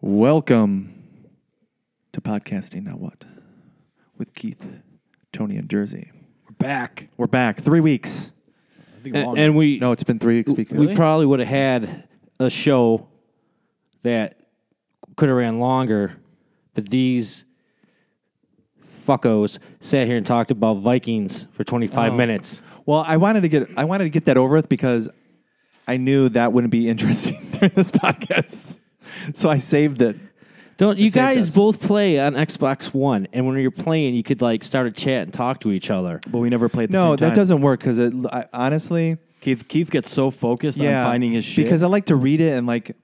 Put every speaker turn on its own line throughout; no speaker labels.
Welcome to Podcasting Now What with Keith, Tony, and Jersey.
We're back.
We're back. Three weeks.
I think
and,
long-
and we
No, it's been three weeks. Because
we probably would have had a show that could have ran longer, but these fuckos sat here and talked about Vikings for 25 minutes.
well, I wanted to get I wanted to get that over with because I knew that wouldn't be interesting during this podcast, so I saved it.
Don't you
saved
guys
us.
both play on Xbox One? And when you're playing, you could like start a chat and talk to each other.
but we never played. At the
No,
same
that
time.
doesn't work because it I, honestly,
Keith, Keith gets so focused
yeah,
on finding his shit.
because I like to read it and like,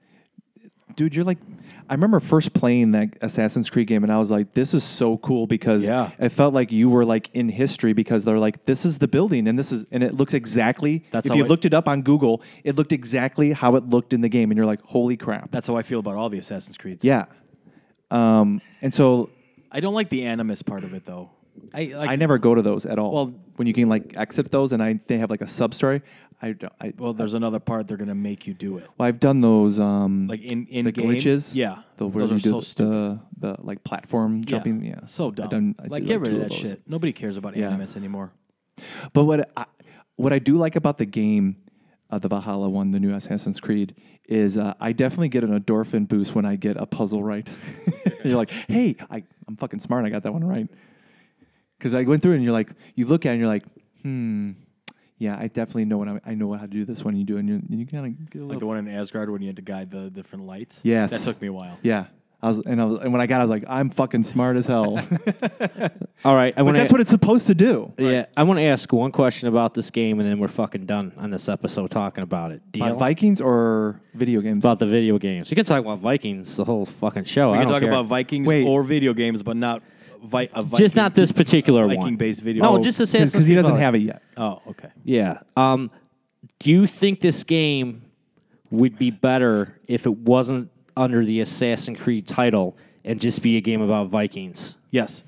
dude, you're like. I remember first playing that Assassin's Creed game, and I was like, "This is so cool!" Because
Yeah.
it felt like you were like in history because they're like, "This is the building, and this is," and it looks exactly.
That's
if
how
you
I-
looked it up on Google, it looked exactly how it looked in the game, and you're like, "Holy crap!"
that's how I feel about all the Assassin's Creeds.
yeah. Um, and so
I don't like the animus part of it though. I like,
I never go to those at all.
Well-
when you can like exit those, and I they have like a sub story. I, don't- I
Well, there's another part they're gonna make you do it.
Well, I've done those. Um,
Like in- in
the
game?
glitches.
Yeah.
the, where
Those
you
are
do
so
the, the like platform jumping. Yeah,
So dumb.
I done, I
like
did,
get rid
two
of that
those.
shit. Nobody cares about
Yeah.
animus anymore.
But what I, what I do like about the game, uh, the Valhalla one, the new Assassin's Creed, is uh, I definitely get an endorphin boost when I get a puzzle right. you're like, hey, I, I'm fucking smart. I got that one right. Because I went through it and you're like, you look at it and you're like, hmm, yeah, I definitely know what I'm, I know how to do this one. You do, and you, you kind of get a little
Like the one in Asgard when you had to guide the different lights.
Yes.
That took me a while.
Yeah. I was, and I was, and when I got, it, I was like, I'm fucking smart as hell.
All right. I
but
wanna-
that's what it's supposed to do.
Yeah, I want to ask one question about this game, and then we're fucking done on this episode talking about it. Deal?
About Vikings or video games?
about the video games. You can talk about Vikings the whole fucking show. I
We can
don't
talk
care.
about Vikings
Wait.
or video games, but not vi- a Viking,
just not this particular one.
Viking-based video.
No,
Oh,
just to say
because he doesn't have it yet.
Oh, okay.
Yeah. Um, do you think this game would be better if it wasn't under the Assassin's Creed title and just be a game about Vikings?
Yes.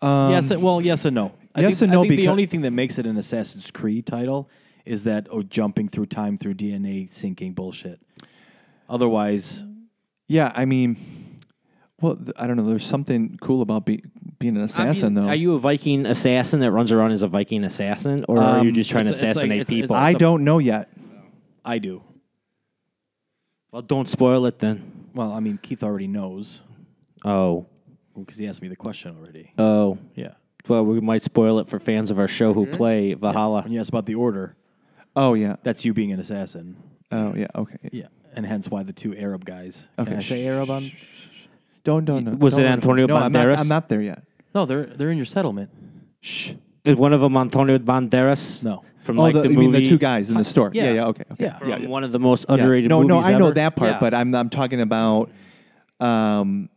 yes. and- Well, yes and no. I
Um, yes
think,
and no,
I think the
becau-
only thing that makes it an Assassin's Creed title is that oh, jumping through time through DNA syncing bullshit. Otherwise,
Yeah, I mean, well, th- I don't know. There's something cool about be, being an assassin, though.
Are you a Viking assassin that runs around as a Viking assassin, or are
Um,
you just trying to
it's- it's like-
assassinate
it's- it's-
people?
I don't know yet.
I do.
well, don't spoil it then.
Well, I mean, Keith already knows
Oh,
because he asked me the question already.
oh.
yeah.
Well, we might spoil it for fans of our show
Hmm?
who play Valhalla.
When you asked about the order,
Oh yeah.
that's you being an assassin.
Oh yeah. Okay.
Yeah. And hence why the two Arab guys.
Okay.
Can I say Arab on?
Don't don't know.
Was it Antonio
no, I'm
Banderas?
not, I'm not there yet.
No, they're they're in your settlement.
Shh.
Is one of them Antonio Banderas?
No.
From
Oh,
like
the,
the
you
movie. Uh,
mean the two guys in the store? Yeah. Yeah.
yeah.
okay. Okay.
Yeah.
From one of the most
Yeah.
underrated
No,
movies
no, I know
ever?
that part,
Yeah.
but I'm I'm talking about um,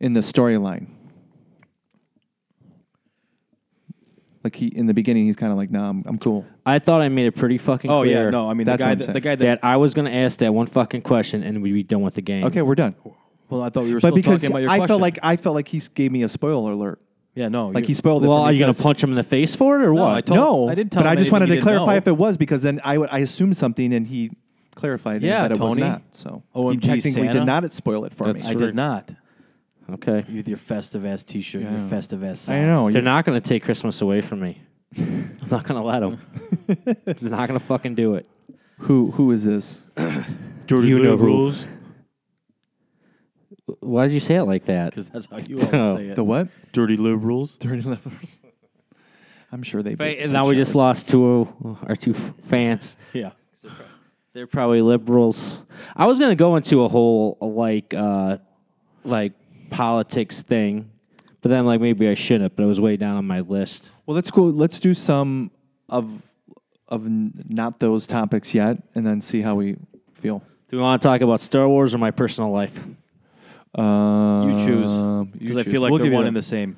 in the storyline. Like he in the beginning, he's kind of like, "Nah, I'm, I'm cool."
I thought I made it pretty fucking
Oh
clear.
yeah. No, I mean
That's
the
what
guy
I'm
that,
saying.
the guy that,
that I was going to ask that one fucking question and we'd be done with the game.
Okay, we're done.
Well, I thought we were
But
still
because
talking about your
I
question.
felt like I felt like he s- gave me a spoiler alert,
yeah, no,
like
you-
he spoiled it.
Well,
for me
are you going to
because-
punch him in the face for it or what?
I told-
no,
I did tell
but
him
I just
anything
wanted
he
to
didn't
clarify
know.
if it was because then I would I assumed something and he clarified
Yeah,
it, that it was
Tony.
not. So he
OMG
technically
Santa.
did not spoil it for
That's
me.
I did not.
okay.
You with your festive ass T-shirt, and
Yeah.
your festive ass. Socks.
I know.
They're not going to take Christmas away from me. I'm not going to let them. They're not going to fucking do it.
Who who is this?
You know who. Why did you say it like that?
because that's how you always
No.
say it.
The what?
dirty liberals.
Dirty Lovers. I'm sure they.
Right,
beat
and
the
now we just
Chargers.
lost two of our two f- fans.
Yeah.
They're probably liberals. I was going to go into a whole like uh, like politics thing, but then like maybe I shouldn't. have, But it was way down on my list.
Well, let's go. Let's do some of of n- not those topics yet, and then see how we feel.
Do we want to talk about Star Wars or my personal life?
Um,
You choose
you
because I
choose.
feel like
We'll
they're
give you
one
that.
and the same.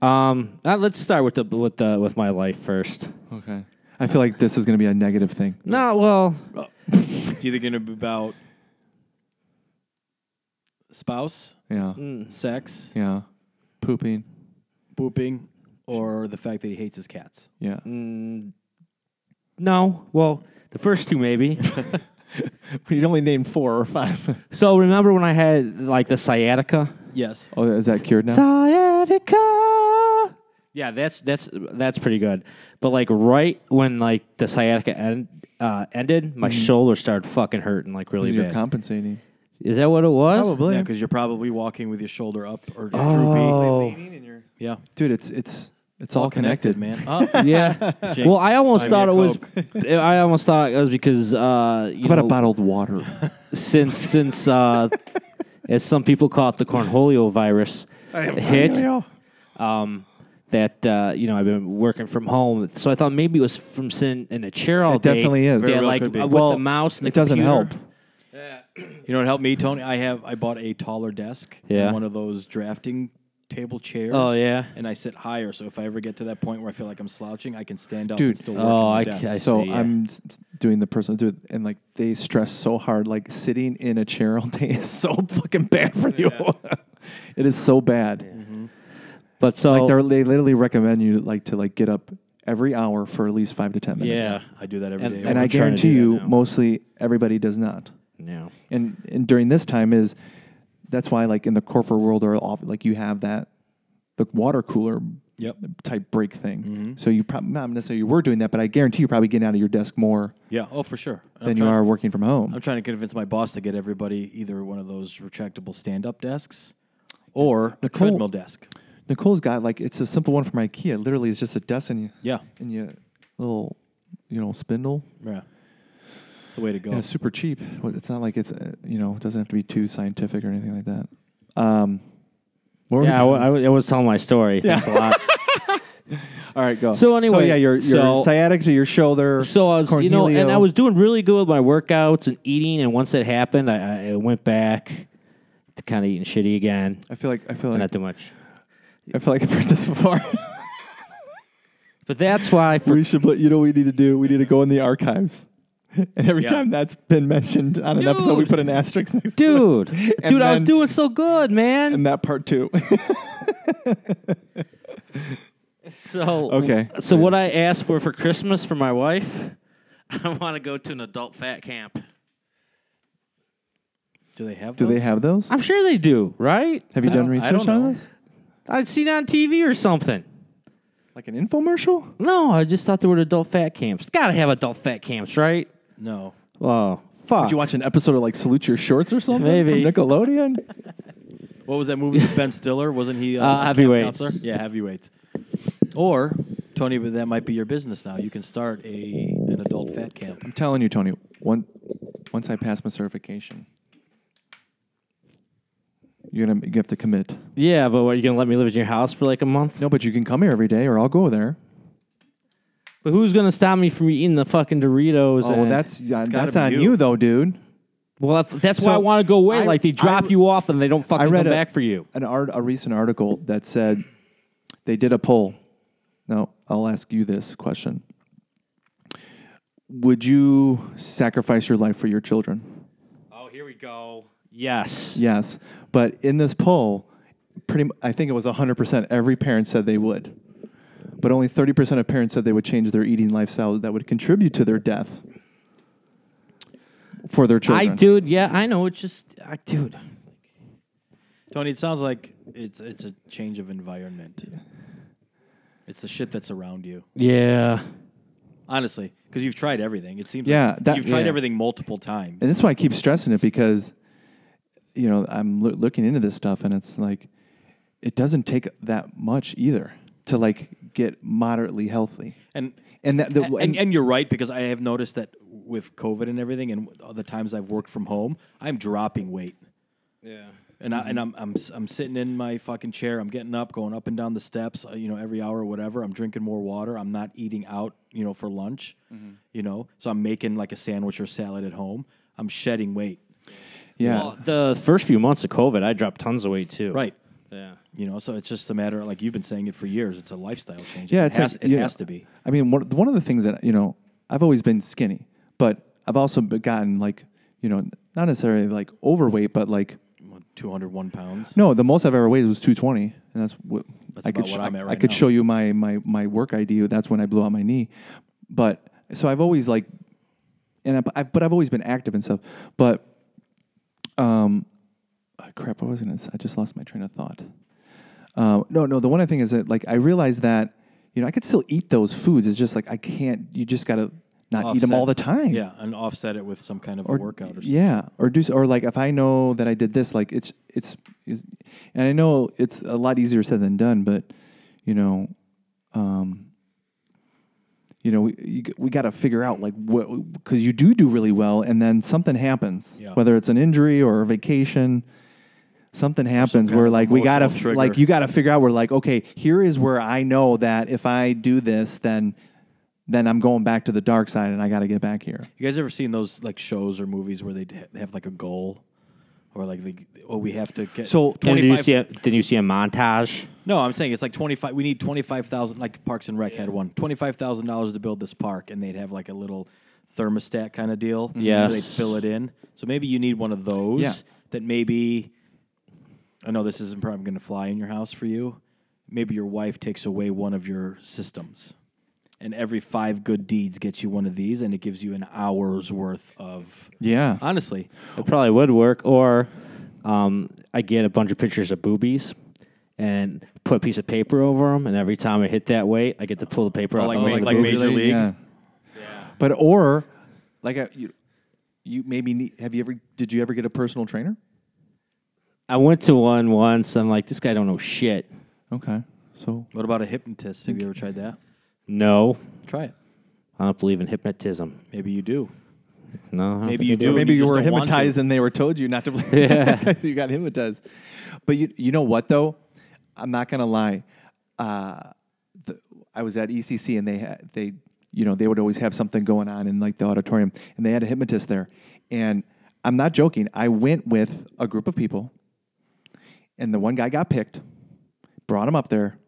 Um, uh, let's start with the with the with my life first.
Okay. I feel like this is going to be a negative thing.
No, well,
It's either going to be about spouse,
Yeah.
mm,
sex,
Yeah. Pooping.
pooping, or the fact that he hates his cats.
Yeah.
mm, no, well, the first two maybe.
you only named four or five.
So remember when I had like the sciatica?
Yes.
Oh, is that cured now?
Sciatica. Yeah, that's that's that's pretty good. But like right when like the sciatica end, uh, ended, my shoulder started fucking hurting like really
You're
bad.
compensating.
Is that what it was?
Probably.
Oh, Yeah, because you're probably walking with your shoulder up or droopy.
Oh,
Yeah.
Dude, it's it's it's all, connected.
man. Up.
Oh. yeah.
Jinx.
well, I almost
Buy me
thought
a
it was.
Coke.
I almost thought it was because uh, you
How about
know,
a bottled water?
since since uh, as some people call it the cornholio virus hit um, that uh, you know I've been working from home, so I thought maybe it was from sitting in a chair all
It
day.
definitely is.
Yeah,
Very well
like
could be.
uh, with
Well,
the mouse. And the
it doesn't
computer.
help.
You know what helped me, Tony? I have I bought a taller desk. and
Yeah.
One of those drafting table chairs.
Oh, yeah.
And I sit higher, so if I ever get to that point where I feel like I'm slouching, I can stand up
Dude,
and still work
oh,
on the
I
desk.
ca- I
so
see, yeah.
I'm s- s- doing the personal dude, and like they stress so hard. Like sitting in a chair all day is so fucking bad for you. it is so bad.
But so
Like they're, they literally recommend you like to like get up every hour for at least five to ten minutes.
yeah,
I do that every
And-
day.
and
I'm
I
trying to
guarantee
do that
you,
now.
mostly everybody does not.
yeah.
And and during this time is that's why like in the corporate world or off, like you have that the water cooler
Yep.
type break thing. So you probably not necessarily you were doing that, but I guarantee you're probably getting out of your desk more
Yeah. Oh, for sure. And I'm
than you
trying-
are working from home.
I'm trying to convince my boss to get everybody either one of those retractable stand-up desks or a
Nicole-
treadmill desk.
Nicole's got like it's a simple one from IKEA. Literally, it's just a desk and you
Yeah.
and you little you know spindle.
Yeah. It's the way to go.
Yeah, it's super cheap. Well, It's not like it's uh, you know it doesn't have to be too scientific or anything like that. Um, what were we
Yeah, I,
talking
w- I w- I was telling my story. Thanks a lot.
All right, go.
So anyway,
yeah, your your
so-
sciatic to your shoulder.
So I was, you know, and I
Cornelio.
was doing really good with my workouts and eating. And once that happened, I, I went back to kind of eating shitty again.
I feel like I feel
But
like
Not too much.
I feel like I've heard this before.
But that's why for
we should, put- you know, what we need to do. We need to go in the archives, and every
Yeah.
time that's been mentioned on an episode, we
Dude.
put an asterisk next to it.
dude, dude,
And
I was
then-
doing so good, man.
And that part too.
so
Okay.
So what I asked for for Christmas for my wife, I want to go to an adult fat camp.
do they have
do they
those?
have those?
I'm sure they do, right?
Have you
I
done
don't- I
research
don't
on
know.
this?
I'd seen it on TV or something.
Like an infomercial?
No, I just thought there were adult fat camps. Gotta have adult fat camps, right?
No.
Oh, fuck.
Did you watch an episode of like Salute Your Shorts or something
Maybe.
from Nickelodeon?
What was that movie with Ben Stiller? Wasn't he uh,
Uh,
a camp
heavyweights.
counselor? Yeah, heavyweights. Or Tony, but that might be your business now. You can start a an adult fat camp.
I'm telling you, Tony. One, once I pass my certification, you're gonna you have to commit.
yeah, but what, you gonna let me live in your house for like a month?
No, but you can come here every day, or I'll go there.
But who's gonna stop me from eating the fucking Doritos?
Oh, well,
and-
that's yeah,
gotta
that's
be
on you.
you.
though, dude.
well. That's, that's why I
So,
want to go away.
I-
like they drop
I-
you off and they don't fucking
I read
come
a-
back for you.
An art, a recent article that said they did a poll. Now, I'll ask you this question: Would you sacrifice your life for your children?
Oh, here we go. Yes.
Yes, but in this poll, pretty mu- I think it was hundred percent. Every parent said they would, but only thirty percent of parents said they would change their eating lifestyle that would contribute to their death for their
I,
children.
dude. Yeah, I know. It's just, I, dude.
Tony, it sounds like it's it's a change of environment. It's the shit that's around you.
Yeah.
Honestly, because you've tried everything. It seems
Yeah,
like
that-
you've tried
yeah.
everything multiple times.
And this is why I keep stressing it because, you know, I'm loo- looking into this stuff and it's like, it doesn't take that much either to like get moderately healthy.
and
And that, the,
and, and, you're right because I have noticed that with COVID and everything, and with all the times I've worked from home, I'm dropping weight.
Yeah.
And
Mm-hmm.
I and I'm I'm s- I'm sitting in my fucking chair. I'm getting up, going up and down the steps. uh, You know, every hour or whatever. I'm drinking more water. I'm not eating out. You know, for lunch.
Mm-hmm.
You know, so I'm making like a sandwich or salad at home. I'm shedding weight.
yeah.
Well, the first few months of COVID, I dropped tons of weight too.
Right.
Yeah.
You know, so it's just a matter of, like you've been saying it for years. It's a lifestyle change.
yeah.
it
It's
has,
like,
it
you
has
know,
to be.
I mean, one, one of the things that, you know, I've always been skinny, but I've also be- gotten like, you know, not necessarily like overweight, but like,
Two hundred one pounds.
no, the most I've ever weighed was 220. And that's what
That's
I could,
about what I'm at
I
right
could
now.
show you my, my, my work ID. That's when I blew out my knee. But so I've always like and I, I, but I've always been active and stuff. But um, ah, crap, what was I gonna say? I just lost my train of thought. Um, no, no, the one I think is that like I realized that you know I could still eat those foods. It's just like I can't. You just gotta not eat them
Offset-
all the time.
Yeah, and offset it with some kind of a workout or something.
Yeah, or do s- or like if I know that I did this, like it's it's, is and I know it's a lot easier said than done, but you know, um, you know, we you, g- we got to figure out like what because you do do really well, and then something happens,
Yeah.
whether it's an injury or a vacation. Something happens
kind
where,
of
like, we gotta,
emotional
f- like,
trigger.
you gotta figure out. We're like, okay, here is where I know that if I do this, then, then I'm going back to the dark side, and I gotta get back here.
You guys ever seen those like shows or movies where they have like a goal, or like the oh we have to get
So,
Then you
25
see a, then you see a montage.
No, I'm saying it's like twenty five. We need twenty five thousand. Like Parks and Rec had one twenty five thousand dollars to build this park, and they'd have like a little thermostat kind of deal. Yeah,
Yes.
they'd fill it in. So maybe you need one of those.
Yeah.
That maybe I know this isn't probably going to fly in your house for you. Maybe your wife takes away one of your systems, and every five good deeds gets you one of these, and it gives you an hour's worth of.
Yeah,
Honestly,
It probably would work. Or um, I get a bunch of pictures of boobies and put a piece of paper over them, and every time I hit that weight, I get to pull the paper
Oh,
out.
like
and
ma-
make the
like
boobs.
Major League.
Yeah. But or like I, you, you maybe need, have you ever did you ever get a personal trainer?
I went to one once. I'm like, this guy don't know shit.
Okay, so
what about a hypnotist? Have you ever tried that?
No,
Try it.
I don't believe in hypnotism.
Maybe you do.
No, I don't
Maybe
think
you
I
do.
maybe
you
you
just
were
don't want to.
hypnotized and they were told you not to believe. Yeah, you got hypnotized. But you you know what though, I'm not gonna lie. Uh, the, I was at ECC and they had they you know they would always have something going on in like the auditorium and they had a hypnotist there and I'm not joking. I went with a group of people and the one guy got picked, brought him up there,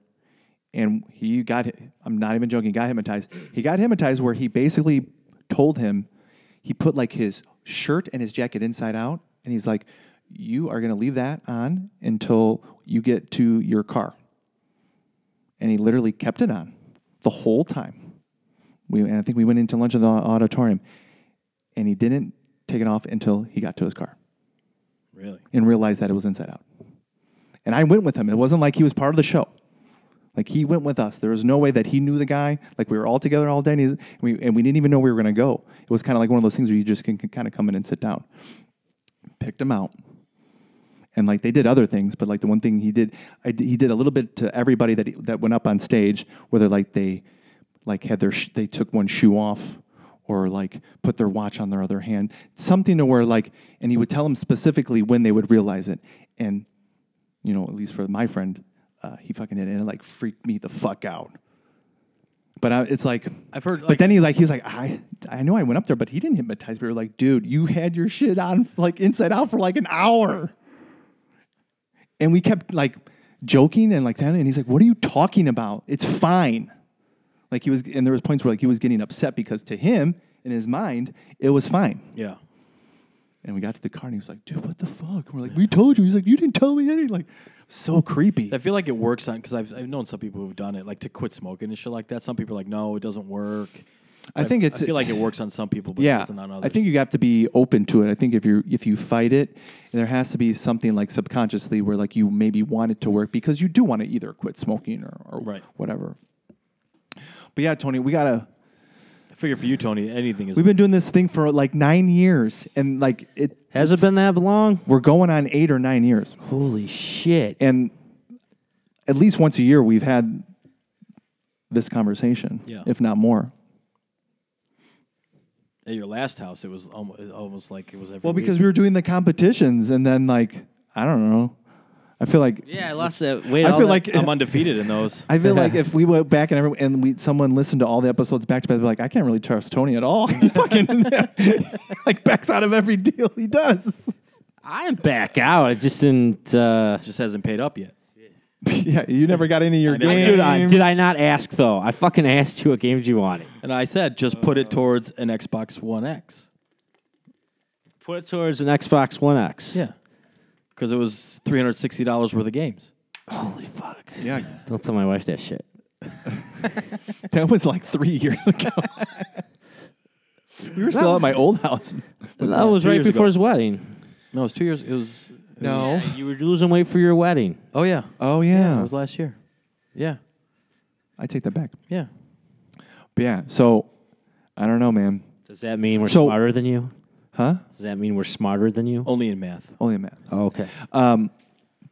and he got. I'm not even joking. Got hypnotized. He got hypnotized where he basically told him he put like his shirt and his jacket inside out, and he's like, "You are gonna leave that on until you get to your car." And he literally kept it on the whole time. We, and I think we went into lunch in the auditorium, and he didn't take it off until he got to his car
Really?
and realized that it was inside out. And I went with him. It wasn't like he was part of the show. Like he went with us. There was no way that he knew the guy. Like we were all together all day, and, he's, and we and we didn't even know we were going to go. It was kind of like one of those things where you just can, kind of come in and sit down. Picked him out, and like they did other things, but like the one thing he did, I d he did a little bit to everybody that he, that went up on stage, whether like they like had their sh- they took one shoe off or like put their watch on their other hand, something to where like, and he would tell them specifically when they would realize it, and you know, at least for my friend, uh, he fucking did it, and it like freaked me the fuck out. But I, it's like
I've heard,
But
like-
then he like he was like, I I know I went up there, but he didn't hypnotize me. We were like, dude, you had your shit on like inside out for like an hour, and we kept like joking and like telling. And he's like, what are you talking about? It's fine. Like he was, and there was points where like he was getting upset because to him in his mind it was fine.
Yeah.
And we got to the car and he was like, dude, what the fuck? And we're like, we told you. He's like, you didn't tell me anything. Like, so creepy.
I feel like it works on because I've, I've known some people who've done it, like to quit smoking and shit like that. Some people are like, no, it doesn't work.
I think it's
I feel like it works on some people, but it
yeah.
doesn't on others.
I think you have to be open to it. I think if you if you fight it, there has to be something like subconsciously where like you maybe want it to work because you do want to either quit smoking or, or
Right.
whatever. But yeah, Tony, we gotta.
I figure for you, Tony, anything is.
We've been doing this thing for like nine years, and like it,
Has it been that long?
we're going on eight or nine years.
Holy shit!
and at least once a year we've had this conversation,
Yeah.
if not more.
at your last house, it was almost, almost like it was every.
Well, because
week.
we were doing the competitions, and then like I don't know, I feel like
yeah, I lost that weight.
I
all
feel
that-
like
I'm undefeated in those.
I feel like if we went back and every, and we someone listened to all the episodes back to back, they'd be like I can't really trust Tony at all. he fucking like backs out of every deal he does.
I'm back out. I just didn't. Uh,
It just hasn't paid up yet.
yeah, you never got any of your
know.
games.
Dude, I, did I not ask though? I fucking asked you what games you wanted.
And I said, just put
Uh.
it towards an Xbox One X.
Put it towards an Xbox One X.
Because it was $360 worth of games.
Holy fuck.
yeah,
Don't tell my wife that shit.
that was like three years ago. We were still at my old house.
That was
two
right
years
before
ago.
his wedding.
No, it was two years. It was.
No.
Yeah, you were losing weight for your wedding.
Oh yeah.
Oh yeah.
It was last year. Yeah.
I take that back.
Yeah.
But yeah. So I don't know, man.
Does that mean we're
So-
smarter than you?
Huh?
Does that mean we're smarter than you? Uh,
Only in math.
Only a man.
oh,
okay.
Um,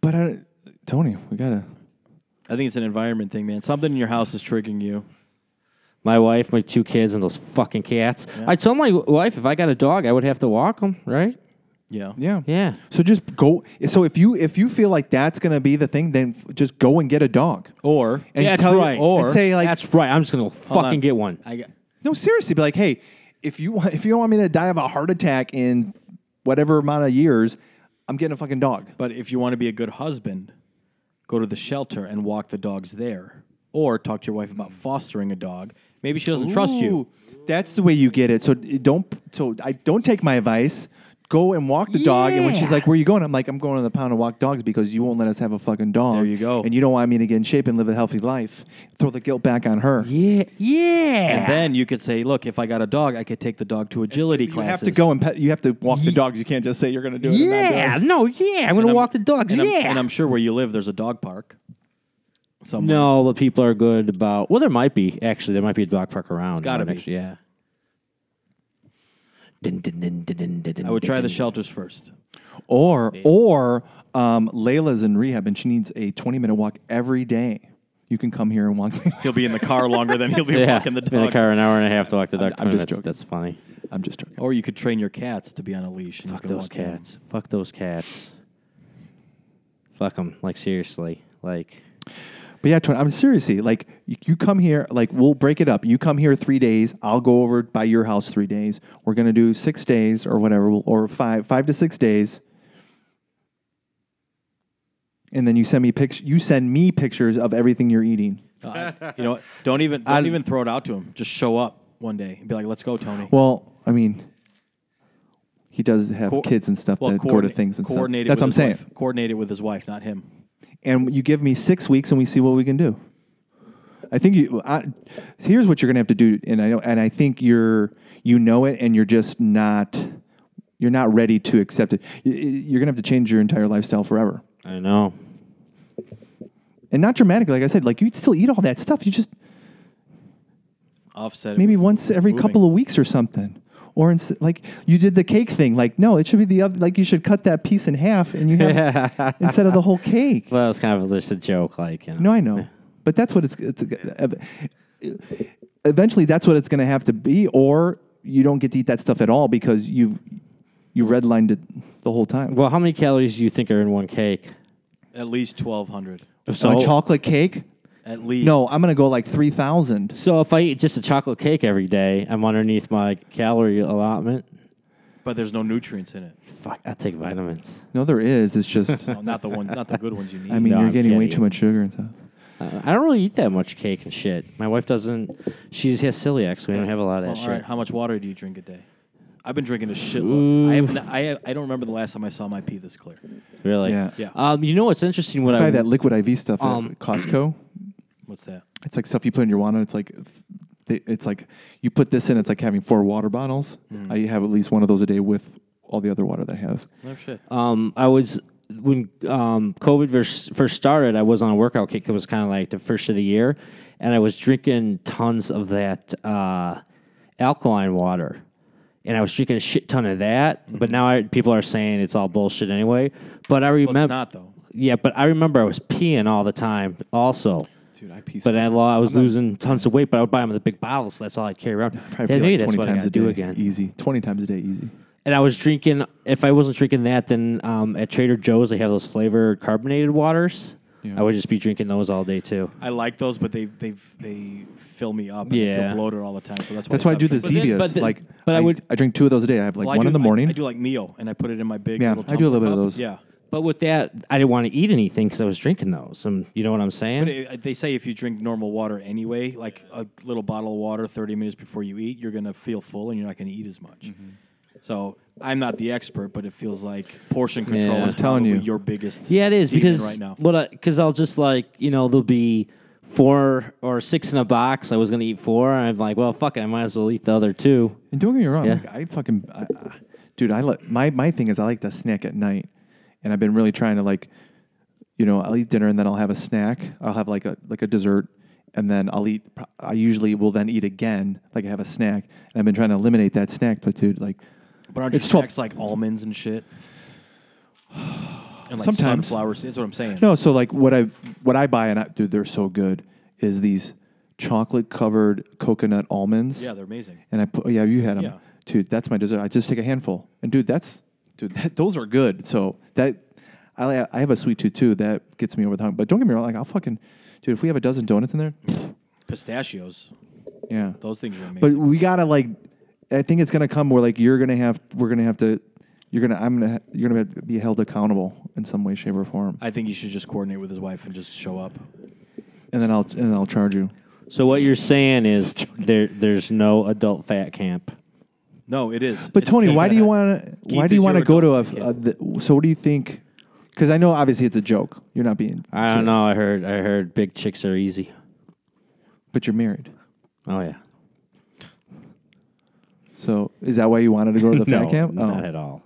but I, Tony, we gotta.
I think it's an environment thing, man. Something in your house is triggering you.
My wife, my two kids, and those fucking cats. I told my wife if I got a dog, I would have to walk them, right?
Yeah.
Yeah.
Yeah.
So just go. So if you if you feel like that's gonna be the thing, then f- just go and get a dog.
Or
And
That's
tell
right.
You, or and say like,
That's right. I'm just gonna go
Hold
fucking
on.
get one.
I got.
no, seriously, be like, hey, if you want, if you don't want me to die of a heart attack in whatever amount of years, I'm getting a fucking dog.
But if you want to be a good husband, go to the shelter and walk the dogs there. Or talk to your wife about fostering a dog. Maybe she doesn't trust you.
Ooh, That's the way you get it. So d- don't. So I don't take my advice. Go and walk the dog. And when she's
Yeah.
like, "Where you going?" I'm like, "I'm going to the pound to walk dogs because you won't let us have a fucking dog."
There you go.
And you don't want me to get in shape and live a healthy life. Throw the guilt back on her.
Yeah. Yeah.
And then you could say, look, if I got a dog, I could take the dog to agility
You have
classes.
to go and pet, you have to walk the dogs. You can't just say you're going to do it. and not do
yeah. No. Yeah. I'm gonna
I'm-
walk the dogs.
and I'm-
yeah.
and I'm sure where you live, there's a dog park. Somewhere.
no, but people are good about. Well, there might be actually. There might be a dog park around.
gotta be.
Actually, Yeah. Dun, dun, dun, dun, dun, dun,
I would
dun,
try
dun.
the shelters first.
it. Or or um, Layla's in rehab and she needs a 20 minute walk every day. You can come here and walk.
He'll be in the car longer than he'll be
Yeah.
walking the
Be in the
dog.
car an hour and a half to walk the dog.
I'm
I'm
just
just
joking.
that's, that's funny.
I'm just joking.
Or you could train your cats to be on a leash. and you
Fuck
can
those
walk them.
cats. Fuck those cats. Fuck them. Like seriously. Like
But yeah, Tony, I'm seriously like you, you come here, like we'll break it up. You come here three days. I'll go over by your house three days. We're gonna do six days or whatever, we'll- or five five to six days. And then you send me pictures. You send me pictures of everything you're eating.
Uh, you know, what? don't even don't even throw it out to him. Just show up one day and be like, "Let's go, Tony."
Well, I mean, he does have
Co-
kids and stuff that go to
coordinate-
things and stuff.
coordinated
That's what I'm
with
saying.
his Wife. Coordinated with his wife, not him.
And you give me six weeks, and we see what we can do. I think you. I, here's what you're gonna have to do, and I know, and I think you're you know it, and you're just not you're not ready to accept it. You- You're gonna have to change your entire lifestyle forever,
I know.
and not dramatically. Like I said, like you'd still eat all that stuff. You just
Offset. it
maybe
with-
once every
moving.
couple of weeks or something. Or ins- like you did the cake thing, like no, it should be the other. Like you should cut that piece in half, and you have instead of the whole cake.
Well, it's kind of just a joke. Like you know.
No, I know, but that's what it's. it's eventually, that's what it's going to have to be, or you don't get to eat that stuff at all because you you redlined it the whole time.
Well, how many calories do you think are in one cake?
at least twelve hundred.
So a chocolate cake?
At least
No, I'm going to go like three thousand.
So if I eat just a chocolate cake every day, I'm underneath my calorie allotment.
but there's no nutrients in it.
Fuck, I take vitamins.
No, there is. It's just.
No, not the one, not the good ones you need.
I mean,
No,
you're
I'm
getting way
kidding.
too much sugar and stuff.
Uh, I don't really eat that much cake and shit. My wife doesn't. She has celiac, so we don't have a lot of
Well,
that
all
shit.
right. How much water do you drink a day? I've been drinking a shitload. I, have n- I, have, I don't remember the last time I saw my pee this clear.
Really?
Yeah.
Yeah.
Um, you know what's interesting? What
Buy
I
that liquid IV stuff at
Um,
Costco.
What's that?
It's like stuff you put in your water. It's like th- it's like you put this in. It's like having four water bottles. I have at least one of those a day with all the other water that I have.
No shit.
um, I was when um, COVID first, first started. I was on a workout kick. It was kind of like the first of the year, and I was drinking tons of that uh, alkaline water, and I was drinking a shit ton of that. But now I, people are saying it's all bullshit anyway. But I
Mm-hmm. Well, it's
remember,
not though.
yeah. But I remember I was peeing all the time, also.
Dude, I pee.
But I, lo- I was losing tons of weight, but I would buy them in the big bottles. So that's all I'd carry around.
Probably
Yeah,
feel
maybe
like
that's
20
what I
times
gotta
a day.
do again.
Easy. 20 times a day, easy.
And I was drinking. If I wasn't drinking that, then um, at Trader Joe's they have those flavored carbonated waters.
Yeah.
I would just be drinking those all day too.
I like those, but they they they fill me up. And I
Yeah.
feel bloated all the time. So that's why
That's why I do the
stopped drinking.
Zevias.
but then-
like,
but I
I,
would-
I drink two of those a day. I have like
Well, I
one
do-
in the
I-
morning.
I, do like meal, and I put it in my big.
Yeah,
little
I do a little bit of
tumbler
those.
cup. Yeah,
But with that, I didn't want to eat anything because I was drinking those. And you know what I'm saying?
but it, they say if you drink normal water anyway, like a little bottle of water, thirty minutes before you eat, you're gonna feel full, and you're not gonna eat as much.
Mm-hmm.
So I'm not the expert, but it feels like portion control
Yeah.
is
I'm telling
probably
you.
your biggest.
yeah, it is
demon
because
right now.
what? Because I'll just like you know there'll be four or six in a box. I was going to eat four. And I'm like, well, fuck it. I might as well eat the other two.
And don't get me wrong,
Yeah.
like, I fucking, I, I- dude, I like my my thing is I like to snack at night, and I've been really trying to like, you know, I'll eat dinner and then I'll have a snack. I'll have like a like a dessert, and then I'll eat. I usually will then eat again, like I have a snack, and I've been trying to eliminate that snack. But dude, like,
But aren't your
It's 12.
snacks like almonds and shit? And like
Sometimes.
sunflower seeds. That's what I'm saying.
no, so like what I what I buy and I, dude, they're so good. Is these chocolate covered coconut almonds?
Yeah, they're amazing.
And I put, yeah, you had them,
Yeah.
dude. That's my dessert. I just take a handful, and dude, that's, dude, that, those are good. So that, I, I have a sweet tooth too. That gets me over the hump. But don't get me wrong, like I'll fucking, dude, if we have a dozen donuts in there,
Pistachios.
yeah.
Those things are amazing.
But we gotta like, I think it's gonna come where like you're gonna have, we're gonna have to, you're gonna, I'm gonna, you're gonna be held accountable in some way, shape, or form,
I think you should just coordinate with his wife and just show up.
and then I'll, and then I'll charge you.
So what you're saying is there there's no adult fat camp.
No, it is.
But
It's
Tony,
Keith.
why do you want to? Why
Keith
do you
is
want to
your
go to a?
adult
a the, so what do you think? Because I know obviously it's a joke. You're not being.
I don't
serious.
know. I heard I heard big chicks are easy.
But you're married.
Oh yeah.
So is that why you wanted to go to the fat camp? Oh.
not at all.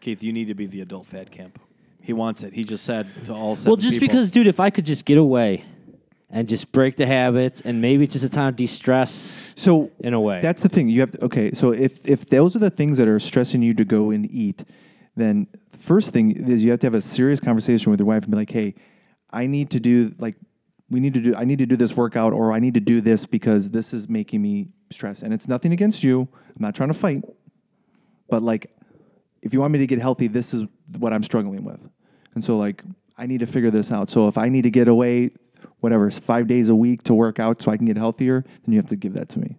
Keith, you need to be the adult fat camp. He wants it. He just said to all seven
Well, just
people.
because, dude, if I could just get away and just break the habits, and maybe it's just a time to de-stress.
So
In a way.
that's the thing. You have to, okay. So if if those are the things that are stressing you to go and eat, then the first thing is you have to have a serious conversation with your wife and be like, hey, I need to do like we need to do I need to do this workout or I need to do this because this is making me stress. And it's nothing against you. I'm not trying to fight, but like if you want me to get healthy, this is what I'm struggling with. And so like I need to figure this out. So if I need to get away whatever, it's 5 days a week to work out so I can get healthier, then you have to give that to me.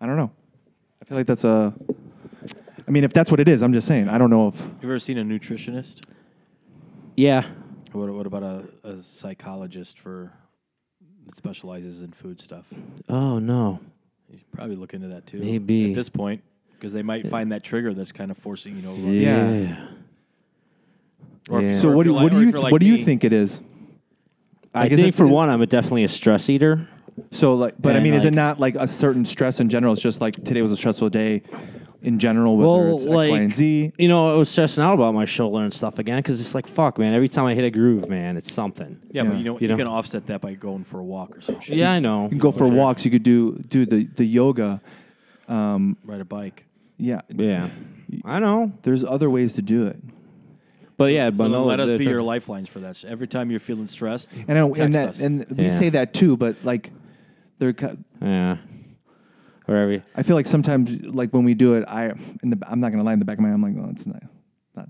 I don't know. I feel like that's a I mean if that's what it is, I'm just saying. I don't know if
Have you ever seen a nutritionist?
Yeah.
What, what about a, a psychologist for that specializes in food stuff?
Oh no.
You should probably look into that too.
Maybe.
at this point, because they might find that trigger that's kind of forcing you know. running.
Yeah.
Or if-
Yeah.
So
or if
what do,
you're
what
like-
do
or
you
if you're like
what do
me,
you think it is?
I
I guess
think
that's-
for one, I'm a definitely a stress eater.
So like, but I
And,
mean, is it
like-
not like a certain stress in general? It's just like today was a stressful day in general, whether
Well,
it's X,
like
Y, and Z.
you know, I was stressing out about my shoulder and stuff again because it's like fuck, man. Every time I hit a groove, man, it's something.
Yeah, but
Yeah.
you know, you,
You know?
can offset that by going for a walk or some shit.
Yeah, I know.
You can go for walks. You could do do the the yoga.
ride a bike.
Yeah,
Yeah. I know.
there's other ways to do it.
But yeah,
So
but
then
no,
let us
the-
be your lifelines for that. So every time you're feeling stressed,
And I, don't-
text
and that
us.
and we
Yeah.
say that too, but like, they're. ki-
Yeah. Or every
I feel like sometimes, like when we do it, I in the I'm not gonna lie in the back of my mind, I'm like, oh, it's not, not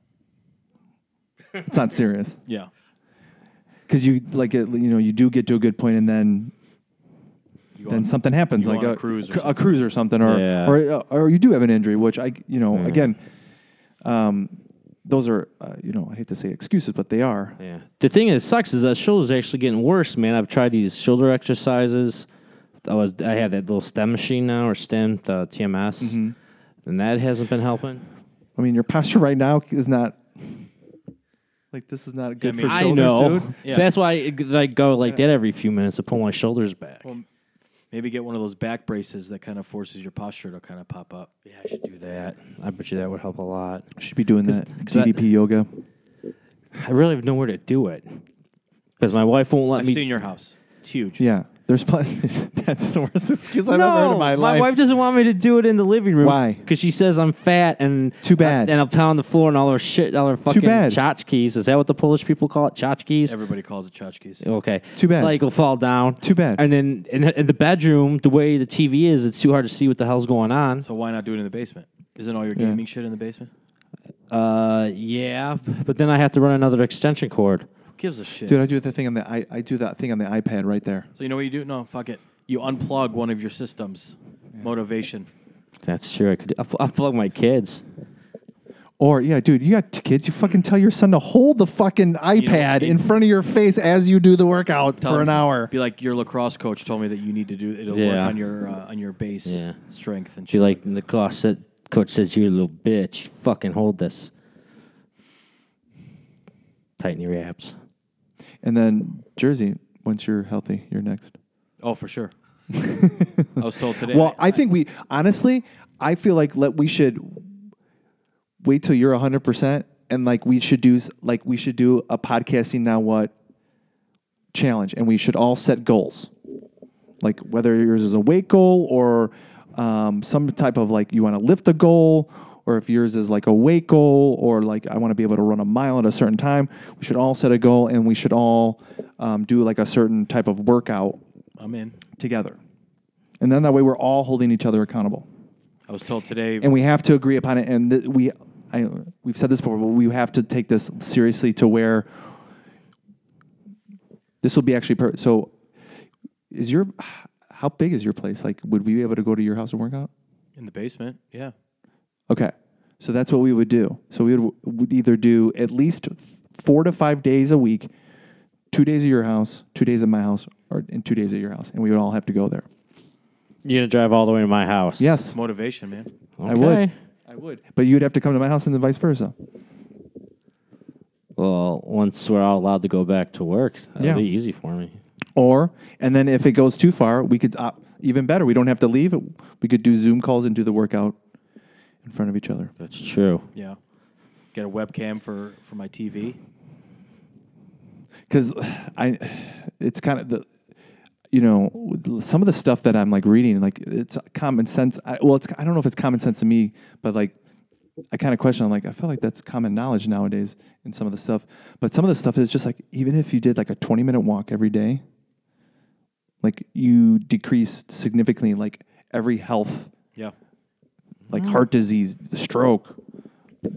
it's not serious
yeah,
because you like it, you know you do get to a good point and then
you go
then
on-
something happens,
you go
like
on a cruise or
cr- a
something.
cruise or something, or
Yeah.
or, or you do have an injury, which I, you know,
Mm.
Yeah.
again, um, those are, uh, you know, I hate to say excuses, but they are.
Yeah. The thing that sucks is that shoulder's actually getting worse, man. I've tried these shoulder exercises. I was I have that little stem machine now or stem, the TMS.
Mm-hmm.
And that hasn't been helping.
I mean, your posture right now is not like this is not good
I mean,
for
I
shoulders, dude.
Yeah.
So that's why I, I go like that every few minutes to pull my shoulders back.
maybe get one of those back braces that kind of forces your posture to kind of pop up.
yeah, I should do that. I bet you that would help a lot.
Should be doing that
'cause I-
DDP yoga.
I really have nowhere to do it. Because my wife won't let
I've
me
seen your house. It's huge.
Yeah, there's plenty. that's the worst excuse I've ever heard in my, life.
wife doesn't want me to do it in the living room.
Why?
Because she says I'm fat and
Too bad.
and I'll pound the floor and all her shit, all her fucking
bad.
tchotchkes. Is that what the Polish people call it? Tchotchkes.
Everybody calls it tchotchkes.
okay.
Too bad.
Like will fall down.
Too bad.
And then in, in the bedroom, the way the TV is, it's too hard to see what the hell's going on.
So why not do it in the basement? Isn't all your
Yeah.
gaming shit in the basement?
Uh, yeah. But then I have to run another extension cord.
Who gives a shit?
Dude, I do the thing on the I, I do that thing on the iPad right there.
so you know what you do? No, fuck it. You unplug one of your systems. Motivation.
That's true. I could I'll, I'll plug my kids.
Or yeah, dude, you got kids. You fucking tell your son to hold the fucking iPad
it-
in front of your face as you do the workout
Tell
for an
them-
hour.
Be like your lacrosse coach told me that you need to do. It'll
Yeah.
work on your uh, on your base
Yeah.
strength and
She
shit.
like the coach said, coach says you're a little bitch. Fucking hold this. Tighten your abs.
And then Jersey, once you're healthy, you're next.
Oh, for sure. I was told today.
Well, I think we honestly, I feel like let we should wait till you're 100% and like we should do s- like we should do a podcasting now what challenge and we should all set goals. Like whether yours is a weight goal or um, some type of like you want to lift a goal or if yours is like a weight goal or like I want to be able to run a mile at a certain time, we should all set a goal and we should all um, do like a certain type of workout
I'm in.
together. And then that way we're all holding each other accountable.
I was told today.
And we have to agree upon it. And th- we, I, we've said this before, but we have to take this seriously to where this will be actually. Per- so, is your, how big is your place? Like, would we be able to go to your house and work out?
In the basement, yeah.
Okay. So that's what we would do. So we would, would either do at least four to five days a week, two days at your house, two days at my house, or and two days at your house. And we would all have to go there.
You're gonna drive all the way to my house.
Yes.
It's motivation, man.
okay.
I would. I would. But you'd have to come to my house and then vice versa.
Well, once we're all allowed to go back to work, that'll
Yeah.
be easy for me.
Or, and then if it goes too far, we could, uh, even better, we don't have to leave. We could do Zoom calls and do the workout in front of each other.
That's true.
Yeah. Get a webcam for for my TV.
Because I, it's kind of the, you know, some of the stuff that I'm like reading, like it's common sense. I, well, it's, I don't know if it's common sense to me, but like, I kind of question. I'm like, I feel like that's common knowledge nowadays in some of the stuff. But some of the stuff is just like, even if you did like a 20 minute walk every day, like you decrease significantly, like every health
Yeah.
like heart disease, stroke,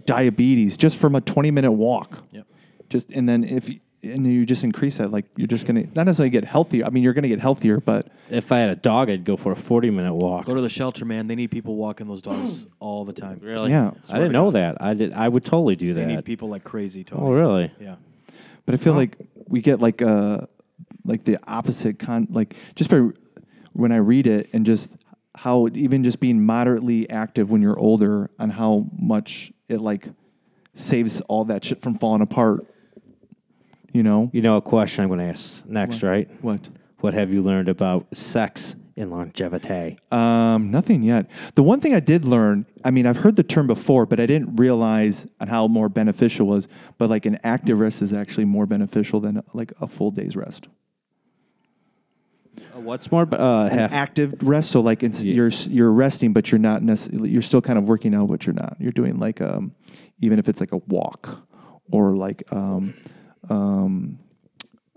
diabetes, just from a 20 minute walk.
Yep.
Just and then if you, and you just increase that, like you're just gonna not necessarily get healthier. I mean, you're gonna get healthier, but
If I had a dog, I'd go for a 40 minute walk.
Go to the shelter, man. They need people walking those dogs all the time.
Really?
Yeah.
I didn't know that. I did. I would totally do
They need
that.
people like crazy, Tony.
Oh, really?
Yeah.
but I feel like we get like uh like the opposite con like just by when I read it and just how even just being moderately active when you're older on how much it like saves all that shit from falling apart. You know
You know, a question I'm going to ask next, right?
what?
What have you learned about sex and longevity?
Um, nothing yet. The one thing I did learn, I mean, I've heard the term before, but I didn't realize on how more beneficial it was. But like an active rest is actually more beneficial than like a full day's rest.
Uh, what's more? Uh,
An
half.
active rest, so like it's, you're s- you're resting, but you're not necessarily you're still kind of working out, but you're not. You're doing like um, even if it's like a walk or like um, um,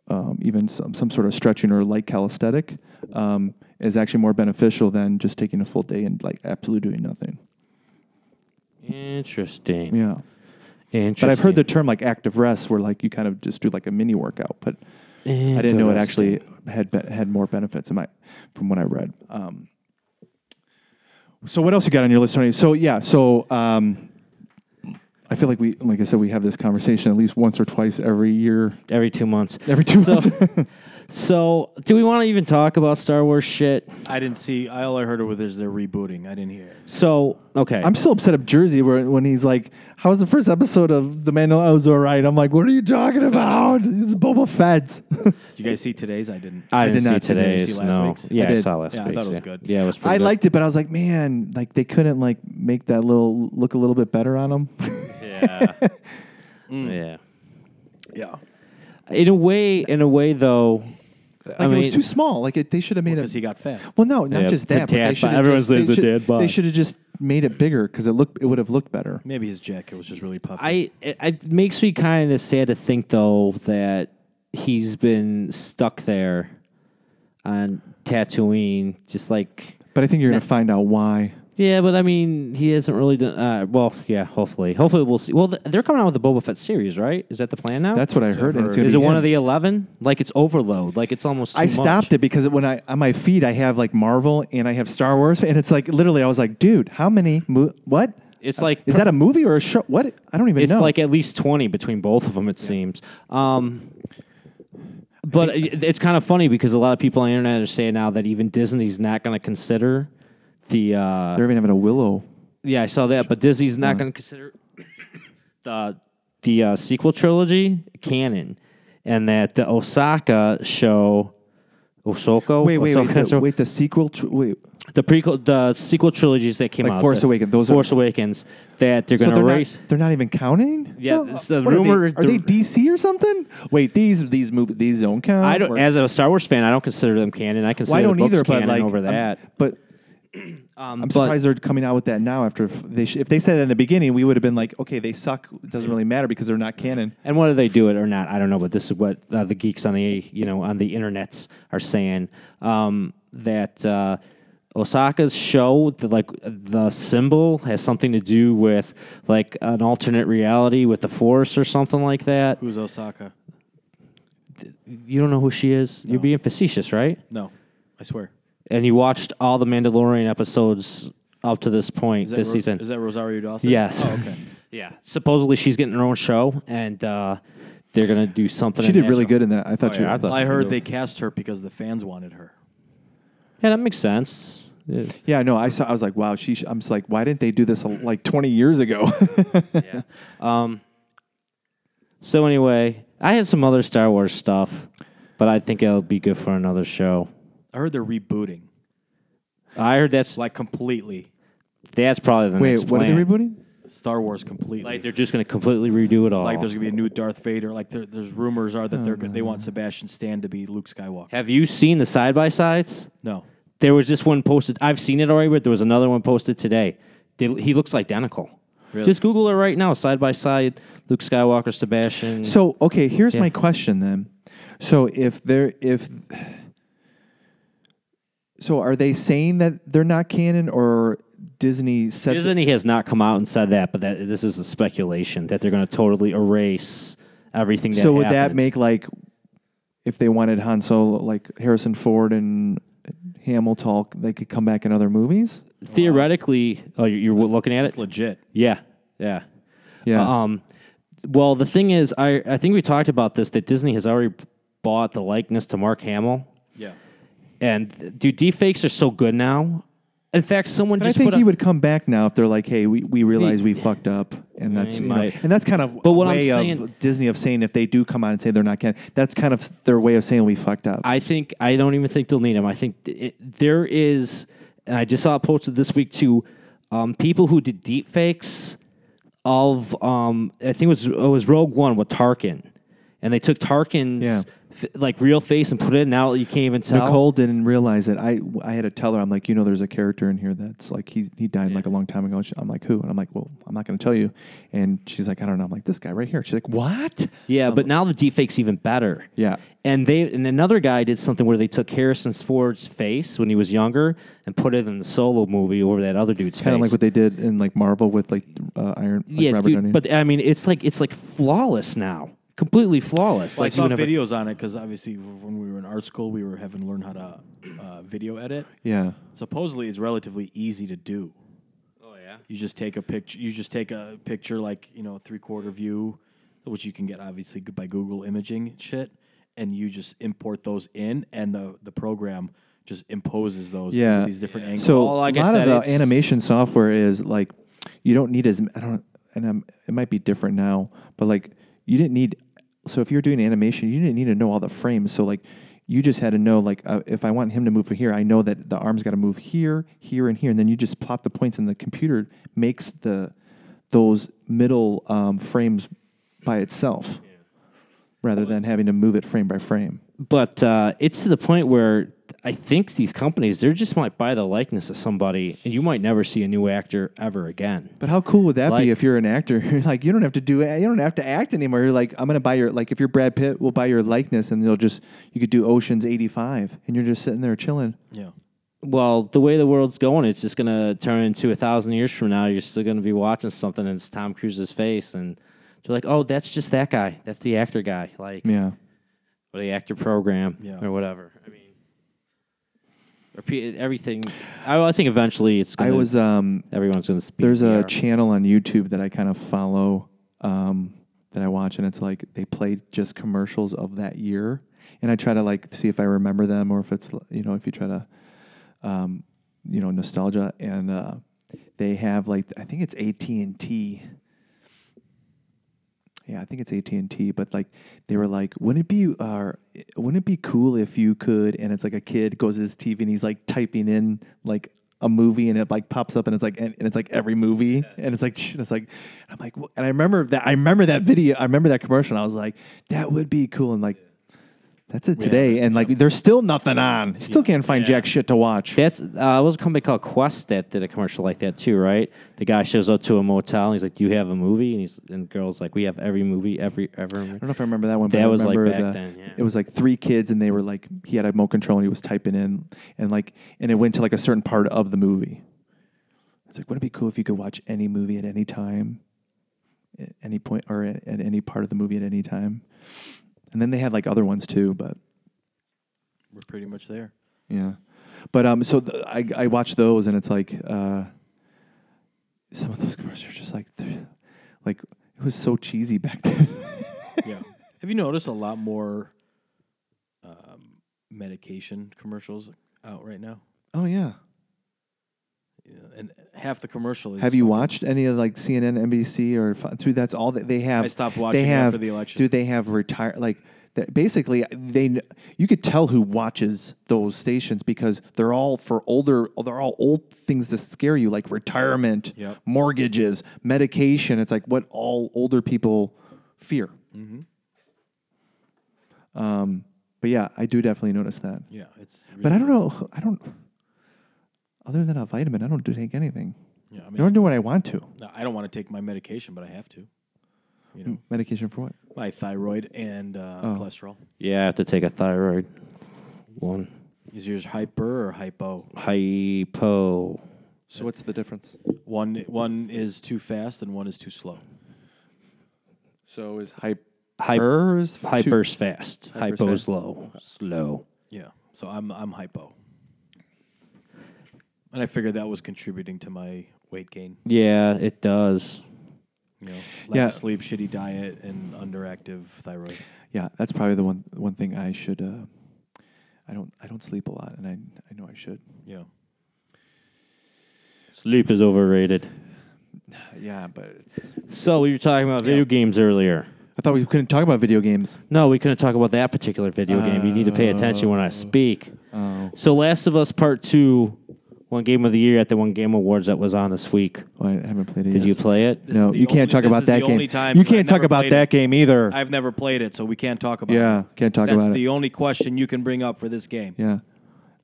um, even some some sort of stretching or light calisthenic um, is actually more beneficial than just taking a full day and like absolutely doing nothing.
Interesting.
Yeah.
Interesting.
But I've heard the term like active rest, where like you kind of just do like a mini workout. But I didn't know it actually had be- had more benefits in my from what I read. Um, so what else you got on your list, Tony? So yeah, so um, I feel like we, like I said, we have this conversation at least once or twice every year,
every two months.
every two
So-
months.
So, do we want to even talk about Star Wars shit?
I didn't see. I- All I heard was there's they're rebooting. I didn't hear. it.
So, okay.
I'm still upset at Jersey where, when he's like, "How was the first episode of the Mandalorian?" I was all right. I'm like, "What are you talking about? It's Boba Fett."
Did you guys see today's? I didn't.
I, didn't
did not
see
see that. Did
you
today's.
see last
no.
week's?
Yeah,
I
I,
did.
saw last
Yeah, I
week's.
thought it was
yeah.
good.
Yeah, it was pretty
I
good.
liked it, but I was like, man, like they couldn't like make that little look a little bit better on him.
Yeah. Mm. Yeah.
yeah.
In a way, in a way, though.
like it was too small. Like it, they should have made
Because
it.
he got fat.
well, no, not
Yeah,
just
the
that. But
dad
they
bod.
should
Everyone
just,
says
they
the
should-
dad bod.
They should have just made it bigger because it looked it would have looked better.
Maybe his jacket was just really puffy.
I it, it makes me kind of sad to think though that he's been stuck there on Tatooine, just like
But I think you're gonna find out why.
yeah. But I mean, he hasn't really done. Uh, well, yeah. Hopefully, hopefully we'll see. Well, th- they're coming out with the Boba Fett series, right? Is that the plan now?
That's what I heard. And it's gonna
Is
be
it one
him.
of the eleven? Like it's overload. Like it's almost. Too
I stopped it because when I on my feed I have like Marvel and I have Star Wars and it's like literally I was like, dude, how many? Mo- what?
It's like
Is that a movie or a show? What? I don't even
It's
know.
like at least 20 between both of them, it seems. Um, but it- it's kind of funny because a lot of people on the internet are saying now that even Disney's not going to consider the. Uh,
they're even having a Willow.
yeah, I saw that, but Disney's
Hmm.
not going to consider the the uh, sequel trilogy canon. and at the Osaka show, Osaka.
Wait, wait, wait.
Osaka
The,
show-
wait, the sequel. Tr- wait,
the prequel, the sequel trilogies that came
Like
out,
Force
the
Awakens, those are-
Force Awakens, that they're
so
going to
they're
race.
not. They're not even counting.
Yeah,
No,
it's the
what are they-
rumor-
Are they, DC or something? Wait, these these movie these don't count.
I don't,
Or-
as a Star Wars fan, I don't consider them canon. I consider
Well, I don't
the books
either. But
canon
like
over
I'm-
that.
but
Um,
I'm
but-
surprised they're coming out with that now. After f- they sh- if they said it in the beginning, we would have been like, okay, they suck. It doesn't really matter because they're not canon.
and whether they do it or not, I don't know. But this is what uh, the geeks on the you know on the internets are saying um, that uh, Osaka's show, the, like the symbol, has something to do with like an alternate reality with the Force or something like that.
Who's Osaka?
You don't know who she is. You're being facetious, right?
No, I swear.
And you watched all the Mandalorian episodes up to this point
Is that
this
Ro-
season.
Is that Rosario Dawson?
Yes.
Oh, okay.
yeah, supposedly she's getting her own show, and uh, they're gonna do something.
She
in
did
that
really
show.
good in that. I thought
Oh,
she.
yeah, I thought-
I heard they cast her because the fans wanted her.
Yeah, that makes sense. Yeah.
Yeah, no, I saw. I was like, wow. She. Sh- I'm just like, why didn't they do this uh, like 20 years ago?
yeah. Um. So anyway, I had some other Star Wars stuff, but I think it'll be good for another show.
I heard they're rebooting,
I heard that's
like completely.
that's probably the
Wait,
next
what
plan.
are they rebooting?
Star Wars completely.
Like they're just gonna completely redo it all.
Like there's gonna be a new Darth Vader. Like there, there's rumors are that they're go- they want Sebastian Stan to be Luke Skywalker.
Have you seen the side by sides?
No,
There was this one posted. I've seen it already, but there was another one posted today. They, he looks identical. Just Google it right now, side by side. Luke Skywalker, Sebastian.
So uh, okay, here's my question then. So if they're if so, are they saying that they're not canon, or Disney said
Disney has not come out and said that, but that this is a speculation that they're going to totally erase everything. That
So would that
happened.
make like if they wanted Han Solo, like Harrison Ford and Hamill talk, they could come back in other movies?
theoretically? Oh, you're, you're looking at it.
it's legit.
Yeah, yeah.
Yeah.
Um, well, the thing is, I I think we talked about this that Disney has already bought the likeness to Mark Hamill,
Yeah,
and dude, deepfakes are so good now. In fact, someone
And I
just
think
put
he
up-
would come back now if they're like, "Hey, we, we realize we fucked up," and that's
he
you know,
might.
and that's kind of
But what I'm
way
saying-
of Disney of saying if they do come out and say they're not canon, that's kind of their way of saying we fucked up.
I think I don't even think they'll need him. I think it, there is, and I just saw it posted this week too. Um, people who did deep fakes of um, I think it was it was Rogue One with Tarkin, and they took Tarkin's
Yeah.
f- like real face and put it in. Now you can't even tell.
Nicole didn't realize it. I I had to tell her. I'm like, you know, there's a character in here that's like he's he died like a long time ago. And she- I'm like, who? And I'm like, well, I'm not going to tell you. And she's like, I don't know. I'm like, this guy right here. She's like, what?
Yeah, but now the deepfake's even better.
Um, Yeah.
And they and another guy did something where they took Harrison Ford's face when he was younger and put it in the solo movie over that other dude's
Kind of
face.
like what they did in like Marvel with like uh, Iron like
yeah,
Robert
dude,
Downey.
but I mean, it's like it's like flawless now, completely flawless.
I
like you
saw
never-
videos on it because obviously when we were in art school, we were having to learn how to uh, video edit.
yeah.
Supposedly, it's relatively easy to do.
Oh yeah.
You just take a picture. You just take a picture like you know three quarter view, which you can get obviously by Google imaging and shit, and you just import those in, and the the program just imposes those into
Yeah.
these different angles.
So
Well, like
a
I
lot of
said, it's-
the animation software is like you don't need as I don't and I'm, it might be different now, but like you didn't need. So if you're doing animation, you didn't need to know all the frames. So like you just had to know like uh, if I want him to move here, I know that the arm's got to move here, here, and here, and then you just plot the points, and the computer makes the those middle um, frames by itself, rather than having to move it frame by frame.
But uh, it's to the point where I think these companies they just might buy the likeness of somebody, and you might never see a new actor ever again.
But how cool would that
Like-
be if you're an actor? You're like you don't have to do it. You don't have to act anymore. You're like I'm gonna buy your like if you're Brad Pitt, we'll buy your likeness, and they'll just you could do Ocean's 85, and you're just sitting there chilling.
yeah,
Well, the way the world's going, it's just gonna turn into a thousand years from now. You're still gonna be watching something, and it's Tom Cruise's face, and you're like, "Oh, that's just that guy. That's the actor guy, like
Yeah,
or the actor program,
Yeah.
or whatever." I mean, repeat everything. I, I think eventually it's.
I
Gonna,
was um.
Everyone's gonna speak.
There's a channel on YouTube that I kind of follow um that I watch, and it's like they play just commercials of that year, and I try to like see if I remember them or if it's you know if you try to um, you know, nostalgia, and uh, they have like I think it's AT and T. yeah, I think it's AT and T, but like they were like, wouldn't it be, uh, wouldn't it be cool if you could? And it's like a kid goes to his TV and he's like typing in like a movie and it like pops up and it's like and, and it's like every movie and it's like and it's like I'm like wh- and I remember that I remember that video I remember that commercial and I was like that would be cool and like that's it today and like there's still nothing on You still can't find jack shit to watch
That's uh, it was a company called Quest that did a commercial like that too, right? The guy shows up to a motel and he's like, "Do you have a movie?" And he's and the girls like, "We have every movie every ever."
I don't know if I remember that one. But
That
I
was, like,
remember
back
the-
then, yeah.
It was like three kids, and they were like he had a remote control, and he was typing in, and like, and it went to like a certain part of the movie. It's like, wouldn't it be cool if you could watch any movie at any time, at any point, or at, at any part of the movie at any time? And then they had like other ones too, but
We're pretty much there.
yeah, but um, so th- I I watch those, and it's like uh, some of those commercials are just like, they're- like it was so cheesy back then.
yeah. Have you noticed a lot more um, medication commercials out right now?
oh yeah.
Yeah, and half the commercial is.
Have you watched any of like CNN, NBC, or f- dude? That's all that they have.
I stopped
They
watching
have
after the election.
Dude, they have retire like that, basically they. kn- You could tell who watches those stations because they're all for older. They're all old things that scare you, like retirement,
Yep.
mortgages, medication. It's like what all older people fear.
Mm-hmm.
Um, but yeah, I do definitely notice that.
Yeah, it's. Really,
But I don't know. I don't. Other than a vitamin, I don't do take anything.
Yeah, I
I
mean,
don't do what I want to.
no, I don't want to take my medication, but I have to. You know,
Medication for what?
my thyroid and uh,
Oh.
cholesterol.
Yeah, I have to take a thyroid one
Is yours hyper or hypo?
hypo.
So what's the difference?
One one is too fast and one is too slow.
So is hyper
Hyper
is too-
hyper's fast.
Hyper's
hypo's
fast.
low. Slow.
Yeah, so I'm I'm hypo. And I figured that was contributing to my weight gain.
Yeah, it does.
You know, lack
Yeah.
of sleep, shitty diet, and underactive thyroid.
Yeah, that's probably the one one thing I should. Uh, I don't I don't sleep a lot, and I I know I should.
Yeah,
Sleep is overrated.
Yeah, but it's,
So we were talking about video games earlier.
I thought we couldn't talk about video games.
No, we couldn't talk about that particular video game. You need to pay attention when I speak.
Oh,
So, Last of Us Part Two, one game of the year at the one game awards that was on this week.
Well, I haven't played it.
Did
yet.
you play it?
is
No,
the
you can't
only-
talk
this
about
is the
that
only
game.
time
you
that I've
can't talk
never
about
played
that
it.
game either.
I've never played it, so we can't talk about
Yeah,
it.
can't talk
That's
about it.
the only question you can bring up for this game,
yeah,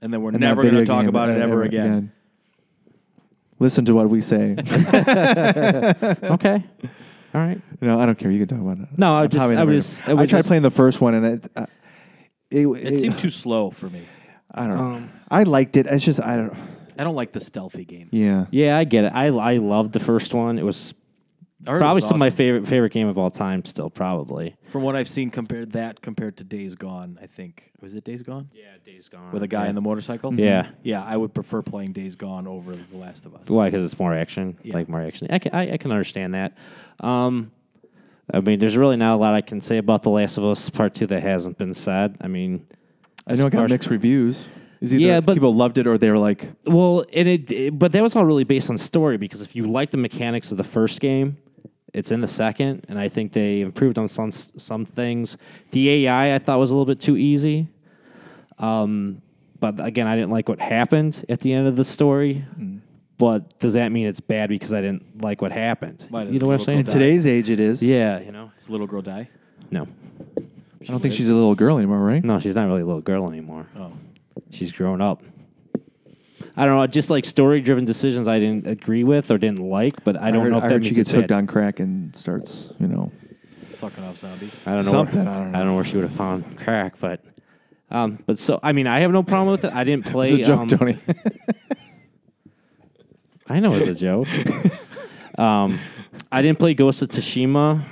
and then we're
And that
never going
video
to talk
game,
about
uh,
it ever again.
Listen to what we say.
Okay. All right.
no, I don't care. You can talk about it.
No, I
I'm
just-
probably
I
never
would
gonna-
just- I would
I tried
just-
playing the first one, and it. Uh, it,
It seemed too slow for me.
I don't know.
Um,
I liked it. It's just I don't.
I don't like the stealthy games.
Yeah.
Yeah, I get it. I I loved the first one. It was
I heard it
probably
was
still my
awesome.
favorite favorite game of all time. Still, probably.
From what I've seen, compared that compared to Days Gone, I think was it Days Gone
Yeah, Days Gone.
with a guy in the motorcycle.
Mm-hmm.
Yeah.
yeah, I would prefer playing Days Gone over The Last of Us.
Why? Because it's more action. Like more action. I can, I, I can understand that. Um, I mean, there's really not a lot I can say about The Last of Us Part Two that hasn't been said. I mean,
I know it got
Sparse-
mixed reviews. Is either
Yeah, but-
people loved it or they were like,
well, and it, it- but that was all really based on story because if you like the mechanics of the first game, it's in the second, and I think they improved on some some things. The AI I thought was a little bit too easy. Um, but again, I didn't like what happened at the end of the story.
"Hmm."
But does that mean it's bad because I didn't like what happened?
Might have
you know what I'm
looked
saying?
in today's age, it is.
Yeah, you know.
Does the little girl die?
No,
I don't think she's a little girl anymore, right?
no, she's not really a little girl anymore.
Oh,
She's grown up. I don't know, just like story-driven decisions I didn't agree with or didn't like, but I don't
heard,
know if
I
that
heard
means
she gets
it's bad.
hooked on crack and starts, you know.
sucking off zombies.
I don't know
Something,
Where,
I
I
don't
don't, know where she would have found crack, but, um, but so I mean, I have no problem with it. I didn't play.
It's a joke,
um,
Tony.
I know it's a joke. um, I didn't play Ghost of Tsushima.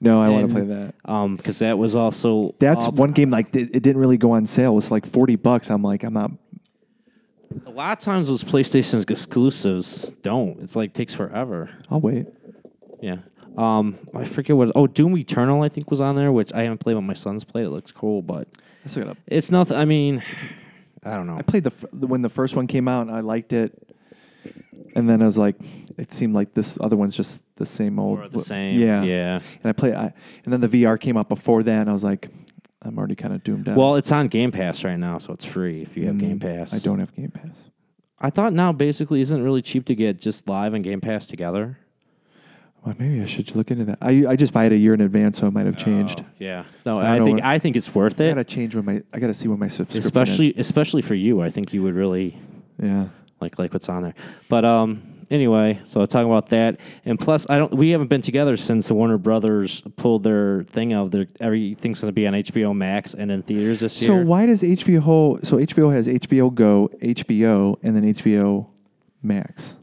no, I want
and,
to play that.
Um, because that was also
That's
up-
one game like it, it didn't really go on sale. It was like forty bucks. I'm like, I'm not.
A lot of times those PlayStation exclusives don't. It's like takes forever.
I'll wait.
Yeah. Um, I forget what. Oh, Doom Eternal, I think, was on there, which I haven't played, but my son's played. It looks cool, but
Let's look it up.
it's nothing. I mean, I don't know.
I played the f- when the first one came out. and I liked it, and then I was like, it seemed like this other one's just the same old.
Or the
w-
same.
Yeah.
Yeah.
And I play, I, and then the VR came out before that, and I was like, I'm already kind of doomed out.
Well, it's on Game Pass right now, so it's free if you have Game Pass.
Mm, I don't have Game Pass.
I thought now basically isn't it really cheap to get just live and Game Pass together.
Well, maybe I should look into that. I I just buy it a year in advance, so it might have changed.
Oh, Yeah. No,
I
I,
don't
think
know.
I think it's worth
I
it.
gotta change when my I gotta see when my subscription
especially
is.
especially for you. I think you would really
yeah.
like like what's on there. But um anyway, so I was talking about that. And plus I don't we haven't been together since the Warner Brothers pulled their thing out. Their everything's gonna be on HBO Max and in theaters this
So
year.
why does HBO? So HBO has HBO Go, HBO, and then HBO Max.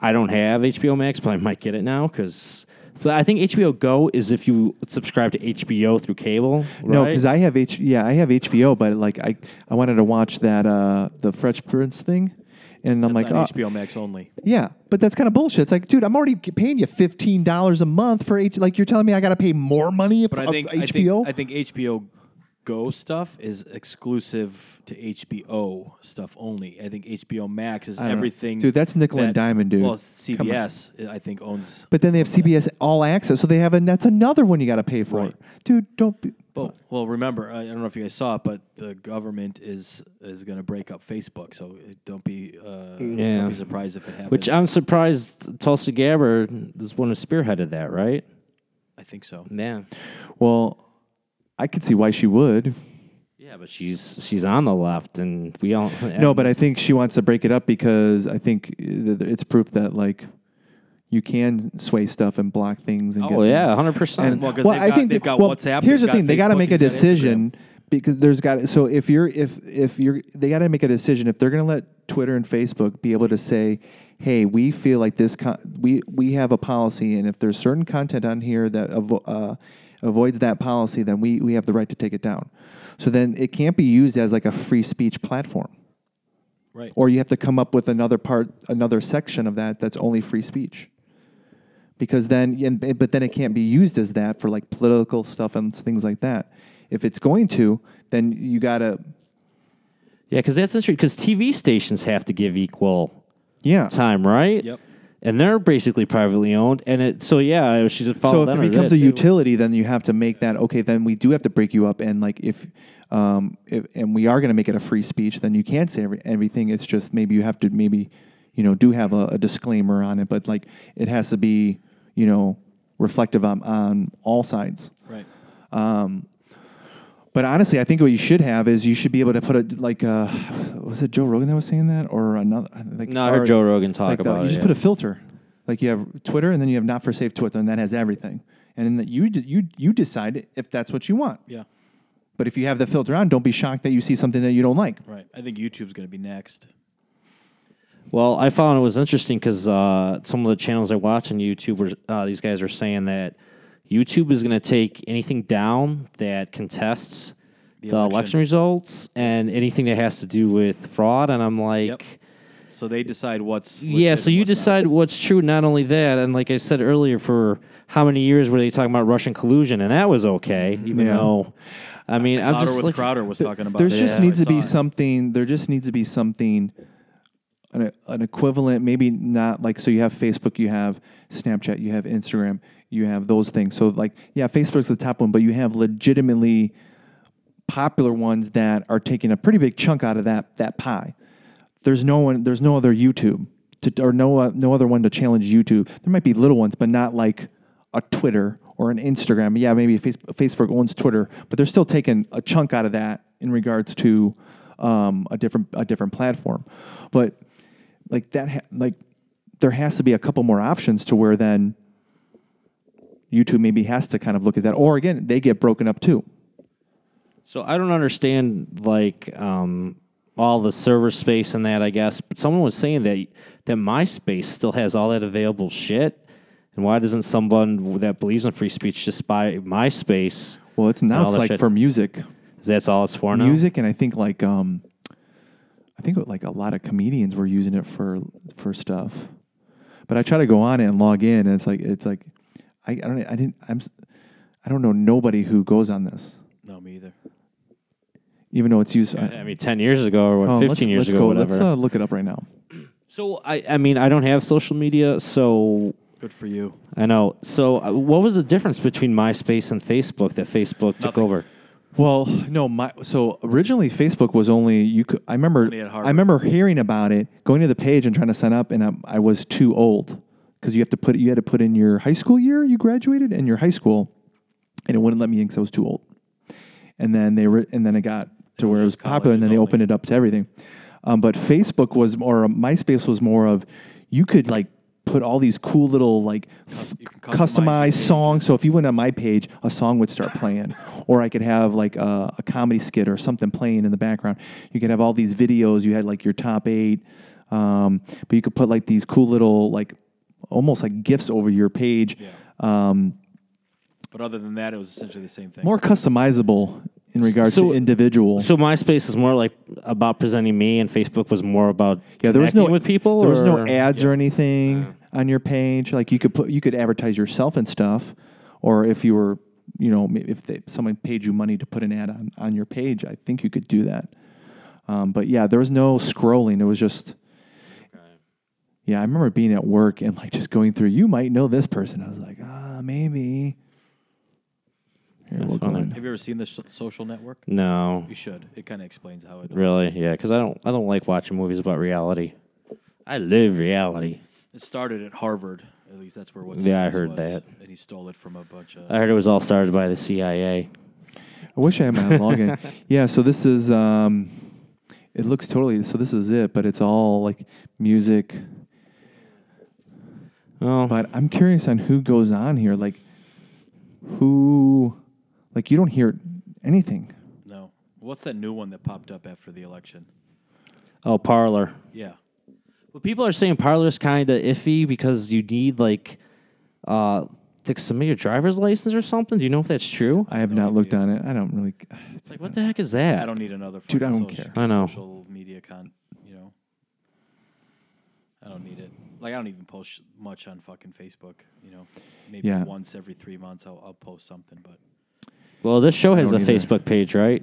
I don't have HBO Max, but I might get it now because I think HBO Go is if you subscribe to HBO through cable. Right?
No, because I have H. Yeah, I have HBO, but like I, I wanted to watch that uh the Fresh Prince thing, and I'm
It's
like,
on
oh,
HBO Max only.
yeah, but that's kind of bullshit. It's like, dude, I'm already g- paying you fifteen dollars a month for H. Like you're telling me I gotta pay more money
But
for
I think I think-
HBO.
I think HBO Go stuff is exclusive to HBO stuff only. I think HBO Max is
don't know.
everything.
Dude, that's nickel and diamond, dude.
Well,
Come on.
CBS I think owns.
but then they have CBS All Access, so they have, and that's another one you gotta pay for.
Right.
Dude, don't. Be,
But, well, remember, I I don't know if you guys saw it, but the government is is going to break up Facebook. So uh, don't be uh,
Yeah.
don't be surprised if it happens.
Which I'm surprised Tulsa Gabbard was one who spearheaded that, right?
I think so.
Yeah.
well, I could see why she would.
Yeah, but she's she's on the left, and we all
No, but I think she wants to break it up because I think uh, th- th- it's proof that like you can sway stuff and block things. And get
oh
them.
yeah, hundred
And,
percent.
Well, 'cause they've
I
got-
think
they've
that-
got
well,
WhatsApp,
Here's the
they've got
thing: they got to
Facebook,
make a
they've got
decision because there's got. So if you're if if you're they got to make a decision if they're going to let Twitter and Facebook be able to say, "Hey, we feel like this. Con- we we have a policy, and if there's certain content on here that avo- uh, avoids that policy, then we we have the right to take it down." So then it can't be used as like a free speech platform
Right.
or you have to come up with another part, another section of that that's only free speech. Because then, and, but then it can't be used as that for like political stuff and things like that. If it's going to, then you gotta,
yeah, because that's the truth. Because TV stations have to give equal
yeah.
time, right?
Yep.
And they're basically privately owned, and it. So yeah, she
So
just followed.
if it becomes a utility, then you have to make that okay. Then we do have to break you up, and like if, um, if and we are going to make it a free speech, then you can't say every, everything. It's just maybe you have to maybe, you know, do have a, a disclaimer on it, but like it has to be, you know, reflective on on all sides.
Right.
Um, But honestly, I think what you should have is you should be able to put a like uh, was it Joe Rogan that was saying that or another? Like,
No, I heard
or-
Joe Rogan talk
like the-
about
You
it,
just
yeah.
put a filter, like you have Twitter, and then you have not for safe Twitter, and that has everything. And then that you d- you you decide if that's what you want.
Yeah.
But if you have the filter on, don't be shocked that you see something that you don't like.
Right. I think YouTube's going to be next.
Well, I found it was interesting because uh, some of the channels I watch on YouTube were uh, these guys are saying that YouTube is going to take anything down that contests the, election.
election.
results and anything that has to do with fraud. And I'm like,
Yep. So they decide what's.
yeah.
legit
So
and
you
what's not.
decide what's true. Not only that, and like I said earlier, for how many years were they talking about Russian collusion, and that was okay, even
Mm-hmm. Yeah.
though. I mean, I'm
Crowder
just
with
like,
Crowder was talking about.
There's
it.
just
Yeah,
needs
I
to be
saw it.
something. There just needs to be something, an, an equivalent. Maybe not like so. You have Facebook, you have Snapchat, you have Instagram, you have those things. So like, yeah, Facebook's the top one, but you have legitimately popular ones that are taking a pretty big chunk out of that that pie. There's no one. There's no other YouTube to, or no uh, no other one to challenge YouTube. There might be little ones, but not like a Twitter or an Instagram. Yeah, maybe Face- Facebook owns Twitter, but they're still taking a chunk out of that in regards to um, a different a different platform. But like that, ha- like there has to be a couple more options to where then YouTube maybe has to kind of look at that, or again, they get broken up too.
So I don't understand like um, all the server space and that. I guess, but someone was saying that that MySpace still has all that available shit, and why doesn't someone that believes in free speech just buy MySpace?
Well, it's
and
now
all
it's
that
like
shit?
for music,
'Cause that's all it's for now.
music, and I think like um, I think like a lot of comedians were using it for for stuff. But I try to go on it and log in, and it's like it's like I, I don't I didn't I'm s- I don't know nobody who goes on this,
No, me either.
even though it's used.
I mean, ten years ago or what,
Oh,
fifteen
let's- let's
years
uh,
ago,
go.
whatever.
Let's uh, look it up right now.
so I, I mean, I don't have social media, so
Good for you.
I know. So, uh, what was the difference between MySpace and Facebook that Facebook took over?
Well, no, my so originally Facebook was only you could. I remember.
at Harvard.
I remember hearing about it, going to the page and trying to sign up, and I, I was too old because you have to put you had to put in your high school year you graduated and your high school, and it wouldn't let me in because I was too old. And then they were, and then it got to where it was
just
popular, and then they
colleges
opened
only.
it up to everything. Um, but Facebook was or MySpace was more of you could like put all these cool little like f-
you can customize your
customized
page.
song. So if you went on my page, a song would start playing, or I could have like a, a comedy skit or something playing in the background. You could have all these videos. You had like your top eight, um, but you could put like these cool little like almost like gifs over your page. Um,
But other than that, it was essentially the same thing.
more customizable in regards
So-
to individual.
So, MySpace is more like about presenting me, and Facebook was more about
yeah, there was no
connecting with people.
There was no
or-
ads or anything on your page. Like you could put you could advertise yourself and stuff, or if you were you know ma- if they, someone paid you money to put an ad on on your page, I think you could do that. Um, but yeah, there was no scrolling. It was just. Yeah, I remember being at work and like just going through. You might know this person. I was like, ah, maybe. Here,
That's
we'll go
funny.
in.
Have you ever seen the so- social network?
No,
You should. It kind of explains how it.
really, yeah, because I don't, I don't like watching movies about reality. I live reality.
It started at Harvard. At least that's where it was.
Yeah, I heard that.
And he stole it from a bunch of.
I heard it was all started by the CIA.
I wish I had my login. Yeah, so this is um it looks totally so this is it, but it's all like music.
Oh,
But I'm curious on who goes on here. Like who like you don't hear anything.
no. What's that new one that popped up after the election?
oh, parlor.
Yeah.
Well, people are saying parlor's kind of iffy because you need like uh to submit your driver's license or something. Do you know if that's true?
I have not looked on it. I don't really
It's like what the heck is that?
I don't need another.
Dude, I
fucking
don't
social,
care.
I know.
Social media con. You know. I don't need it. Like I don't even post much on fucking Facebook. You know, maybe
Yeah.
once every three months I'll, I'll post something. But
Well, this show has a
don't either.
Facebook page, right?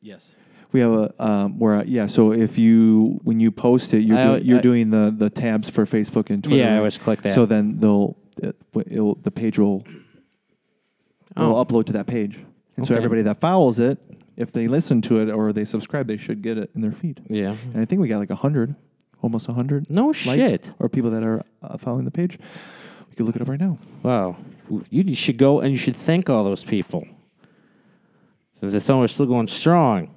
yes,
we have a um where yeah, so if you when you post it you're
I
doing
al-
you're
I-
doing the the tabs for Facebook and Twitter.
Yeah, I
right?
always click that.
So then they'll it, it'll, the page will it'll upload to that page. And so
Oh. Okay.
everybody that follows it, if they listen to it or they subscribe, they should get it in their feed.
Yeah.
And I think we got like 100, almost 100.
No
likes
shit.
Or people that are uh, following the page. We could look it up right now.
Wow. You you should go and you should thank all those people. Since it's almost still going strong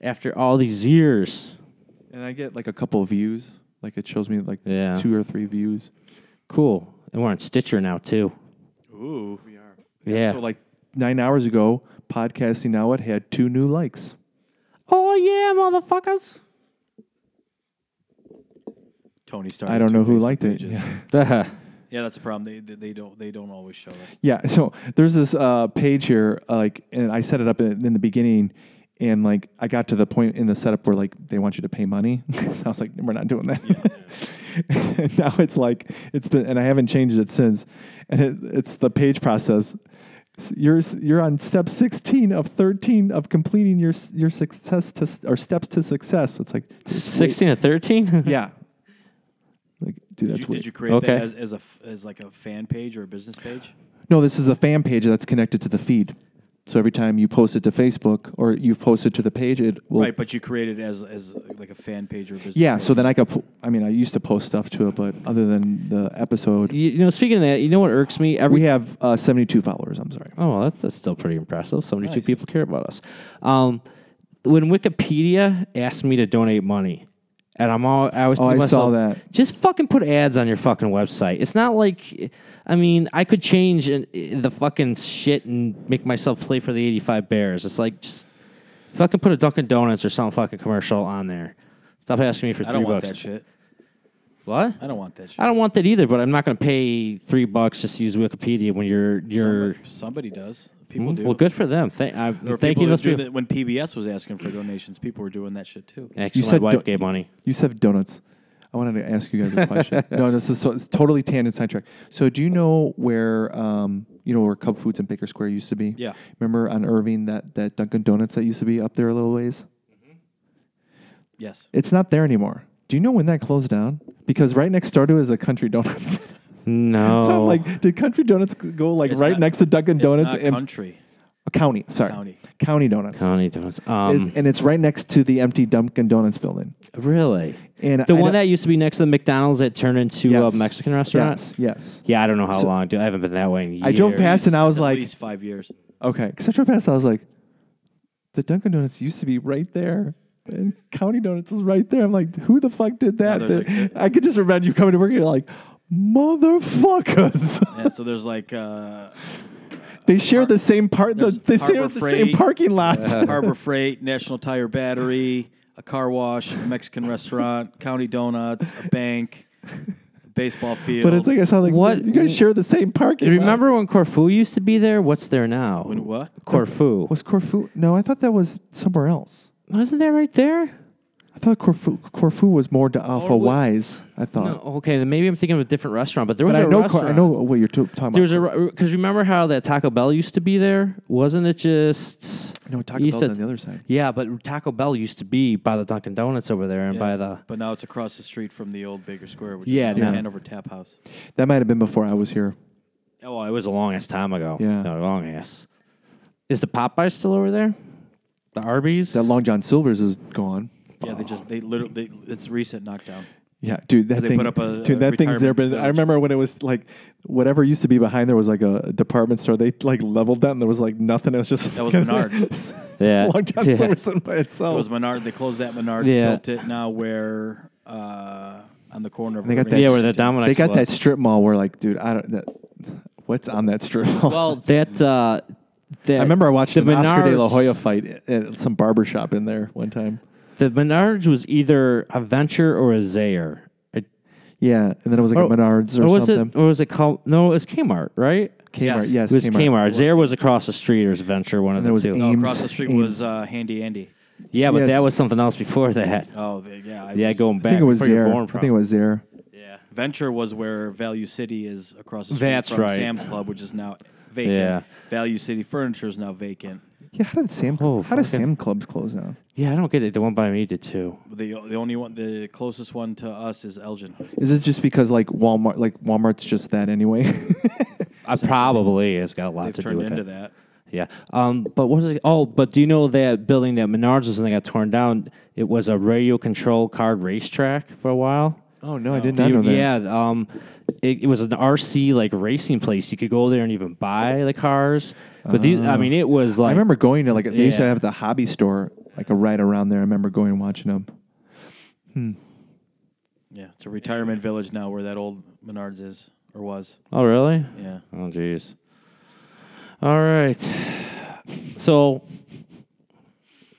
after all these years.
And I get like a couple of views. Like it shows me like
Yeah.
two or three views.
Cool. And we're on Stitcher now too.
ooh,
Yeah.
So like nine hours ago, podcasting now it had two new likes.
oh yeah, motherfuckers.
Tony started.
I don't
two
know who
Facebook
liked it.
pages.
Yeah.
Yeah, that's the problem. They, they they don't they don't always show it.
Yeah, so there's this uh, page here, uh, like, and I set it up in, in the beginning, and like I got to the point in the setup where like they want you to pay money. so I was like, we're not doing that. And now it's like it's been, and I haven't changed it since. And it, it's the page process. S- You're s- you're on step 16 of 13 of completing your s- your success to, s- or steps to success. It's like
Sixteen to thirteen?
yeah, like dude, that's
Did you,
weird.
did you create
Okay.
that as, as a f- as like a fan page or a business page?
No, this is a fan page that's connected to the feed. So every time you post it to Facebook or you post it to the page, it will.
right, but you created it as as like a fan page or a business.
yeah.
page.
So then I could. po- I mean, I used to post stuff to it, but other than the episode,
You, you know, speaking of that, you know what irks me? Every
we have uh, 72 followers. I'm sorry.
Oh, well, that's that's still pretty impressive. Seventy-two
Nice.
people care about us. Um, when Wikipedia asked me to donate money, and I'm all I always
Oh,
tell
I
myself,
saw that.
just fucking put ads on your fucking website. It's not like, I mean, I could change in- the fucking shit and make myself play for the '85 Bears. It's like just fucking put a Dunkin' Donuts or some fucking commercial on there. Stop asking me for
I
three
don't want
bucks.
that shit.
What?
I don't want that shit.
I don't want that either, but I'm not going to pay three bucks just to use Wikipedia when you're you're. Hmm?
Somebody, somebody does. People do.
Well, good for them. Thank, I,
There were
thank
people
you.
who
Those
do
people.
that when PBS was asking for donations, people were doing that shit too.
Actually,
You said
my wife
don't-
gave money.
You said donuts. I wanted to ask you guys a question. no, this is so, it's totally tangent sidetrack. So do you know where um, you know where Cub Foods and Baker Square used to be?
Yeah.
Remember on Irving that that Dunkin' Donuts that used to be up there a little ways.
Yes.
It's not there anymore. Do you know when that closed down? Because right next door to it is a Country Donuts.
No.
So I'm like, did Country Donuts go like
It's
right
not-
next to Dunkin'
It's
Donuts
not
and
country.
County? Sorry,
County.
County Donuts.
County donuts.
It-
Um,
and it's right next to the empty Dunkin' Donuts building.
really?
And
The
I
one
don't-
that used to be next to the McDonald's that turned into
Yes.
a Mexican restaurant?
Yes, yes.
Yeah, I don't know how long, dude. I haven't been that way in years.
I drove past and I was
At
like,
least five years.
okay. Because I drove past, I was like, the Dunkin' Donuts used to be right there. And County Donuts is right there. I'm like, who the fuck did that?
there's like-
I could just remember you coming to work and you're like, motherfuckers.
Yeah, so there's like uh,
they share the same part, the,
There's
they share
Harbor
the same
Freight.
parking lot.
Harbor Freight, National Tire Battery, a car wash, a Mexican restaurant, County Donuts, a bank, a baseball field.
but it's like, I sound like,
What-
you guys share the same parking lot.
Remember when Corfu used to be there? What's there now?
When what?
Corfu.
Was Corfu? No, I thought that was somewhere else.
Wasn't that right there?
I thought Corfu, Corfu was more to Alpha
what-
Wise. I thought.
No, okay, then maybe I'm thinking of a different restaurant, but there was
But I
a
know, Cor-
restaurant.
I know what you're t- talking about.
There was a because remember how that Taco Bell used to be there? Wasn't it just
no, Taco
used
Bell's
to-
on the other side.
Yeah, but Taco Bell used to be by the Dunkin' Donuts over there and by the
But now it's across the street from the old Baker Square, which
Yeah,
is now
yeah.
the Hanover Tap House.
That might have been before I was here.
Oh, it was a long ass time ago.
Yeah.
No, long ass. Is the Popeye still over there? The Arby's?
That Long John Silver's is gone.
Yeah, they just they literally they, it's recent knockdown.
Yeah, dude, that
They
thing.
put up a-
dude,
a
that thing's there. But
retirement
I
village.
remember when it was like whatever used to be behind there was like a department store. They like leveled that, and there was like nothing. It was just
That was Menards.
Yeah.
Long John
Yeah.
Silver's in by
It was
itself.
Menard. They closed that Menards.
Oh. Yeah.
Built it now where uh, on the corner of
They got
Irving
that-
yeah,
and
where the
State.
Dominic.
They got that strip mall where like, dude, I don't. That, what's on that strip mall?
Well, that uh, that
I remember I watched
the
an Oscar De La
Menards-
Hoya fight at- at some barber shop in there one time.
The Menards was either a Venture or a Zayer. It-
Yeah, and then it was like
or-
a Menards or,
Oh, or was
something.
It, or was it called? No, it was Kmart, right?
Kmart, yes,
Yes.
it was Kmart.
Kmart.
Zayer was across the street, or was Venture one of
there
the
was
two?
Ames.
Across the street
Ames.
was uh, Handy Andy.
Yeah, but
Yes.
that was something else before that.
Oh, they, yeah. I
Yeah,
was-
going
I
back.
think it was
before you were
there.
born,
I think it was there.
Yeah.
Venture was where Value City is across the street
That's
from
right.
Sam's Club, which is now vacant.
Yeah.
Value City Furniture is now vacant.
Yeah, how did Sam?
Oh,
how does
fucking-
Sam clubs close now?
Yeah, I don't get it. The one by me did too.
The the only one, the closest one to us is Elgin.
Is it just because like Walmart, like Walmart's just that anyway?
I probably has got a lot
They've
to do
turned
with
into
it.
that.
Yeah. Um. But what is it? Oh, but do you know that building that Menards was when they got torn down? It was a radio control card racetrack for a while.
oh no, I did
Do
not
you-
know that.
Yeah, um, it, it was an RC like racing place. You could go there and even buy the cars. But these, I mean, it was like
Ah. I remember going to like they used to
Yeah.
have the hobby store like a right around there. I remember going and watching them.
Yeah, it's a retirement village now where that old Menards is or was.
Oh, really?
Yeah.
Oh, jeez. All right. So,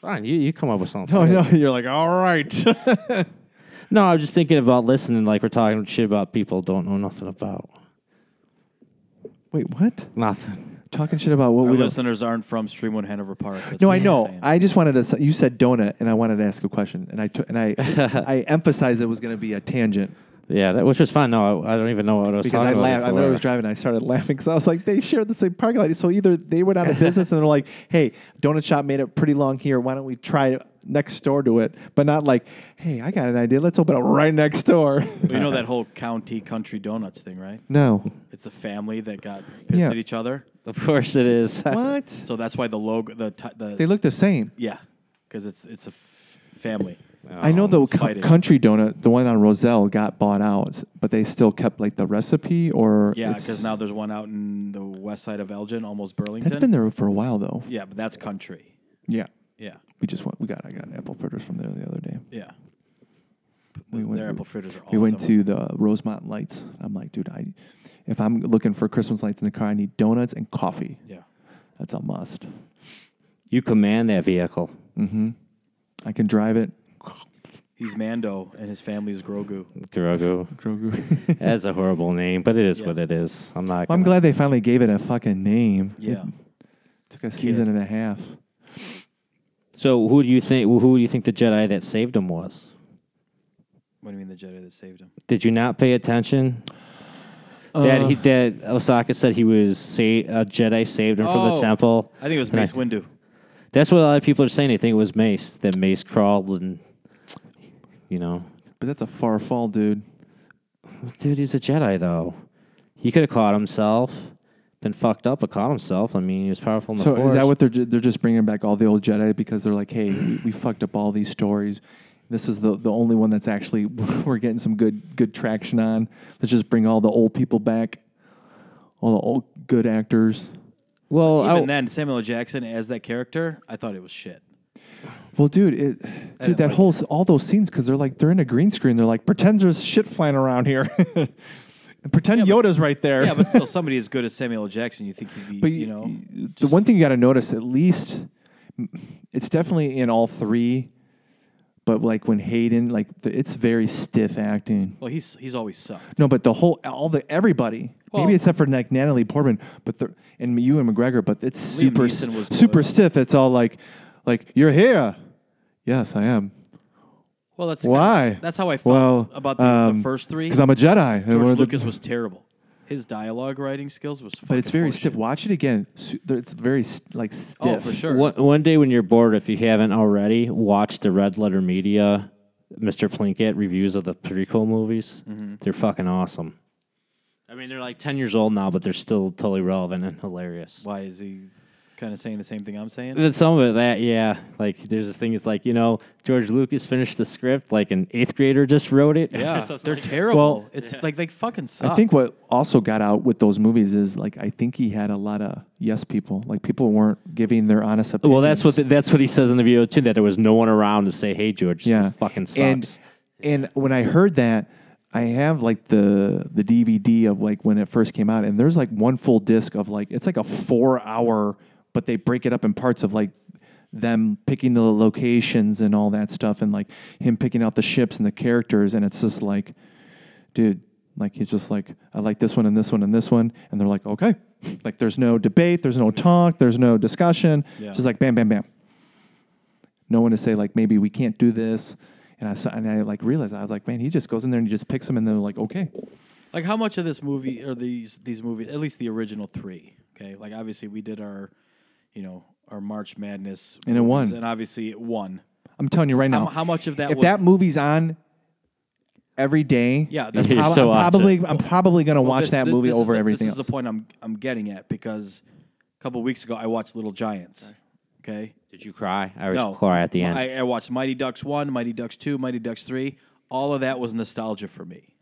Ryan, you, you come up with something.
Oh no, you're like all right.
No, I was just thinking about listening. Like we're talking shit about people don't know nothing about
Wait, what?
nothing.
Talking shit about what
Our
we don't.
listeners aren't from Streamwood Hanover Park. That's
No,
what
I
I'm
know.
saying.
I just wanted to. s- You said donut, and I wanted to ask a question, and I took and I I emphasized it was going to be a tangent
Yeah, that which was fine. No, I, I don't even know what I was
because I
talking
laughed. I
about.
literally was
before.
driving. I started laughing because I was like, they share the same parking lot. So either they went out of business and they're like, hey, donut shop made it pretty long here. Why don't we try it next door to it? But not like, hey, I got an idea. Let's open it right next door.
But you know that whole county country donuts thing, right?
Uh, no.
It's a family that got pissed
Yeah.
at each other.
Of course, it is.
what?
So that's why the logo, the ti- the
They look the same.
yeah, because it's it's a f- family.
I know the
Um, it's
co-
fighting.
country donut, the one on Roselle, got bought out, but they still kept like the recipe or
Yeah,
it's-
because now there's one out in the west side of Elgin, almost Burlington.
that's been there for a while though.
Yeah, but that's country.
Yeah.
Yeah,
We just went. We got. I got apple fritters from there the other day.
yeah.
We went.
Their
we-
apple fritters are awesome.
We went to the Rosemont Lights. I'm like, dude, I, if I'm looking for Christmas lights in the car, I need donuts and coffee.
yeah.
That's a must. Mm-hmm.
You command that vehicle.
I can drive it.
He's Mando and his family's Grogu.
Grogu.
Grogu.
That's a horrible name, but it is
Yeah.
what it is. I'm not.
I'm
gonna-
glad they finally gave it a fucking name.
Yeah.
took a season and a half.
So who do you think? Who do you think the Jedi that saved him was?
What do you mean the Jedi that saved him?
Did you not pay attention? that he that Osaka said he was sa- a Jedi saved him from the
Oh.
temple.
I think it was
And I-
Mace Windu.
That's what a lot of people are saying. They think it was Mace that Mace crawled and you know,
Uh, But that's a far fall, dude.
dude, he's a Jedi though. He could have caught himself, been fucked up, but caught himself. I mean, he was powerful in the
So
force.
is that what they're ju- they're just bringing back all the old Jedi because they're like, hey, we, we fucked up all these stories. This is the the only one that's actually we're getting some good good traction on. Let's just bring all the old people back, all the old good actors.
well, I-
Even then, Samuel L. Jackson as that character, I thought it was shit.
Well, dude, it, dude,
didn't
that
like
whole all those scenes because they're like they're in a green screen. They're like pretend there's shit flying around here, and pretend Yoda's right there.
Yeah, but still, somebody as good as Samuel L. Jackson, you think he'd be,
But
you
y-
know?
y- the one thing you got to notice, at least, m- it's definitely in all three. But like when Hayden, like the, it's very stiff acting.
Well, he's he's always sucked.
No, but the whole, all the everybody,
Well-
maybe except for like Natalie Portman, but the, and you and McGregor, but it's super s-
Neeson was good.
super stiff. It's all like, like you're here. Yes, I am.
Well, that's
Why?
That's how I felt
Well,
about the, the first three.
because I'm a Jedi. And one
George
of the-
Lucas was terrible. His dialogue writing skills was.
but it's very stiff. Watch it again. Su- there- It's very s- like
Oh,
stiff.
for sure.
One, one day when you're bored, if you haven't already, watch the Red Letter Media, Mr. Plinkett reviews of the prequel movies.
Mm-hmm.
They're fucking awesome. I mean, they're like 10 years old now, but they're still totally relevant and hilarious.
Why is he kind of saying the same thing I'm saying?
And then some of it, that, yeah. Like, there's a thing, it's like, you know, George Lucas finished the script, like an eighth grader just wrote it.
Yeah,
Or
they're
something.
terrible.
Well-
it's like they fucking suck.
I think what also got out with those movies is like I think he had a lot of yes people. Like people weren't giving their honest opinions.
well, that's what the, that's what he says in the video too. That there was no one around to say, "Hey, George,
yeah
this fucking sucks."
And and when I heard that, I have like the the DVD of like when it first came out, and there's like one full disc of like it's like a four hour, but they break it up in parts of like them picking the locations and all that stuff, and like him picking out the ships and the characters, and it's just like, dude. Like he's just like I like this one and this one and this one, and they're like okay, like there's no debate, there's no talk, there's no discussion,
Yeah.
just like bam, bam, bam no one to say like maybe we can't do this. And I saw, and I like realized I was like, man, he just goes in there and he just picks them, and they're like, okay,
Like how much of this movie or these these movies, at least the original three, okay? Like obviously we did our, you know, our March Madness
And it
movies,
won.
and obviously it won.
I'm telling you right
How,
now,
mu- how much of that
if
was
that movie's on every day,
Yeah,
that's
that's-
You
prob-
still
I'm
watch
probably I'm probably gonna
well,
watch
this-
that
thi-
movie
this is
over
the-
everything
This is
else.
the point I'm I'm getting at because a couple weeks ago I watched Little Giants, okay?
Did you cry? I was cry at the end.
I, I watched Mighty Ducks one, Mighty Ducks two, Mighty Ducks three. All of that was nostalgia for me.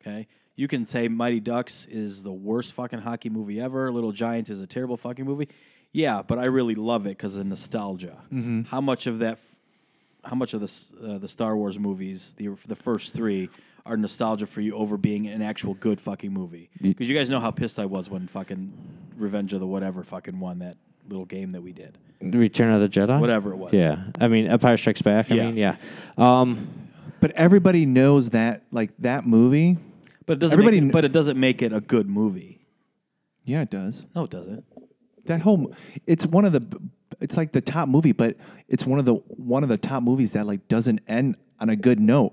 Okay, you can say Mighty Ducks is the worst fucking hockey movie ever. Little Giants is a terrible fucking movie. Yeah, but I really love it because of the nostalgia.
Mm-hmm.
How much of that? f- How much of the s- uh, the Star Wars movies, the the first three, are nostalgia for you over being an actual good fucking movie? Because you guys know how pissed I was when fucking Revenge of the Whatever fucking won that little game that we did.
Return of the Jedi,
Whatever it was.
Yeah, I mean Empire Strikes Back. I
Yeah.
mean, yeah. Um,
but everybody knows that like that movie.
But it doesn't.
Everybody kn-
make it, but it doesn't make it a good movie.
Yeah, it does.
No, it doesn't.
That whole mo- it's one of the b- it's like the top movie, but it's one of the one of the top movies that like doesn't end on a good note.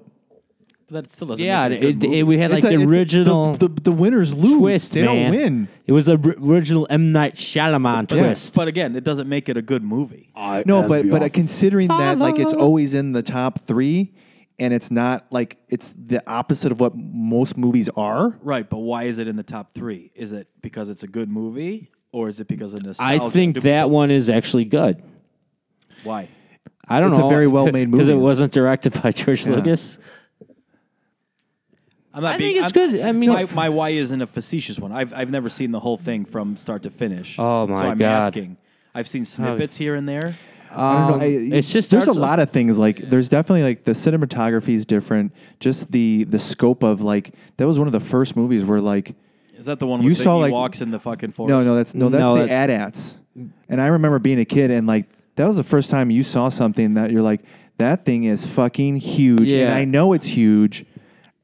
But that still doesn't.
yeah,
Make it a good
it, it-
movie.
we had like
It's a-
the
it's a-
original
the, the, the winners lose.
twist.
they
man.
don't win.
It was the r- original M Night Shyamalan twist.
but again, it doesn't make it a good movie.
No, but but uh, considering that like it's always in the top three, and it's not like it's the opposite of what most movies are.
Right, but why is it in the top three? Is it because it's a good movie, or is it because of nostalgia?
I think
Do-
that one is actually good.
why.
I don't
It's a
know.
very well-made
because
movie.
it wasn't directed by George Lucas.
I'm not
I
being,
think it's
I'm-
good. I mean,
my,
if-
my why isn't a facetious one. I've I've never seen the whole thing from start to finish.
Oh,
so
my
I'm
God.
Asking. I've seen snippets here and there.
I don't know. I,
it's Um, just
there's a
starts-
lot of things like there's definitely like the cinematography is different. Just the the scope of like that was one of the first movies where like
Is that the one
You
where the-
saw,
he
like-
walks in the fucking forest?
no no that's no that's
No,
the
that-
AT-ATs. And I remember being a kid and like that was the first time you saw something that you're like that thing is fucking huge and
Yeah.
I know it's huge,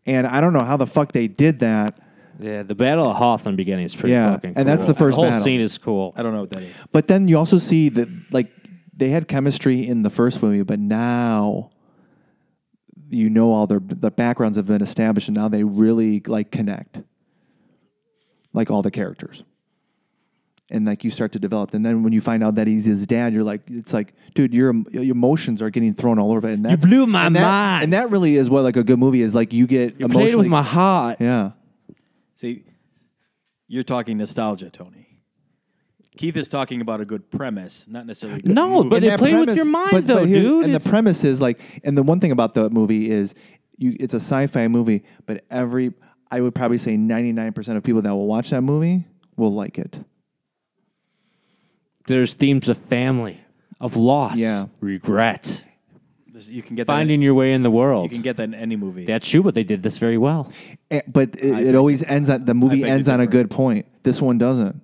and I don't know how the fuck they did that.
Yeah, the Battle of Hawthorne beginning is pretty
Yeah,
fucking cool.
and that's the first
whole
battle.
scene is cool.
I don't know what that is.
But then you also see that like they had chemistry in the first movie, but now you know all their the backgrounds have been established, and now they really like connect, like all the characters, and like you start to develop. And then when you find out that he's his dad, you're like, it's like, dude, your, em- your emotions are getting thrown all over. And that's,
blew my
and that-
mind.
And that really is what like a good movie is. Like you get
Played with
emotionally-
my heart.
yeah.
See, You're talking nostalgia, Tony. Keith is talking about a good premise, not necessarily. a Good
No,
movie.
but
And
it
that
played with
premise-
your mind
but-
though,
but here's-
dude.
And
It's-
the premise is like, and the one thing about the movie is, you it's a sci-fi movie, but every I would probably say ninety nine percent of people that will watch that movie will like it.
there's themes of family, of loss,
Yeah.
regret,
This- you can get
finding
that.
your way in the
You
world.
can get that in any movie.
That's true, but they did this very well.
Eh, but it, it always ends on the movie
beg to
ends on a
differ.
good point. This one doesn't.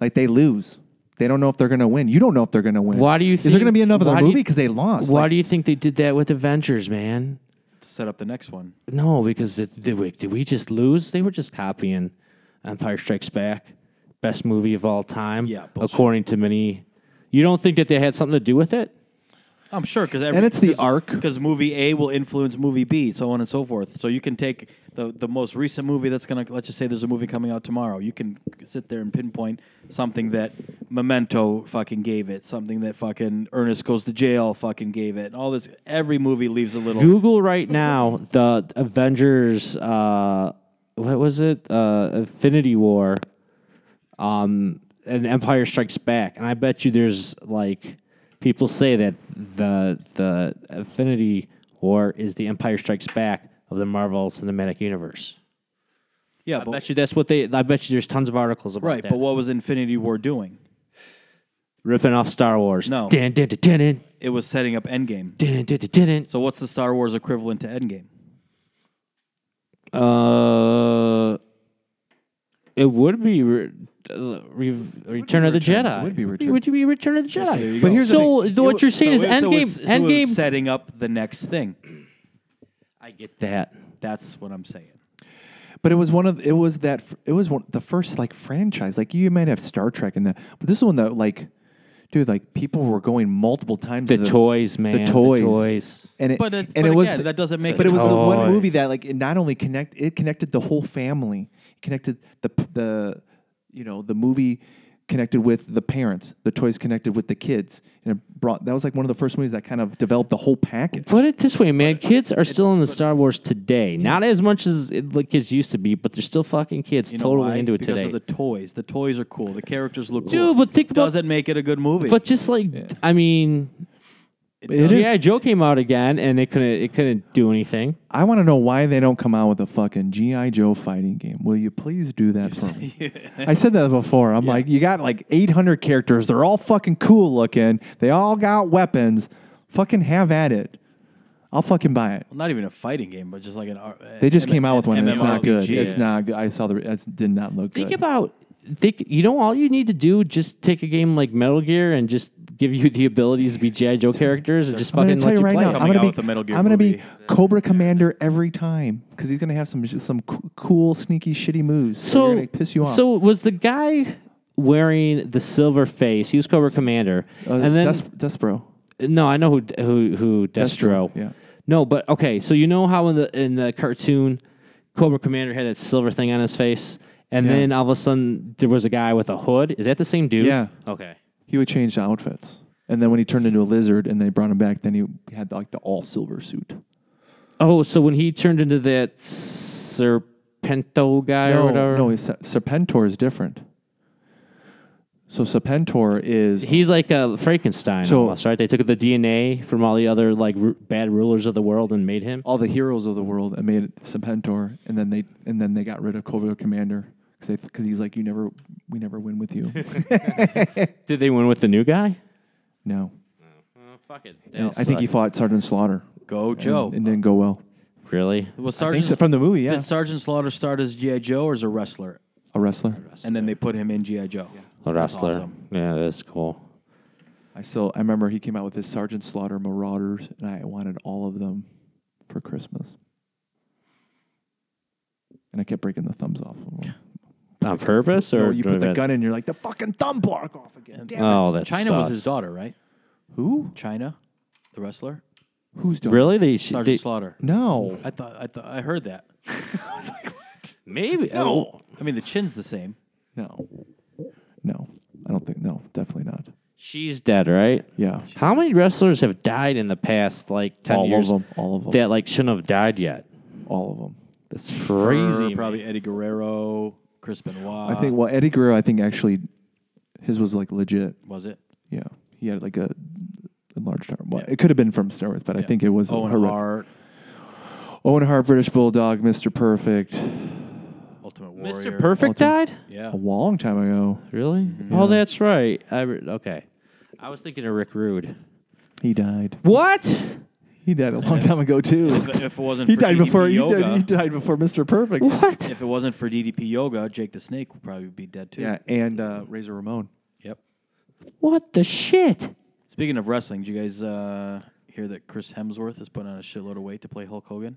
Like they lose. They don't know if they're going to win. You don't know if they're going to win.
Why do you
Is there
think-
going to be another
why do you-
movie because they lost?
Why
Like,
do you think they did that with Avengers, man?
set up the next one.
No, because did, did, we, did we just lose? They were just copying Empire Strikes Back, best movie of all time,
Yeah, bullshit.
according to many. You don't think that they had something to do with it?
I'm sure because
And it's the arc.
because movie A will influence movie B, so on and so forth. So you can take the the most recent movie that's gonna let's just say there's a movie coming out tomorrow. You can sit there and pinpoint something that Memento fucking gave it, something that fucking Ernest Goes to Jail fucking gave it, and all this. Every movie leaves a little.
Google right now the Avengers. Uh, what was it? Uh, Infinity War, um, and Empire Strikes Back, and I bet you there's like people say that the the Infinity War is the Empire Strikes Back of the Marvel Cinematic Universe.
yeah,
I
but
bet you that's what they. I bet you there's tons of articles about
right.
that.
But what was Infinity War doing?
ripping off Star Wars?
No.
Dun, dun, dun, dun, dun,
It was setting up Endgame.
dun, dun, dun, dun.
So what's the Star Wars equivalent to Endgame?
Uh, it would be re- uh, re- Return of the
Return-
Jedi.
it would be Return.
Would be Return of the Jedi?
there you
but
go.
here's so th- what
It-
you're saying
so
is
it- so it
Endgame.
was- so it was
Endgame.
setting up the next thing.
I get that.
That's what I'm saying.
But it was one of it was that fr- it was one the first like franchise. Like you might have Star Trek in that, but this is one that like, dude, like people were going multiple times.
The
to
toys, man,
The
the
toys.
toys.
And it,
But it-
and
but
it was
again,
the-
that doesn't make
But
it
it was the one
toys.
movie that like it not only connect it connected the whole family, it connected the p- the you know the movie connected with the parents, the toys connected with the kids, and it brought that was like one of the first movies that kind of developed the whole package.
Put it this way, man. Kids are still in the Star Wars today. Not as much as it, like kids used to be, but they're still fucking kids
You know
totally
why?
into it
because
today.
of the toys. The toys are cool. The characters look cool.
Dude, but think about-
doesn't make it a good movie.
but just like, I mean,
It is-
GI Joe came out again, and it couldn't. It couldn't do anything.
I want to know why they don't come out with a fucking GI Joe fighting game. Will you please do that for me? I said that before. I'm like, you got like 800 characters. They're all fucking cool looking. They all got weapons. Fucking have at it. I'll fucking buy it.
not even a fighting game, but just like an. R-
They just
M-
came out with one, and it's not good.
MMORPG.
It's not good. I saw the. It did not look
Think
good.
about think you know all you need to do just take a game like Metal Gear and just give you the abilities to be GI Joe characters and just
I'm
fucking
gonna tell
let
you
you
right
play.
now.
it.
I'm
Coming
gonna
out
be.
with the Metal Gear
I'm gonna be
movie.
Cobra Commander every time because he's gonna have some some coo- cool, sneaky, shitty moves. So, they're
so
gonna piss you off.
So was the guy wearing the silver face? He was Cobra Commander,
uh,
and then
Des- Despero.
no, I know who who who
Destro,
Destro.
yeah.
No, but okay. So you know how in the in the cartoon, Cobra Commander had that silver thing on his face, and
Yeah.
then all of a sudden there was a guy with a hood. Is that the same dude?
Yeah.
Okay.
He would change the outfits, and then when he turned into a lizard and they brought him back, then he had like the all silver suit.
Oh, so when he turned into that Serpento guy or
No,
whatever,
no, it's, Serpentor is different. So Serpentor is
he's like a Frankenstein
So-
almost, right? They took the DNA from all the other like ru- bad rulers of the world and made him.
all the heroes of the world and made it Serpentor, and then they and then they got rid of Cobra Commander because he's like, you never, we never win with you.
Did they win with the new guy?
no,
fuck it.
I think he fought Sergeant Slaughter.
Go
and-
Joe.
and, didn't go well.
really.
was
I
Sergeant
think so, from the movie, yeah,
did Sergeant Slaughter start as GI Joe or as a wrestler,
a wrestler.
and then they put him in GI Joe?
A wrestler.
awesome.
Yeah, that's cool.
I still, I remember he came out with his Sergeant Slaughter Marauders, and I wanted all of them for Christmas. And I kept breaking the thumbs off. Of them.
On purpose or
Or you put the
driven?
gun in, you're like the fucking thumb bark off again. Damn it.
Oh, that
China was
sucks.
his daughter, right?
Who?
China, the wrestler,
Who's doing?
Really? They, sh-
Sergeant
they
Slaughter.
No.
I thought I thought I heard that.
maybe. Oh,
I mean, the chin's the same.
No. No. I don't think. No. Definitely not.
she's dead, right?
Yeah.
How many wrestlers have died in the past like ten
All of
years?
them, all of them.
That like shouldn't have died yet.
All of them.
That's crazy.
Her, probably Eddie Guerrero, Chris Benoit.
I
Uh,
think well, Eddie Guerrero, I think actually, his was like legit.
was it
Yeah, he had like a enlarged arm. Well, it could have been from steroids, but I think it was
Owen
horrific.
Hart,
Owen Hart, British Bulldog, Mister Perfect,
Ultimate Warrior,
Mr. Perfect died?
a
Yeah,
long time ago.
Really?
Mm-hmm.
Oh, that's right. I re- okay. I was thinking of Rick Rude.
He died.
What?
He died a long time ago too.
if, if it wasn't
He
for
died
DDP
before. He
yoga,
died, he died before Mister Perfect.
What?
if it wasn't for DDP yoga, Jake the Snake would probably be dead too.
Yeah, and uh, Razor Ramon.
Yep.
What the shit?
Speaking of wrestling, did you guys uh, hear that Chris Hemsworth is putting on a shitload of weight to play Hulk Hogan?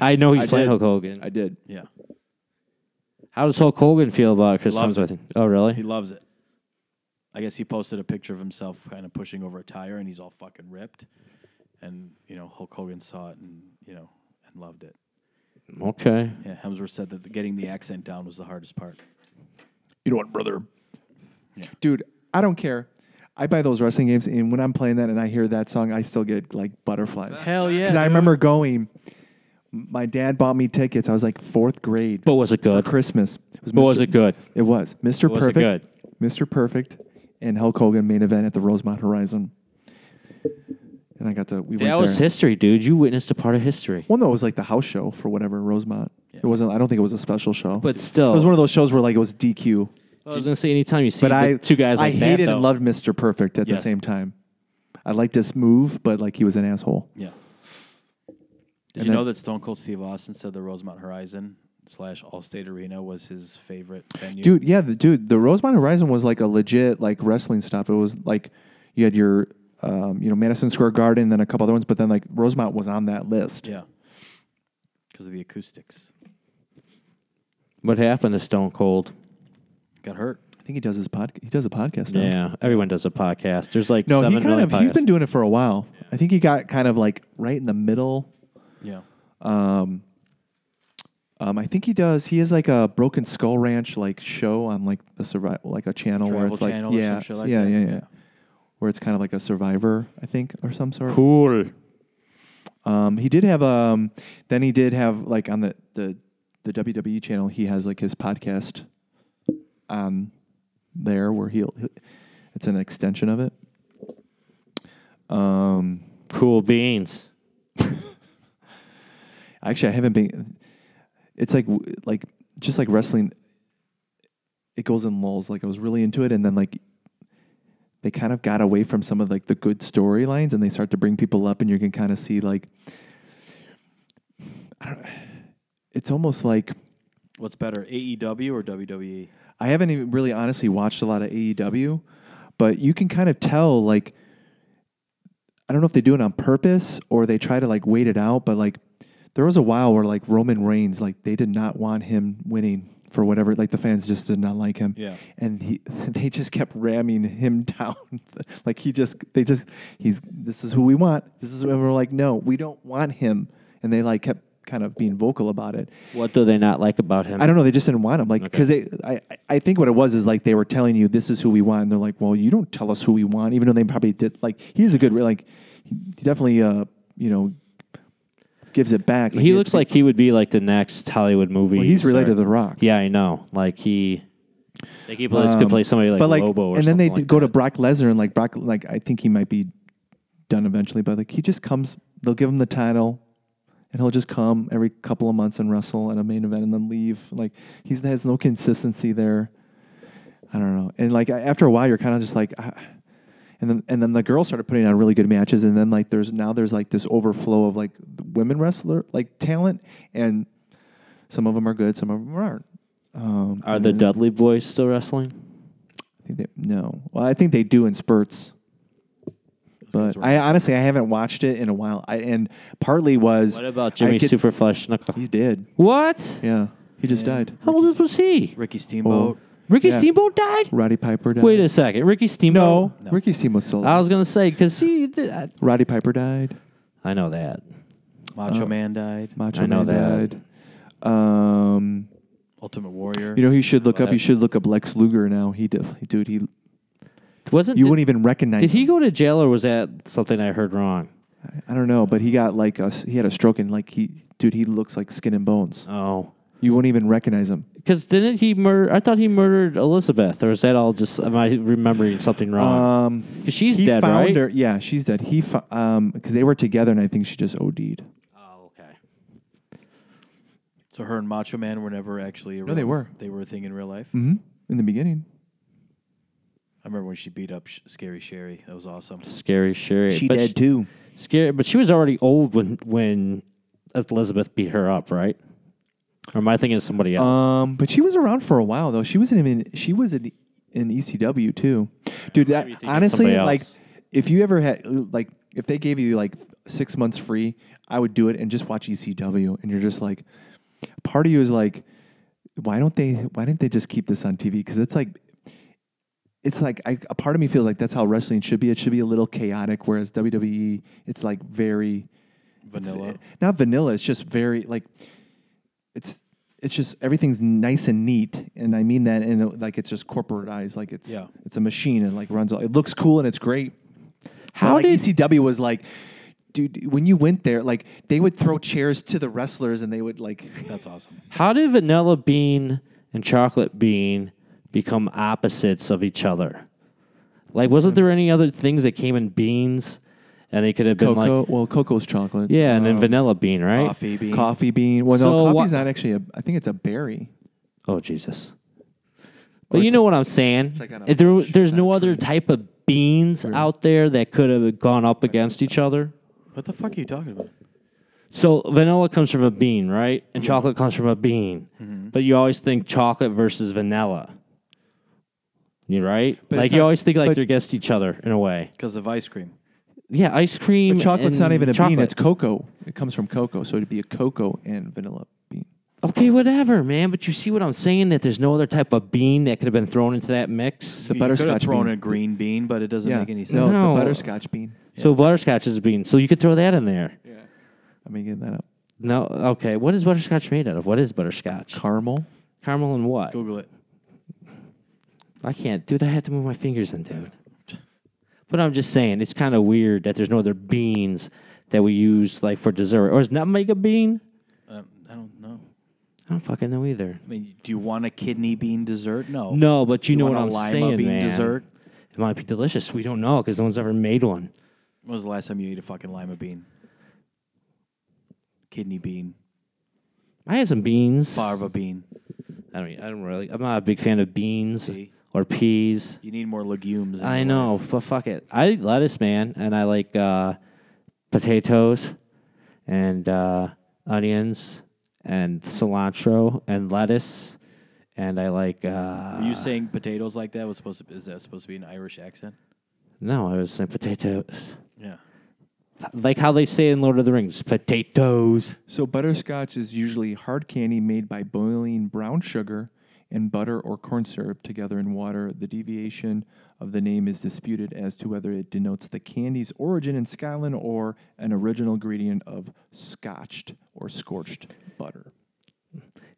I know he's
I
playing
did.
Hulk Hogan.
I did.
Yeah,
How does Hulk Hogan feel about Chris
Loves
Hemsworth? Oh, really?
he loves it. I guess he posted a picture of himself kind of pushing over a tire, and he's all fucking ripped. And you know, Hulk Hogan saw it, and you know, and loved it.
okay.
Yeah, Hemsworth said that the, getting the accent down was the hardest part.
You know what, brother? Dude, I don't care. I buy those wrestling games, and when I'm playing that and I hear that song, I still get like butterflies.
Hell yeah!
Because I remember going, my dad bought me tickets. I was like fourth grade.
But was it
for
good?
Christmas. It was
But was
Mr.
it good?
It was. Mr.
Was it
Perfect. Mr. Perfect and Hulk Hogan main event at the Rosemont Horizon. And I got to, we
That
went
was
there.
history, dude. You witnessed a part of history.
Well, no, it was like the house show for whatever, Rosemont. It wasn't, I don't think it was a special show.
But
it
still,
was one of those shows where like it was DQ.
I was gonna say anytime you see
But
the
I,
two guys
I
like that,
hated
though.
and loved Mr. Perfect at
Yes.
the same time. I liked his move, but like he was an asshole.
Yeah. Did
And
you know
then-
that Stone Cold Steve Austin said the Rosemont Horizon slash Allstate Arena was his favorite venue?
Dude, yeah, the dude, the Rosemont Horizon was like a legit like wrestling stop. It was like you had your um, you know, Madison Square Garden and then a couple other ones, but then like Rosemont was on that list.
Yeah. Because of the acoustics.
What happened to Stone Cold?
Got hurt.
I think he does his pod he does a podcast now.
Yeah, everyone does a podcast. There's like
No, he
seven
kind
million
of he's
podcasts.
been doing it for a while. I think he got kind of like right in the middle.
Yeah.
Um um, I think he does. He has like a Broken Skull Ranch like show on like the survival, like a channel where
Travel
it's like
channel or
yeah,
some shit like
yeah,
that.
yeah, yeah, where it's kind of like a survivor, I think, or some sort.
cool.
Um, he did have um, then he did have like on the the the WWE channel. He has like his podcast on there where he'll. It's an extension of it. Um,
Cool beans.
actually, I haven't been. It's like w- like just like wrestling. It goes in lulls. Like I was really into it, and then like they kind of got away from some of like the good storylines, and they start to bring people up, and you can kind of see like. I don't, it's almost like
What's better, AEW or E? WWE?
I haven't even really honestly watched a lot of AEW, but you can kind of tell like I don't know if they do it on purpose or they try to like wait it out, but like there was a while where like Roman Reigns, like they did not want him winning for whatever, like the fans just did not like him.
Yeah.
And he, they just kept ramming him down. like he just, they just, he's, this is who we want. This is, and we're like, no, we don't want him. And they like kept kind of being vocal about it.
What do they not like about him?
I don't know. They just didn't want him. Like, because they, I, I- I think what it was is like they were telling you this is who we want, and they're like, well, you don't tell us who we want, even though they probably did. Like, he's a good, re- like, he definitely, uh, you know, gives it back.
He
it's-
looks like he would be like the next Hollywood movie.
well, he's related to
star.
The Rock.
Yeah, I know. Like he, like he plays, could play somebody like,
Um, but like,
Lobo or
and then they
something
d-
like
go
that.
to Brock Lesnar, and like Brock, like I think he might be done eventually, but like he just comes. They'll give him the title, and he'll just come every couple of months and wrestle at a main event, and then leave. Like he's has no consistency there. I don't know, and like a- after a while, you're kind of just like. ah. and then, and then the girls started putting on really good matches, and then like there's now there's like this overflow of like women wrestler like talent, and some of them are good, some of them aren't. Um,
Are
and
the
then-
Dudley Boys still wrestling?
think they- no. Well, I think they do in spurts. But I honestly, I haven't watched it in a while. I, and partly was
What about
I
Jimmy
could-
Superfly Snuka?
He's dead.
What?
Yeah, he just died.
How old was he?
Ricky
Oh.
Steamboat.
Ricky
Yeah.
Steamboat died.
Roddy Piper died.
Wait a second, Ricky
no,
Steamboat.
Ricky Steamboat's still.
I
alive.
was gonna say because he, th- I,
Roddy Piper died. Uh,
I know that.
Macho Man died.
Macho
I know
Man
that.
died. Um,
Ultimate Warrior.
you know, who you should look
Well,
up. You
that-
should look up Lex Luger now. He definitely, dude. He you
Wasn't did,
wouldn't even recognize.
did he
him.
go to jail or was that something I heard wrong?
I don't know, but he got like a, he had a stroke and like he, dude, he looks like skin and bones.
Oh,
You won't even recognize him.
Because didn't he murder? I thought he murdered Elizabeth, or is that all just? Am I remembering something wrong?
Um,
'Cause she's
he
dead,
found
right?
her. Yeah, she's dead. He because they were together, and I think she just OD'd.
oh, okay.
So her and Macho Man were never actually. A real,
they were.
They were a thing in real life.
hmm
Mm-hmm.
In the beginning,
I remember when she beat up Sh- Scary Sherry. That was awesome.
Scary, Sherry.
she
but
dead too.
Scary, but she was already old when when Elizabeth beat her up, right? Or am I thinking of somebody else?
Um, but she was around for a while though. She was in even she was in, in ECW too, dude. That,
thinking of
honestly,
somebody
like
else.
if you ever had like if they gave you like six months free, I would do it and just watch ECW. And you're just like, part of you is like, why don't they? Why didn't they just keep this on TV? Because it's like. It's like I, a part of me feels like that's how wrestling should be. It should be a little chaotic, whereas WWE, it's like very it's-
Vanilla.
it- not vanilla. It's just very like it's it's just everything's nice and neat, and I mean that in a, like it's just corporatized. Like it's
Yeah.
it's a machine and like runs. all It looks cool and it's great. But,
How
like,
did-
ECW was like? Dude, when you went there, like they would throw chairs to the wrestlers, and they would like
That's awesome.
How did vanilla bean and chocolate bean become opposites of each other? Like, wasn't there any other things that came in beans, and they could have been
cocoa.
like,
well, cocoa's chocolate.
yeah, and then vanilla bean, right?
Coffee bean.
coffee bean. Well,
So
no,
wha-
coffee's not actually. a I think it's a berry.
Oh Jesus! But you know what I'm saying.
like on a
If there,
bush,
there's no other type of beans out there that could have gone up against each other.
What the fuck are you talking about?
So vanilla comes from a bean, right? And chocolate comes from a bean.
Mm-hmm.
But you always think chocolate versus vanilla. You right?
But
like
it's
you
not-
always think like
but-
they're against each other in a way.
Because of ice cream.
Yeah, ice cream.
But chocolate's not
and
even a
chocolate.
bean. It's cocoa. It comes from cocoa, so it'd be a cocoa and vanilla bean.
okay, whatever, man. But you see what I'm saying? That there's no other type of bean that could have been thrown into that
The
mix.
you could
butterscotch
have thrown
bean.
a green bean, but it doesn't
yeah,
make any sense.
no, it's
No.
the butterscotch bean.
So butterscotch is a bean. So you could throw that in there.
I'm making that up.
No, okay. What is butterscotch made out of? What is butterscotch?
Caramel.
Caramel and what?
Google it.
I can't, dude. I have to move my fingers in, dude. But I'm just saying, it's kind of weird that there's no other beans that we use like for dessert. Or is nutmeg a bean?
Um, I don't know.
I don't fucking know either.
I mean, do you want a kidney bean dessert? No.
No, but you,
You
know
want
what
a
I'm
lima
saying,
bean
man.
dessert?
It might be delicious. We don't know because no one's ever made one.
When was the last time you ate a fucking lima bean? Kidney bean,
I had some beans.
barba bean.
I don't. I don't really. I'm not a big fan of beans
See?
or peas.
You need more legumes. in
I
your
know,
life.
but fuck it. I eat lettuce, man, and I like uh, potatoes and uh, onions and cilantro and lettuce, and I like. Uh,
Were you saying potatoes like that was supposed to? Is that supposed to be an Irish accent?
no, I was saying potatoes,
Yeah.
like how they say in Lord of the Rings, potatoes.
So butterscotch is usually hard candy made by boiling brown sugar and butter or corn syrup together in water. The deviation of the name is disputed as to whether it denotes the candy's origin in Scotland or an original ingredient of scotched or scorched butter.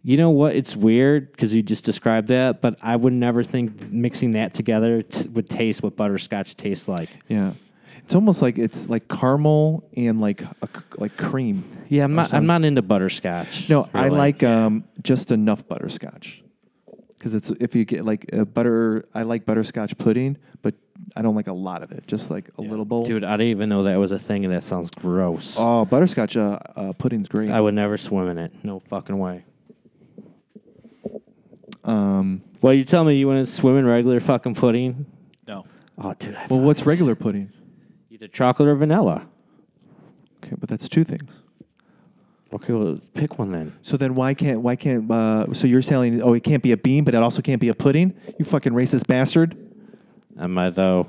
You know what? It's weird because you just described that, but I would never think mixing that together t- would taste what butterscotch tastes like.
Yeah. It's almost like it's like caramel and like a c like cream.
Yeah, I'm not. I'm not into butterscotch.
No, I
really.
like um, just enough butterscotch because it's if you get like a butter. I like butterscotch pudding, but I don't like a lot of it. Just like a little bowl.
Dude, I didn't even know that was a thing, and that sounds gross.
Oh, butterscotch uh, uh, pudding's great.
I would never swim in it. No fucking way.
um,
Well, you tell me you want to swim in regular fucking pudding?
No.
Oh, dude. I
well,
fuck-
what's regular pudding?
either chocolate or vanilla?
Okay, but that's two things.
Okay, well, pick one then.
So then, why can't why can't uh, so you're saying oh it can't be a bean, but it also can't be a pudding? You fucking racist bastard!
Am I though?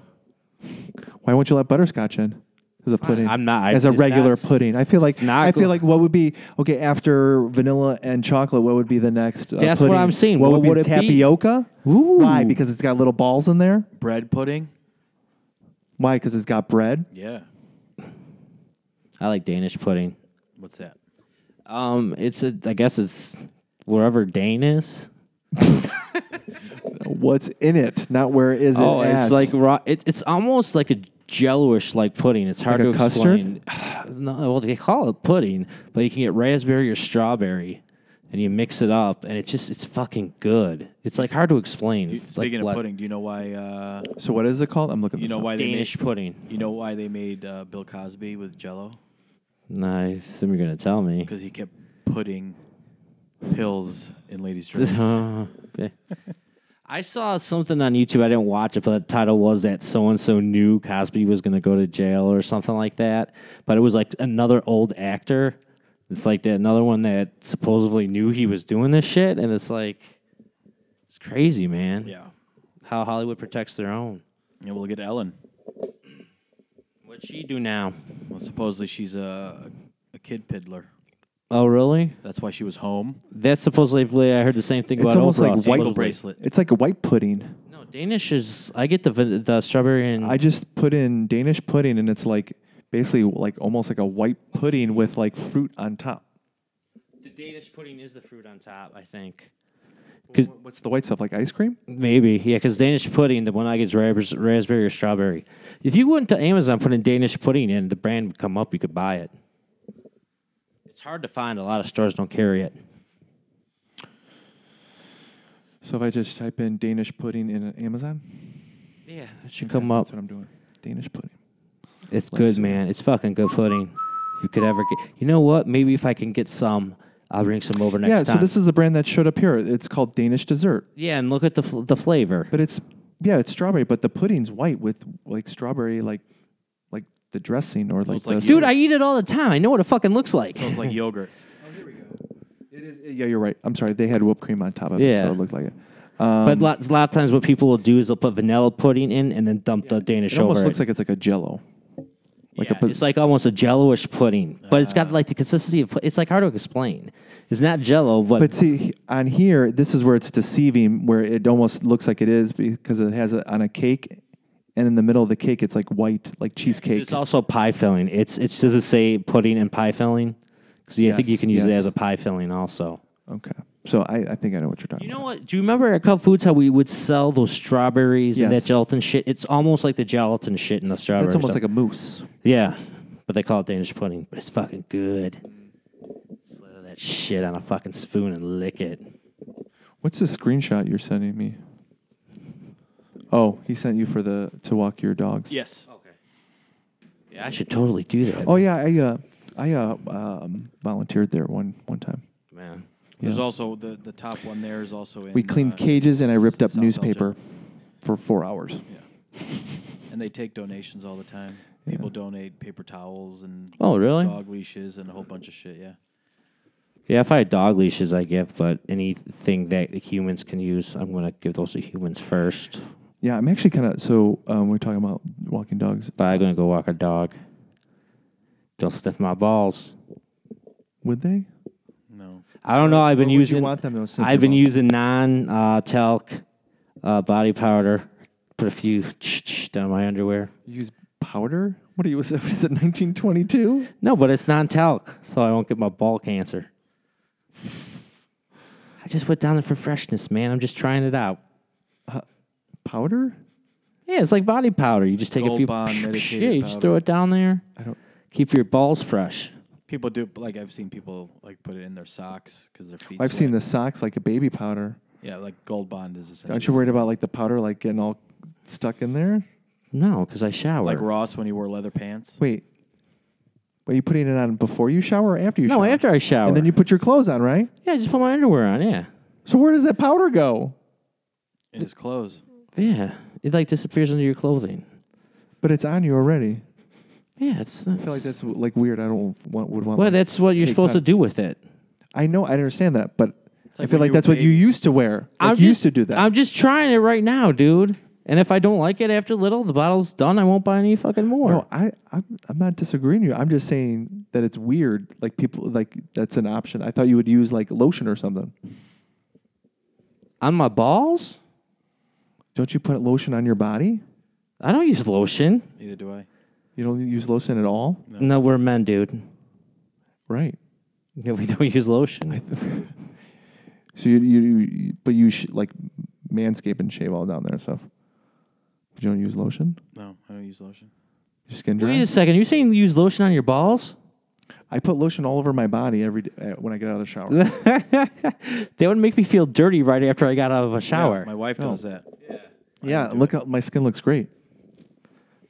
Why won't you let butterscotch in as a pudding?
I'm not- I-
as a
it's
regular
not-
pudding. I feel like
it's not
I feel
go-
like what would be okay after vanilla and chocolate? What would be the next? Uh,
That's what
pudding?
I'm saying.
What,
What
would,
would
be
it be?
tapioca?
Ooh.
Why? Because it's got little balls in there.
Bread pudding.
Why? Because it's got bread.
Yeah.
I like Danish pudding.
What's that?
Um, it's a. I guess it's wherever Dane is.
What's in it? Not where is it?
Oh,
at?
it's like raw. It, it's almost like a jello-ish like pudding. It's hard
Like
to
a custard?
explain. no, well, they call it pudding, but you can get raspberry or strawberry and you mix it up, and it's just it's fucking good. It's like hard to explain. It's like
Speaking
black-
of pudding, do you know why? Uh,
So what is it called? I'm looking.
you
this
know
up.
why
Danish
they made,
pudding.
You know why they made uh, Bill Cosby with Jello?
Nice. You're gonna tell me.
Because he kept putting pills in ladies' drinks.
Okay. I saw something on YouTube. I didn't watch it, but the title was that so and so knew Cosby was going to go to jail or something like that. But it was like another old actor. It's like that another one that supposedly knew he was doing this shit, and it's like it's crazy, man.
yeah.
How Hollywood protects their own.
And we'll get Ellen.
What'd she do now?
Well, supposedly she's a, a kid piddler.
Oh, really?
That's why she was home.
That's supposedly. I heard the same thing
It's
about
almost
Oprah.
like white-
Ankle
supposedly.
bracelet.
It's like a white pudding.
No, Danish is. I get the van- the strawberry and
I just put in Danish pudding, and it's like basically like almost like a white pudding with like fruit on top.
the Danish pudding is the fruit on top. I think.
What's the white stuff like ice cream?
Maybe, yeah, because Danish pudding, the one I get is ras- raspberry or strawberry. If you went to Amazon, put in Danish pudding in, the brand would come up, you could buy it. It's hard to find. A lot of stores don't carry it.
So if I just type in Danish pudding in Amazon,
Yeah, it should come up.
That's what I'm doing. Danish pudding.
It's
Let's
good,
see.
man. It's fucking good pudding. If you could ever get, you know what? Maybe if I can get some, I'll bring some over next
yeah.
time.
So this is the brand that showed up here. It's called Danish dessert,
yeah, and look at the fl- the flavor.
but it's yeah, it's strawberry, but the pudding's white with like strawberry, like like the dressing or like
it's like
the
Dude, I eat it all the time. I know what it fucking looks like.
Sounds like yogurt.
It is, yeah, you're right. I'm sorry. They had whipped cream on top of it,
Yeah.
so it looked like it. Um,
but lots, a lot of times, what people will do is they'll put vanilla pudding in and then dump the Danish
It
over
almost
it.
looks like it's like a Jello. Like
Yeah,
a Ah.
it's like almost a jello-ish pudding, but it's got like the consistency of. pu- It's like hard to explain. It's not jello, but,
But see, he- on here, this is where it's deceiving, where it almost looks like it is because it has it on a cake, and in the middle of the cake, it's like white, like cheesecake.
it's also pie filling. It's it does it say pudding and pie filling? Because I
Yes,
think you can use it
yes.
as a pie filling also.
okay, so I, I think I know what you're talking
You know
about.
what? Do you remember at Cub Foods how we would sell those strawberries and that
Yes.
gelatin shit? It's almost like the gelatin shit in the strawberry.
That's almost
stuff.
like a mousse.
yeah, but they call it Danish pudding, but it's fucking good. Slither that shit on a fucking spoon and lick it.
What's the screenshot you're sending me? Oh, he sent you for the to walk your dogs.
Yes.
Yeah, I should totally do that.
Oh yeah, I uh, I uh, um, volunteered there one one time.
man.
There's
Yeah.
also the, the top one there is also in.
We cleaned
uh,
cages and I ripped up
South
newspaper
Belgium.
for four hours.
Yeah. And they take donations all the time. People donate paper towels and
Oh, really?
dog leashes and a whole bunch of shit. Yeah.
Yeah, if I had dog leashes, I give, but anything that humans can use, I'm going to give those to humans first.
Yeah, I'm actually kind of so um, we're talking about walking dogs
But I'm going to go walk a dog. They'll sniff my balls.
Would they?
No.
I don't know. I've been
Or would you
using.
want them to sniff your
I've been
balls?
using non uh, talc uh, body powder. Put a few down my underwear.
Use powder? What are you? Was it, what is it 1922?
No, but it's non talc, so I won't get my ball cancer. I just went down there for freshness, man. I'm just trying it out.
Powder?
Yeah, it's like body powder. You just take a
Gold
few.
Bond medicated
yeah, you just
powder.
throw it down there.
I don't.
Keep your balls fresh.
People do like I've seen people like put it in their socks because their feet.
I've seen
sweat.
the socks like a baby powder.
Yeah, like Gold Bond is essentially.
Aren't you worried about like the powder like getting all stuck in there?
No, because I shower.
like Ross when he wore leather pants?
Wait. Are you putting it on before you shower or after you
no,
shower?
after I shower.
And then you put your clothes on, right?
yeah, I just put my underwear on. Yeah,
So where does that powder go?
In his clothes.
yeah. It like disappears under your clothing.
But it's on you already.
Yeah, it's.
I feel like that's like weird. I don't want, would want.
Well,
like-
that's what you're
Take
supposed
powder.
to do with it.
I know. I understand that, but I
like
feel
when
like
you were
that's what you
baby.
used to wear. Like,
I'm
you
just-
used to do that.
I'm just trying it right now, dude. And if I don't like it after little, the bottle's done. I won't buy any fucking more.
No, I, I'm, I'm not disagreeing with you. I'm just saying that it's weird. Like people, like that's an option. I thought you would use like lotion or something.
on my balls,
Don't you put lotion on your body?
I don't use lotion.
Neither do I.
You don't use lotion at all,
No, we're men, dude.
right?
No, we don't use lotion.
So you, you, you but you sh- like manscape and shave all down there and stuff. But you don't use lotion.
No, I don't use lotion.
Your skin dry.
Wait a second. You're saying you use lotion on your balls?
I put lotion all over my body every d- uh, when I get out of the shower.
That would make me feel dirty right after I got out of a shower.
My wife does
Oh.
that.
yeah, look, out, my skin looks great.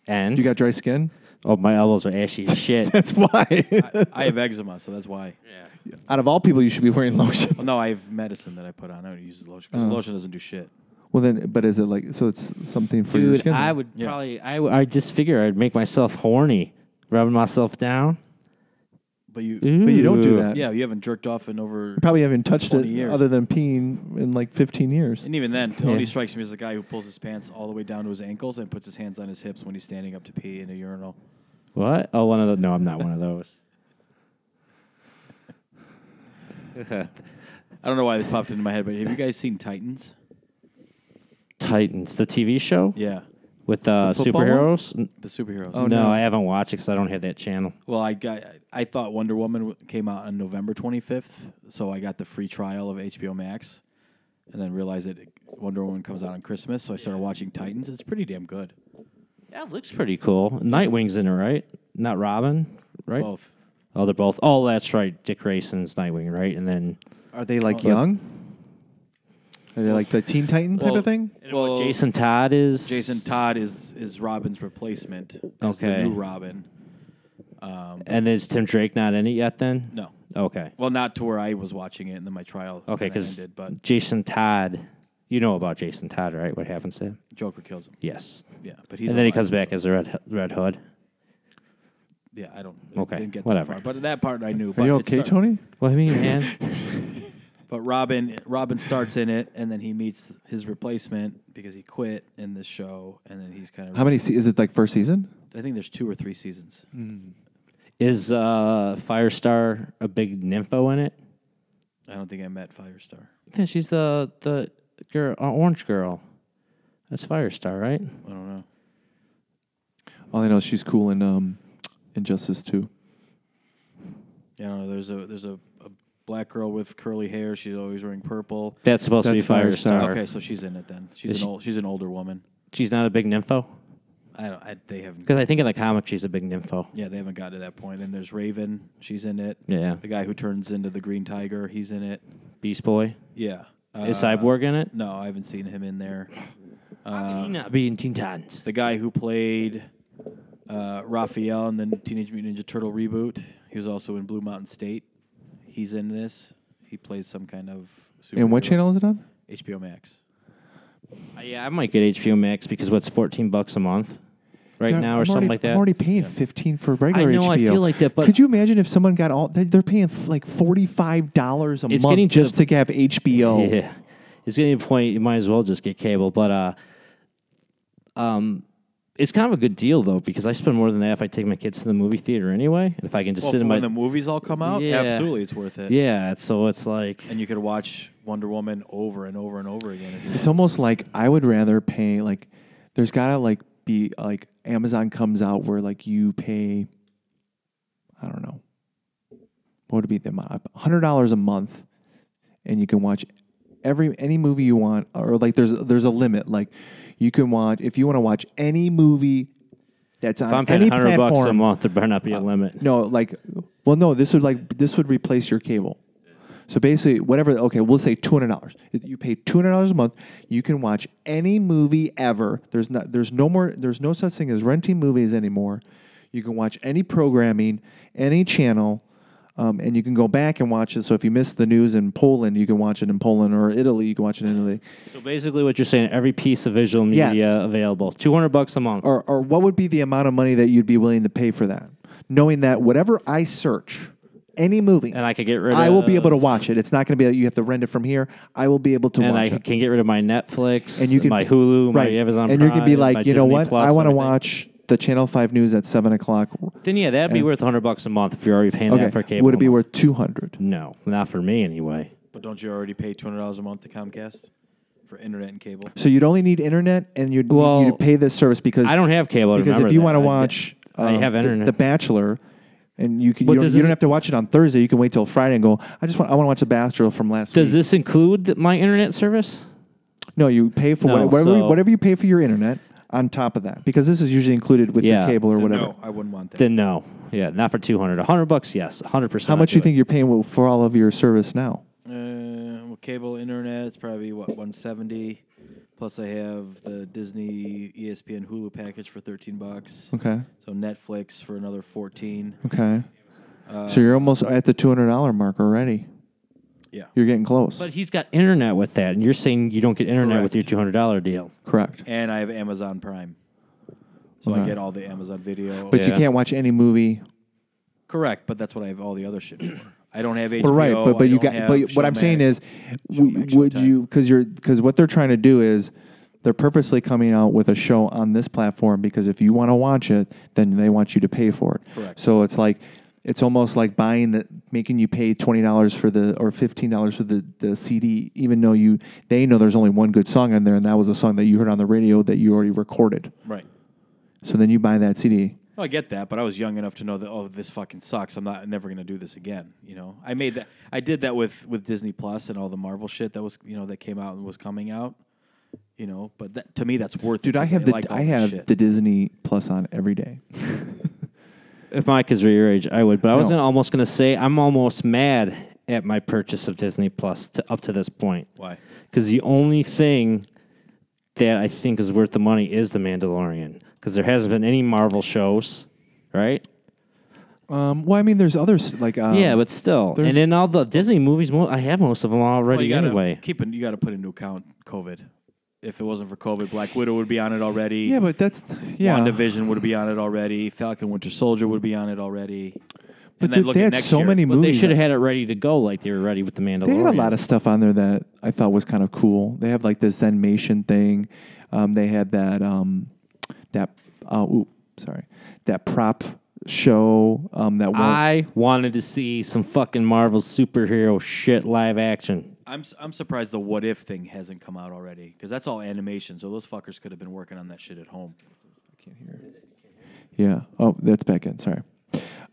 and
You got dry skin?
oh, my elbows are ashy as shit.
That's why.
I have eczema, so that's why.
out of all people, you should be wearing lotion.
Well, no, I have medicine that I put on. I don't use lotion
Uh.
because lotion doesn't do shit.
Well, then, but is it like so? It's something for your
Dude,
skin.
I
then?
would
Yeah.
probably. I, w- I just figure I'd make myself horny, rubbing myself down.
But you,
but you don't do
Ooh.
that.
yeah, you haven't jerked off in over.
Uh, probably haven't touched it
20 years.
other than peeing in like 15 years.
And even then, Tony strikes me as the guy who pulls his pants all the way down to his ankles and puts his hands on his hips when he's standing up to pee in a urinal.
What? Oh, one of those. No, I'm not one of those.
I don't know why this popped into my head, but have you guys seen Titans?
Titans, the TV show
Yeah,
with uh,
The football
superheroes. N-
the superheroes.
Oh,
no,
no.
I haven't watched it because I don't have that channel.
Well, I got I thought Wonder Woman w- came out on November 25th, so I got the free trial of HBO Max, and then realized that it- Wonder Woman comes out on Christmas, so I started watching Titans. It's pretty damn good.
That looks pretty cool. Nightwing's in it, right? Not Robin, right?
Both.
Oh, they're both. Oh, that's right. Dick Grayson's Nightwing, right? And then
Are they like young? Are they like the Teen Titan type
Well,
of thing?
Well,
Jason
Jason
Todd is
Jason Todd is is Robin's replacement. as
Okay.
the new Robin. Um,
And is Tim Drake not in it yet? Then
no,
Okay.
well, not to where I was watching it, and then my trial
Okay,
kinda
because
ended, but
Jason Todd, you know about Jason Todd, right? What happens to him?
Joker kills him.
Yes.
Yeah, but he's
and then he
alive,
comes back
so-
as the Red Ho- Red Hood.
yeah, I don't.
Okay,
didn't get
whatever.
That far, but that part I knew.
Are
but
you
it
okay,
start-
Tony?
Well, I mean, man,
But Robin, Robin starts in it, and then he meets his replacement because he quit in the show, and then he's kind of.
How many se- is it like first season?
I think there's two or three seasons.
is uh, Firestar a big nympho in it?
I don't think I met Firestar.
Yeah, she's the the girl, uh, orange girl. That's Firestar, right?
I don't know.
All I know is she's cool in um, Injustice 2.
Yeah, I don't know. There's a there's a, a black girl with curly hair. She's always wearing purple.
That's supposed to
That's
be Firestar.
Firestar.
Okay, so she's in it then. She's
Is
an
she-
old she's an older woman.
She's not a big nympho
I don't. I, they haven't.
because I think in the comic she's a big nympho.
Yeah, they haven't got to that point. Then there's Raven. She's in it.
Yeah.
The guy who turns into the Green Tiger. He's in it.
Beast Boy
Yeah.
is
Uh,
Cyborg in it?
No, I haven't seen him in there. Uh,
How can he not be in Teen Titans?
the guy who played uh, Raphael in the Teenage Mutant Ninja Turtle reboot. He was also in Blue Mountain State. He's in this. He plays some kind of. Superhero.
And what channel is it on?
HBO Max.
Uh, yeah, I might get HBO Max because what's fourteen bucks a month right
Yeah,
now
I'm
or something
already-
like that.
I'm already paying 15 for regular
know,
HBO.
I feel like that, but-
could you imagine if someone got all? they- They're paying f- like 45 dollars a
It's
month
getting to
just
the-
to, have HBO.
Yeah, it's getting to a point you might as well just get cable. But uh, um, it's kind of a good deal though because I spend more than that if I take my kids to the movie theater anyway, and if I can just
Well,
sit
for
in my
when the movies all come out,
Yeah.
absolutely, it's worth it.
yeah. So it's like
And you could watch Wonder Woman over and over and over again. if you want.
It's almost like I would rather pay like there's gotta like be like Amazon comes out where like you pay I don't know what would it be the amount hundred dollars a month and you can watch every any movie you want or like there's there's a limit like you can watch if you want to watch any movie that's
if
on
I'm paying
any
hundred bucks a
platform
month, there better not
Uh,
be a limit.
no, like, well, no. This would like this would replace your cable. So basically, whatever. Okay, we'll say two hundred dollars. You pay two hundred dollars a month. You can watch any movie ever. There's not. There's no more. There's no such thing as renting movies anymore. You can watch any programming, any channel, um, and you can go back and watch it. So if you miss the news in Poland, you can watch it in Poland or Italy. You can watch it in Italy.
So basically, what you're saying, every piece of visual media
Yes.
available, two hundred bucks a month.
or, or what would be the amount of money that you'd be willing to pay for that? Knowing that whatever I search, any movie,
And I could get rid
I will be
of-
able to watch it. It's not going to be that you have to rent it from here. I will be able to
and I
watch it.
can get rid of my Netflix, my Hulu,
right?
my Amazon,
and you can be
Prime, my
like, you know
Disney
what?
Plus,
I want to
everything.
watch the Channel Five news at seven o'clock.
Then yeah, that'd be worth hundred bucks a month if you're already paying that for
Okay,
cable.
would it be
a month.
worth two Hmm. hundred?
No, not for me anyway.
But don't you already pay two hundred dollars a month to Comcast for internet and cable?
So you'd only need internet, and you'd
Well,
you'd pay this service because
I don't have cable.
because if
remember
you
that.
want to
I-
watch,
I
um,
have
the-
internet.
The Bachelor, and you can
But
you, don't,
does
you
this-
don't have to watch it on Thursday. You can wait till Friday and go. I just want I want to watch The Bachelor from last.
Does
week.
this include th- my internet service?
No, you pay for
No,
whatever,
so-
whatever you pay for your internet. on top of that because this is usually included with
Yeah.
your cable or whatever.
No, I wouldn't want that.
Then no, yeah, not for two hundred. A hundred bucks, yes, hundred percent.
How much you think you're paying for all of your service now?
Uh, well, cable internet it's probably what 170 plus i have the disney E espn hulu package for 13 bucks
Okay.
so netflix for another 14
Okay.
uh,
so you're almost at the two hundred dollar mark already.
yeah
You're getting close.
But he's got internet with that, and you're saying you don't get internet with your
Correct.
two hundred dollar deal.
Correct.
and i have amazon prime so i
Okay.
get all the amazon video
But you
Yeah.
can't watch any movie.
correct but that's what i have all the other shit for i don't have HBO,
But right, but
I
but you
don't
got.
have
But what I'm saying
Showmax.
is, w-
Showmax,
would
Showtime.
you? Because you're because what they're trying to do is they're purposely coming out with a show on this platform because if you want to watch it, then they want you to pay for it.
Correct.
So it's like. It's almost like buying the, making you pay twenty dollars for the or fifteen dollars for the, the CD, even though you they know there's only one good song on there, and that was a song that you heard on the radio that you already recorded.
right
So then you buy that CD.
Well, I get that, but I was young enough to know that oh, this fucking sucks. I'm not I'm never gonna do this again. You know, I made that. I did that with with Disney Plus and all the Marvel shit that was you know that came out and was coming out. You know, but that, to me that's worth. it
Dude, I
'cause
have the
like all
I
that
have
shit.
the Disney Plus on every day.
If Mike is your age, I would. But I was
No.
gonna, almost going to say I'm almost mad at my purchase of Disney Plus to, up to this point
why
because the only thing that I think is worth the money is The Mandalorian because there hasn't been any Marvel shows, right?
Um, well, I mean, there's others like um,
yeah, but still,
there's-
and then all the Disney movies, mo- I have most of them
well,
already
you gotta
anyway.
keep in, you got to put into account COVID. If it wasn't for COVID, Black Widow would be on it already.
yeah, but that's yeah.
WandaVision would be on it already. Falcon Winter Soldier would be on it already.
But
and then
they-
look
they
at
had
next
so
year.
many
But they
movies.
should have had it ready to go, like they were ready with The Mandalorian.
They had a lot of stuff on there that I thought was kind of cool. They have like the Zenmation thing. Um, they had that um, that uh, ooh, sorry, that prop show um, that one.
I wanted to see some fucking Marvel superhero shit live action.
I'm s- I'm surprised the what if thing hasn't come out already because that's all animation. So those fuckers could have been working on that shit at home.
yeah. Oh, that's back in. Sorry.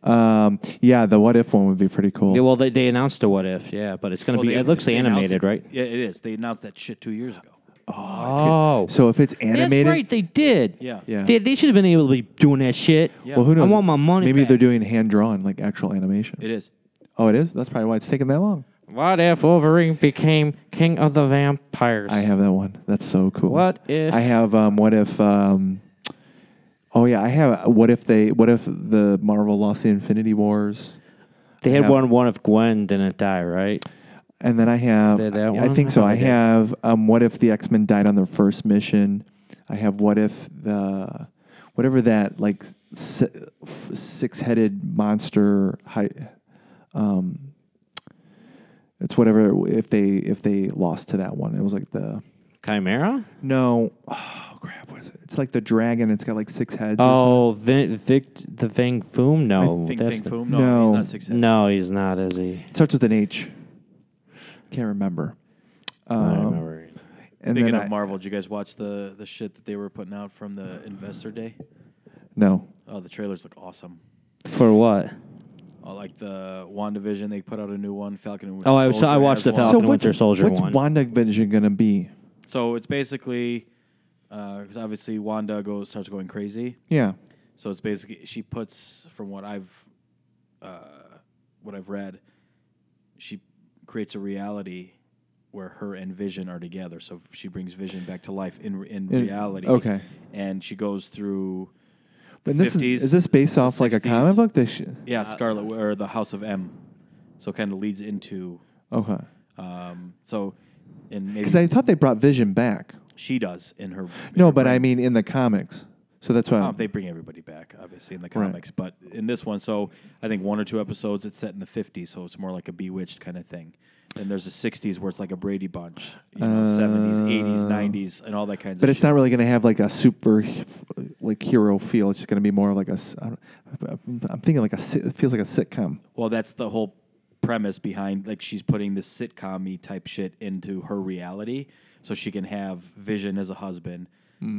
Um, yeah, the what if one would be pretty cool.
Yeah, well, they, they announced a what if, yeah, but it's gonna be.
Well, they-
it looks
they announced
animated,
it-
right?
Yeah, it is. They announced that shit two years ago.
Oh,
so if it's animated,
that's right. They did.
Yeah.
Yeah.
They, they should have been able to be doing that shit.
Yeah.
well, who
I
knows?
want my money
Maybe
back.
they're doing hand drawn, like actual animation.
It is.
Oh, it is. That's probably why it's taking that long.
What if Wolverine became king of the vampires?
I have that one. That's so cool.
What if-
I have um what if um Oh yeah, I have what if they what if the Marvel lost the Infinity Wars?
They had
Yeah.
one one of Gwen didn't die, right?
And then I have
Did that
I,
one?
think so.
I
I
did.
have um what if the X-Men died on their first mission? I have what if the whatever that like si- f- six-headed monster hi- um it's whatever if they if they lost to that one. It was like the
Chimera.
No. Oh crap! What is it? It's like the dragon. It's got like six heads. or
Oh, Vin, Vic the Vang Foom. No,
Think
that's
Think
the-
Foom.
No.
No, he's not six.
No, he's not, is he?
something. it starts with an H. Can't remember. Um,
I don't remember.
And
Speaking
then
of
I-
Marvel, did you guys watch the the shit that they were putting out from the Investor Day?
no.
Oh, the trailers look awesome.
For what?
Oh, like the WandaVision, they put out a new one. Falcon and Winter
Oh, I saw-
Soldier
I watched
has
the
one.
Falcon. Winter Soldier
What's
one.
WandaVision gonna be?
So it's basically because obviously Wanda goes starts going crazy.
Yeah.
So it's basically she puts, from what I've, uh, what I've read, she creates a reality where her and Vision are together. So she brings Vision back to life in in,
In-
reality.
okay.
And she goes through. the
And this is,
50s,
is this based
the
off like a
60s.
comic book? They should.
Yeah, Scarlet or the House of M. So kind of leads into.
Okay.
Um, so, and maybe
Because I thought they brought Vision back.
she does in her. in
No,
her
but I
brain.
mean in the comics. So that's why.
Um, they bring everybody back, obviously, in the
Right.
comics. But in this one, so I think one or two episodes, it's set in the 50s, so it's more like a Bewitched kind of thing. Then there's the 60s where it's like a Brady Bunch, you know, 70s, 80s,
Uh,
90s, and all that kinds of
But it's
shit.
not really going to have like a super like hero feel. It's just going to be more like a. s- I don't, I'm thinking like a. si- It feels like a sitcom.
Well, that's the whole premise behind, like, she's putting this sitcom type shit into her reality so she can have Vision as a husband.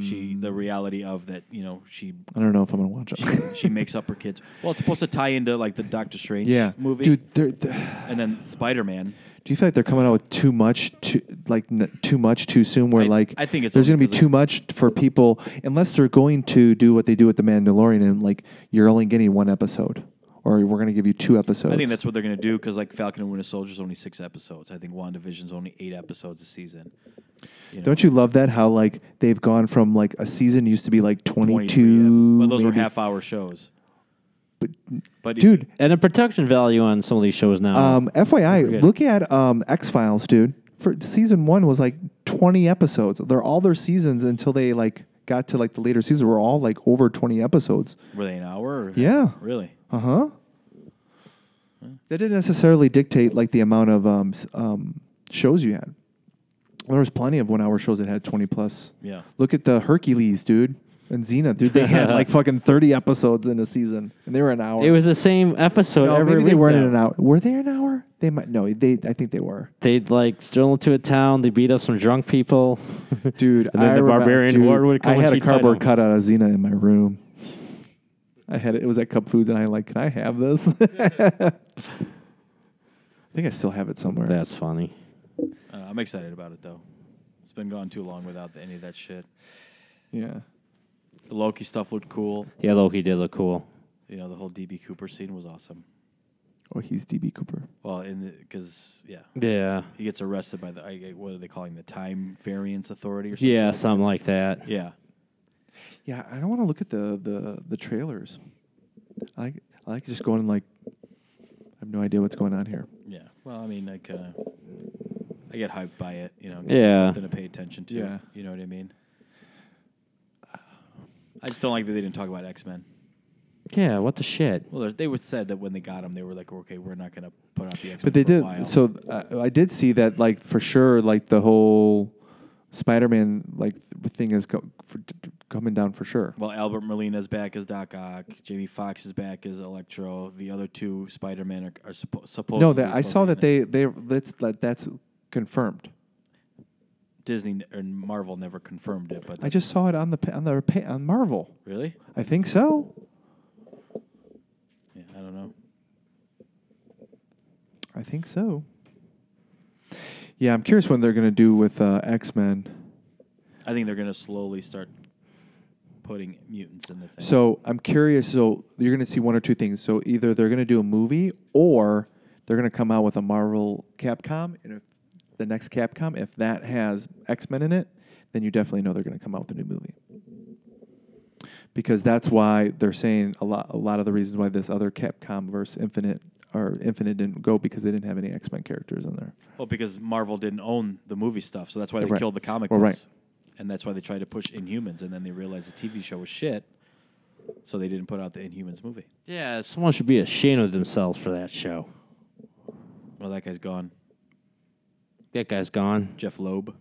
She,
Mm.
the reality of that, you know, she.
I don't know if I'm going to watch it.
She makes up her kids. Well, it's supposed to tie into like the Doctor Strange
yeah,
movie,
dude. They're, they're-
and then Spider Man.
Do you feel like they're coming out with too much, too like n- too much too soon? Where
I-
like
I think it's
there's going
only
to be
'cause
too much for people unless they're going to do what they do with the Mandalorian and like you're only getting one episode, or we're going to give you two episodes.
I think that's what they're gonna do because like Falcon and Winter Soldier is only six episodes. I think WandaVision's only eight episodes a season. You know,
Don't you love that how like they've gone from like a season used to be like
23
22,
episodes. But those were
maybe-
half hour shows. But,
dude.
And the production value on some of these shows now.
Um, FYI,
Oh, good.
look at um, X Files, dude. For season one was like twenty episodes. They're all their seasons until they like got to like the later season. Were all like over twenty episodes.
were they an hour? Or
Yeah.
Really?
Uh huh. That didn't necessarily dictate like the amount of um, s- um, shows you had. There was plenty of one-hour shows that had twenty plus.
Yeah.
Look at the Hercules, dude, and Xena, dude. They had like fucking thirty episodes in a season, and they were an hour.
it was the same episode
no,
every
maybe they
week,
weren't
though.
in an hour. Were they an hour? They might. No, they. I think they were.
They'd like stroll into a town. They beat up some drunk people.
Dude,
And then
I
the
remember-
barbarian
dude,
war would come
I
and
had a
she'd fight
cardboard
him.
cutout of Xena in my room. I had it. It was at Cub Foods, and I like, can I have this? I think I still have it somewhere.
That's funny.
Uh, I'm excited about it though. It's been gone too long without any of that shit.
yeah.
The Loki stuff looked cool.
Yeah, Loki did look cool.
You know, the whole DB Cooper scene was awesome.
Oh, he's DB Cooper.
Well, in because yeah,
Yeah.
he gets arrested by the I, I- what are they calling the Time Variance Authority or something?
Yeah, something like that.
Yeah.
Yeah, I don't want to look at the the the trailers. I like I like just going like, I have no idea what's going on here.
Yeah. Well, I mean, like, uh, I get hyped by it, you know. get
Yeah.
Something to pay attention to.
Yeah.
You know what I mean? I just don't like that they didn't talk about X Men.
Yeah, what the shit?
Well, there's- they were said that when they got them, they were like, okay, we're not going to put out the X Men.
But they
for a
did.
while.
So uh, I did see that, like for sure, like the whole Spider-Man like thing is go, for, coming down for sure.
Well, Albert Molina's back as Doc Ock. Jamie Foxx is back as Electro. The other two Spider Men are, are suppo- supposed.
No, that I saw that they they that's that, that's confirmed.
Disney n- and Marvel never confirmed it, but
I just saw it on the pa- on the pa- on Marvel.
really,
I think so.
yeah, I don't know.
I think so. Yeah, I'm curious what they're gonna do with uh, X Men.
I think they're gonna slowly start putting mutants in the thing.
So I'm curious. So you're gonna see one or two things. So either they're gonna do a movie, or they're gonna come out with a Marvel Capcom, and if the next Capcom, if that has X Men in it, then you definitely know they're gonna come out with a new movie. Because that's why they're saying a lot. A lot of the reasons why this other Capcom versus Infinite or Infinite didn't go because they didn't have any X Men characters in there.
well, because Marvel didn't own the movie stuff, so that's why they
Right.
killed the comic
Well, right.
books, and that's why they tried to push Inhumans, and then they realized the TV show was shit, so they didn't put out the Inhumans movie.
Yeah, someone should be ashamed of themselves for that show.
Well, that guy's gone.
That guy's gone.
Jeff Loeb,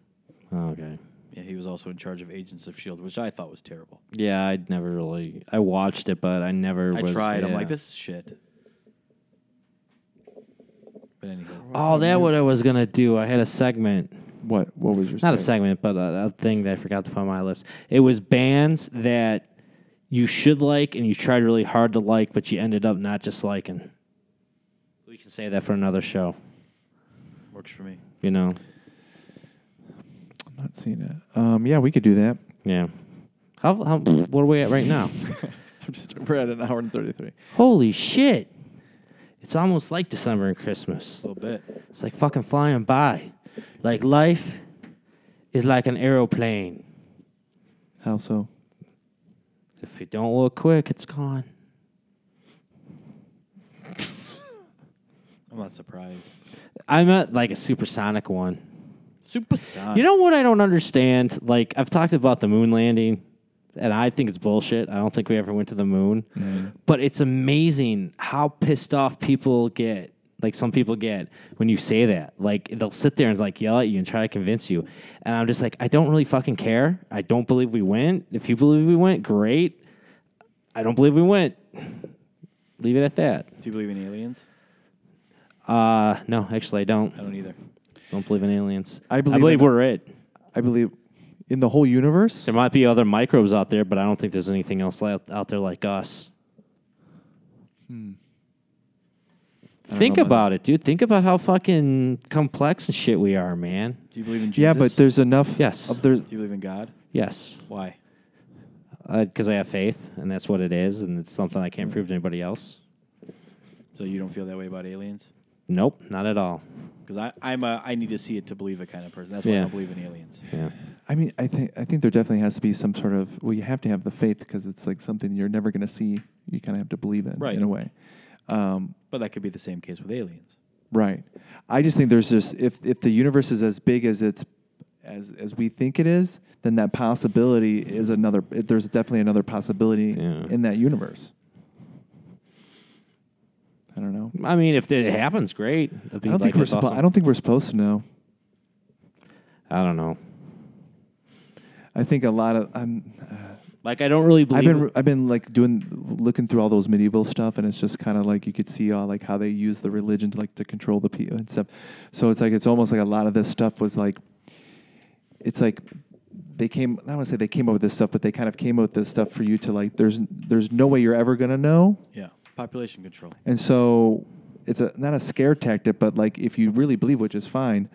Okay.
yeah, he was also in charge of Agents of Shield, which I thought was terrible.
Yeah, I'd never really. I watched it, but I never.
I
was,
tried. I'm
yeah.
like, this is shit. But anyway,
Oh, that what I was gonna do. I had a segment,
What? What was your?
not a
say?
segment, but a, a thing that I forgot to put on my list. It was bands that you should like and you tried really hard to like, but you ended up not just liking. We can say that for another show.
works for me.
You know.
I'm not seeing it. Um, yeah, we could do that.
Yeah. How, how what are we at right now?
I'm just, we're at an hour and thirty-three.
Holy shit. It's almost like December and Christmas.
A little bit.
It's like fucking flying by. Like life is like an aeroplane.
How so?
If you don't look quick, it's gone.
I'm not surprised.
I'm at like a supersonic one.
Supersonic.
You know what I don't understand? Like I've talked about the moon landing, and I think it's bullshit. I don't think we ever went to the moon, but it's amazing how pissed off people get. Like some people get when you say that. Like they'll sit there and like yell at you and try to convince you. And I'm just like, I don't really fucking care. I don't believe we went. If you believe we went, great. I don't believe we went. Leave it at that.
Do you believe in aliens?
Uh, no, actually, I don't.
I don't either.
Don't believe in aliens.
I believe
I believe
in-
we're it.
I believe in the whole universe.
There might be other microbes out there, but I don't think there's
Hmm.
anything else li- out there like us.
don't
Think
know about
about it, dude. Think about how fucking complex and shit we are, man.
Do you believe in Jesus?
Yeah, but there's enough.
Yes.
Of there's,
Do you believe in God?
Yes,
Why?
because I have faith, and that's what it is, and it's something I can't prove to anybody else.
So you don't feel that way about aliens?
Nope, not at all.
Because I I'm a I need to see it to believe it kind of person. That's why I
Yeah.
don't believe in aliens.
Yeah.
I mean, I think I think there definitely has to be some sort of. Well, you have to have the faith because it's like something you're never going to see. You kind of have to believe in,
Right.
In a way. Um,
But that could be the same case with aliens.
Right. I just think there's just if if the universe is as big as it's as as we think it is, then that possibility is another. It, there's definitely another possibility
Yeah.
in that universe. I don't know.
I mean, if it happens, great. That'd
I
be,
don't
like,
think we're
that's
supposed.
awesome.
I don't think we're supposed to know.
I don't know.
I think a lot of I'm. Uh,
Like, I don't really
I've
believe.
been I've been like doing looking through all those medieval stuff, and it's just kind of like you could see all like how they use the religion to like to control the people and stuff. So it's like it's almost like a lot of this stuff was like, it's like they came. I don't want to say they came up with this stuff, but they kind of came up with this stuff for you to like. There's there's no way you're ever gonna know,
Yeah. Population control.
and so it's a not a scare tactic, but like if you really believe, which is fine,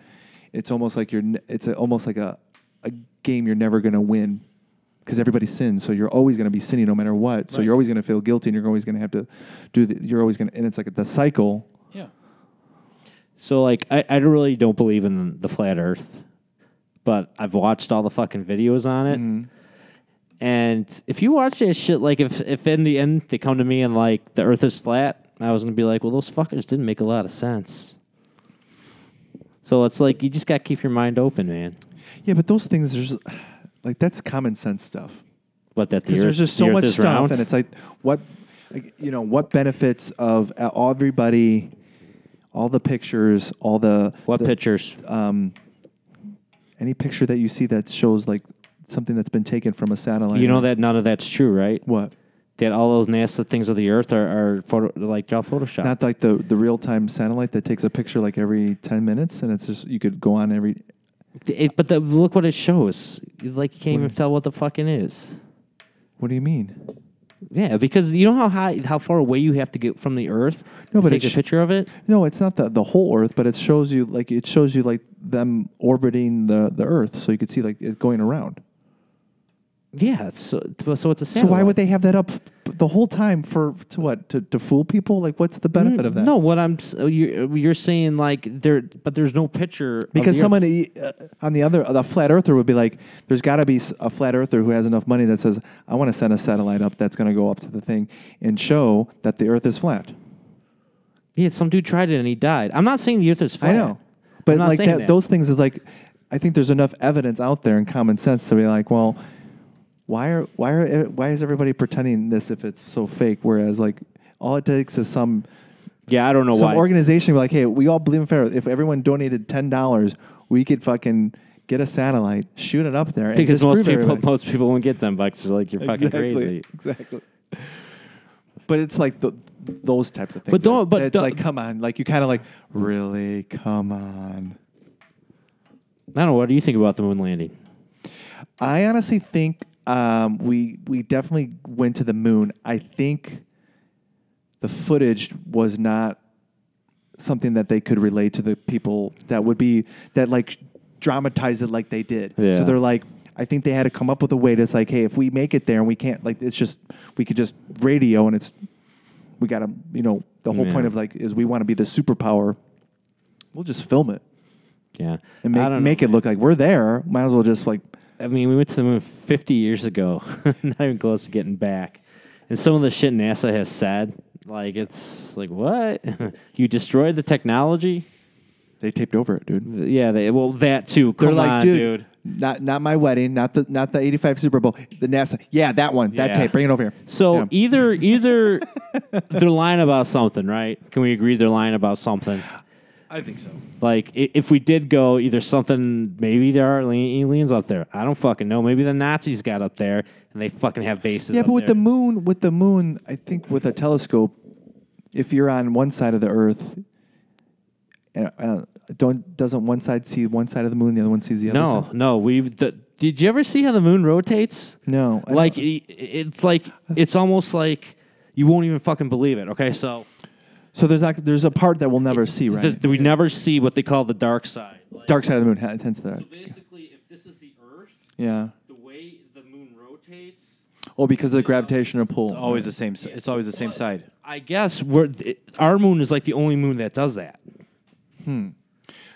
it's almost like you're. n- It's a, almost like a a game you're never gonna win because everybody sins, so you're always gonna be sinning no matter what. So
Right.
you're always gonna feel guilty, and you're always gonna have to do. The, you're always gonna, and it's like the cycle.
Yeah.
So like I, I really don't believe in the flat earth. But I've watched all the fucking videos on it.
Mm-hmm.
And if you watch that shit like if if in the end they come to me and like the earth is flat, I was gonna be like, Well those fuckers didn't make a lot of sense. So it's like you just gotta keep your mind open, man.
Yeah, but those things there's like that's common sense stuff.
But that the earth
Because there's just so
the earth
much
is
stuff,
round.
and it's like what, like, you know, what benefits of uh, everybody, all the pictures, all the
what
the-
pictures?
um, any picture that you see that shows like something that's been taken from a satellite.
You know
or-
that none of that's true, right?
what?
That all those NASA things of the earth are, are photo, like they're all photoshopped.
Not like the the real time satellite that takes a picture like every ten minutes, and it's just you could go on every.
It, but the, look what it shows. Like you can't even
What?
tell what the fucking is.
What do you mean?
Yeah, because you know how high, how far away you have to get from the Earth.
No,
to
but it
take a
sh-
picture of it.
No, it's not the the whole Earth, but it shows you like it shows you like them orbiting the the Earth, so you could see like it going around.
Yeah, so so it's a
So
satellite.
why would they have that up the whole time for to what to, to fool people? Like, what's the benefit of that?
Mm, No, what I'm s- you're, you're saying like there, but there's no picture of
because
the
someone uh, on the other the flat earther would be like, there's got to be s- a flat earther who has enough money that says, I want to send a satellite up that's going to go up to the thing and show that the Earth is flat.
Earth. Yeah, some dude tried it and he died. I'm not saying the Earth is flat.
I know,
I'm
but
not
like
saying
that, those things are like, I think there's enough evidence out there and common sense to be like, well, why are why are why is everybody pretending this if it's so fake? Whereas like all it takes is some
Yeah, I don't know
some
why.
organization be like, hey, we all believe in fair. If everyone donated ten dollars, we could fucking get a satellite, shoot it up there, and
because most
disprove
people,
everybody."
most people won't get them bucks. They're like you're fucking
exactly,
crazy.
exactly. But it's like the, those types of things.
But don't-
that-
but
that it's
don't-
like, come on, like you kind of like, really, come on.
I don't know. What do you think about the moon landing?
I honestly think um, we we definitely went to the moon. I think the footage was not something that they could relate to the people that would be that like dramatize it like they did.
Yeah.
So they're like, I think they had to come up with a way that's like, hey, if we make it there and we can't like, it's just we could just radio and it's we gotta you know the whole
Yeah.
point of like is we want to be the superpower. We'll just film it
Yeah,
and
I
make,
don't
make
know.
it look like we're there. Might as well just like
I mean, we went to the moon 50 years ago. Not even close to getting back. And some of the shit NASA has said, like, it's like, what? you destroyed the technology?
they taped over it, dude.
Yeah, they, well, that too.
They're
Come
like,
on,
dude, not not my wedding, not the not the '85 Super Bowl, the NASA. Yeah, that one,
Yeah.
that tape. Bring it over here.
So
Yeah.
either either they're lying about something, right? Can we agree they're lying about something?
I think so.
Like i- if we did go, either something, maybe there are ali- aliens up there. I don't fucking know. Maybe the Nazis got up there and they fucking have bases.
yeah,
up
but with
there.
the moon, with the moon, I think with a telescope, if you're on one side of the Earth, uh, uh, don't doesn't one side see one side of the moon, the other one sees the other
No,
side?
no. We've the, did you ever see how the moon rotates?
No, I
like
don't.
i- it's like it's almost like you won't even fucking believe it. Okay, so
So there's not, there's a part that we'll never see, right?
Th- we never see what they call the dark side. Like,
Dark side of the moon, h- hence that.
So basically, if this is the Earth,
Yeah.
the way the moon rotates,
Oh, because of the gravitational pull.
It's always the same. s- It's always the same side.
I guess we're th- our moon is like the only moon that does that.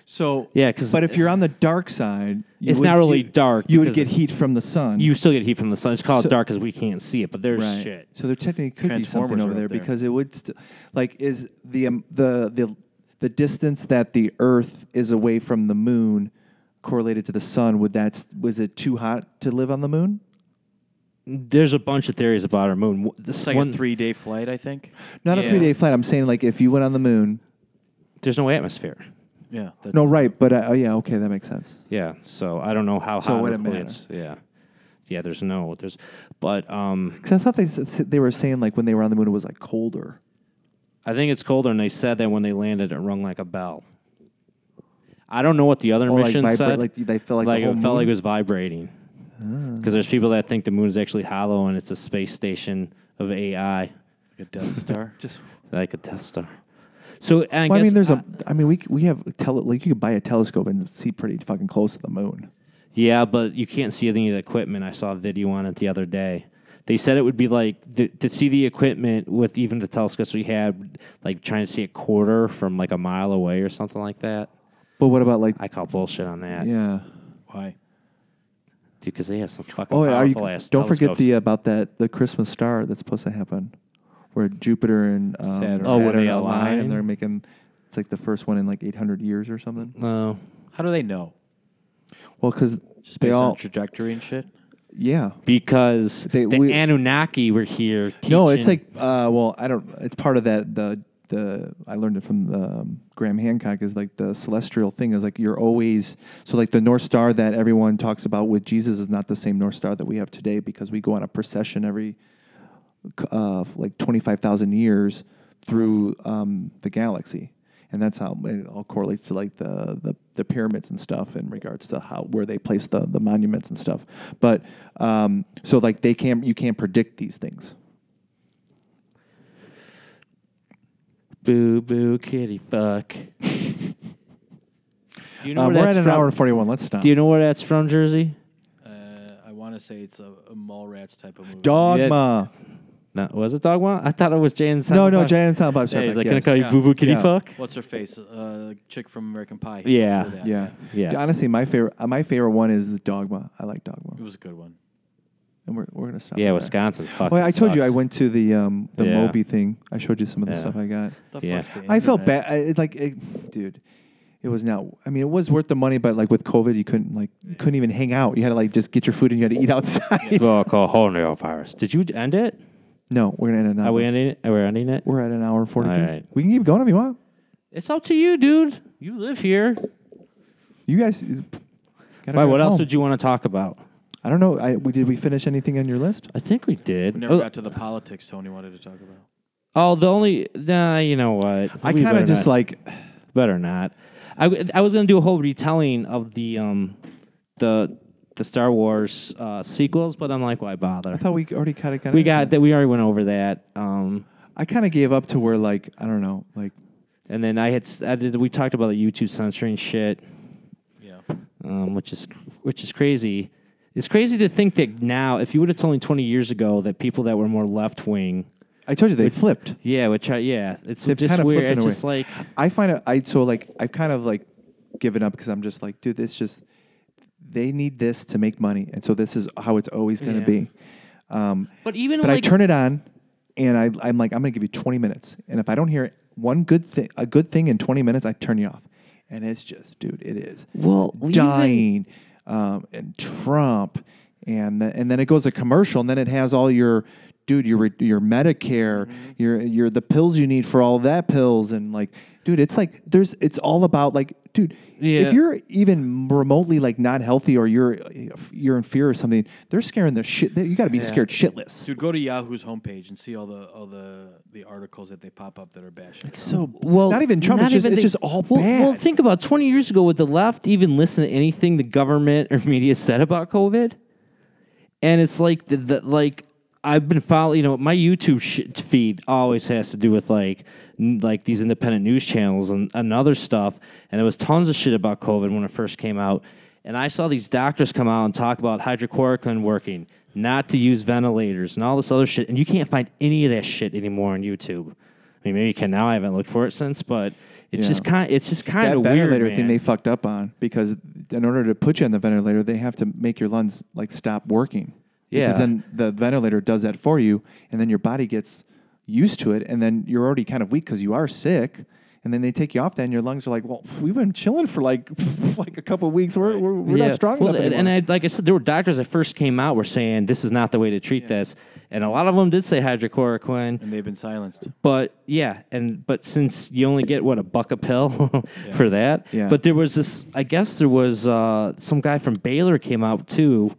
So
Yeah, 'cause-
but if you're on the dark side, you
It's
would-
not really
you-
dark
You would
because
get heat from the sun.
You still get heat from the sun. It's called
So-
dark because we can't see it, but there's
right.
shit.
So there technically could be something
Transformers
over
are up
there,
there.
because it would st- like is the um, the the the distance that the Earth is away from the moon correlated to the sun. Would that s- was it too hot to live on the moon?
There's a bunch of theories about our moon. W- This
It's like
one,
a three day flight, I think.
Not a
Yeah.
three day flight. I'm saying like if you went on the moon.
there's no atmosphere.
Yeah. That's,
No, right, but uh, oh yeah, okay, that makes sense.
Yeah, so I don't know how
So
hot
would
it
it matter?
gets. Yeah, yeah. There's no. There's, but um,
Because I thought they s- s- they were saying like when they were on the moon it was like colder.
I think it's colder, and they said that when they landed, it rung like a bell. I don't know what the other
Or, Oh, like,
mission
vibra-
said.
like, they felt like the
like it
whole
felt
moon- Ah.
like it was vibrating. Because there's people that think the moon is actually hollow and it's a space station of AI,
A Death Star. Just
like a Death Star. So and I,
Well, I
guess
mean, there's
I-
a. I mean, we c- we have tele, like you could buy a telescope and see pretty fucking close to the moon.
Yeah, but you can't see any of the equipment. I saw a video on it the other day. They said it would be like th- to see the equipment with even the telescopes we had, like trying to see a quarter from like a mile away or something like that.
But what about like?
I call bullshit on that, dude,
yeah.
why?
because they have some fucking
Oh, yeah, are you?
powerful ass.
Don't forget
telescopes.
the uh, about that the Christmas star that's supposed to happen, where Jupiter and um,
Saturn.
Saturn,
Oh,
when they
align,
align?
and they're making. It's like the first one in like 800 years or something.
No,
How do they know?
Well, because
Just
they
based
all.
on trajectory and shit.
yeah.
because
They-
the
we-
Anunnaki were here. Teaching.
No, it's like. Uh, well, I don't. It's part of that the. The, I learned it from um, Graham Hancock is like the celestial thing is like you're always so like the North Star that everyone talks about with Jesus is not the same North Star that we have today because we go on a procession every uh, like 25,000 years through um, the galaxy. And that's how it all correlates to like the, the, the pyramids and stuff in regards to how where they place the, the monuments and stuff. But um, so like they can't you can't predict these things.
boo boo kitty fuck. Do you know
Uh,
where
we're
that's
at an
from?
hour and forty one. Let's stop.
Do you know where that's from, Jersey?
Uh, I want to say it's a, a Mallrats type of movie.
Dogma.
No, was it Dogma? I thought it was Jay and
No,
Silent
no,
Bob.
Jay and Silent Bob.
Yeah,
Strike
he's
Back,
like, can I
yes.
call you
Yeah.
Boo Boo Kitty
Yeah.
Fuck?
What's her face? Uh, chick from American Pie.
Yeah.
Remember that?
Yeah.
Yeah.
Honestly, my favorite uh, my favorite one is the Dogma. I like Dogma,
It was a good one.
and we're, we're gonna stop.
Yeah,
there.
Wisconsin. Fuck.
Well, I told you I went to the um, the
Yeah.
Moby thing. I showed you some of the
Yeah.
stuff I got.
The
Yeah.
fuck's the
I felt
internet?
bad. I, it, like, it, dude, it was not. I mean, it was worth the money, but like with COVID, you couldn't like you couldn't even hang out. You had to like just get your food and you had to eat outside.
Well, call whole virus. Did you end it?
no, we're gonna end it now.
Are we ending it? Are we ending it?
are at an hour and forty.
All right.
We can keep going if you want.
It's up to you, dude. You live here.
You guys.
Why? What else would you want to talk about?
I don't know. I, we, did we finish anything on your list?
I think we did.
We never
oh,
got to the politics Tony wanted to talk about.
oh, the only. Nah, you know what?
I
We
kind
better
of just
not-
like.
Better not. I, w- I was gonna do a whole retelling of the um the the Star Wars uh, sequels, but I'm like, why bother?
I thought we already kind of.
we got that. We already went over that. Um,
I kind of gave up to where like I don't know like.
and then I had s- I did, we talked about the YouTube censoring shit.
Yeah.
um, which is which is crazy. It's crazy to think that now, if you would have told me 20 years ago that people that were more left wing,
I told you they flipped.
yeah, which I, yeah, it's
They've
just
kinda
weird.
flipped in
It's
a
just
way.
like
I find it. I so like I've kind of like given up because I'm just like, dude, this just they need this to make money, and so this is how it's always going to
Yeah.
be. Um,
But even
but
like-
I turn it on, and I, I'm like, I'm going to give you 20 minutes, and if I don't hear one good thing, a good thing in 20 minutes, I turn you off, and it's just, dude, it is
Well, even-
dying, um, and Trump, and the, and then it goes to commercial, and then it has all your. Dude, your re- your Medicare,
Mm-hmm.
your your the pills you need for all that pills, and like, dude, it's like there's it's all about like, dude,
Yeah.
if you're even remotely like not healthy or you're you're in fear of something, they're scaring the shit. You got to be scared shitless.
Dude, go to Yahoo's homepage and see all the all the the articles that they pop up that are bashing. It's
so
well,
not even Trump. it's just,
even
it's
the-
just all
well,
bad.
Well, think about 20 years ago, would the left even listen to anything the government or media said about COVID? And it's like the, the like I've been following. You know, my YouTube sh- feed always has to do with like n- like these independent news channels and, and other stuff. And there was tons of shit about COVID when it first came out. And I saw these doctors come out and talk about hydrochloroquine working, not to use ventilators, and all this other shit. And you can't find any of that shit anymore on YouTube. I mean, maybe you can now. I haven't looked for it since, but it's
Yeah.
just kind. It's just kind
that
of
ventilator
weird,
thing
man.
they fucked up on because in order to put you on the ventilator, they have to make your lungs like stop working.
Yeah.
Because then the ventilator does that for you, and then your body gets used to it, and then you're already kind of weak because you are sick. And then they take you off that, and your lungs are like, "Well, we've been chilling for like like a couple of weeks. We're we're, we're not strong
well,
enough."
and-
Anymore.
And I, like I said, there were doctors that first came out were saying this is not the way to treat this, and a lot of them did say hydrochloroquine.
and they've been silenced.
But yeah, and but since you only get what a buck a pill for that,
Yeah.
but there was this. I guess there was uh, some guy from Baylor came out too,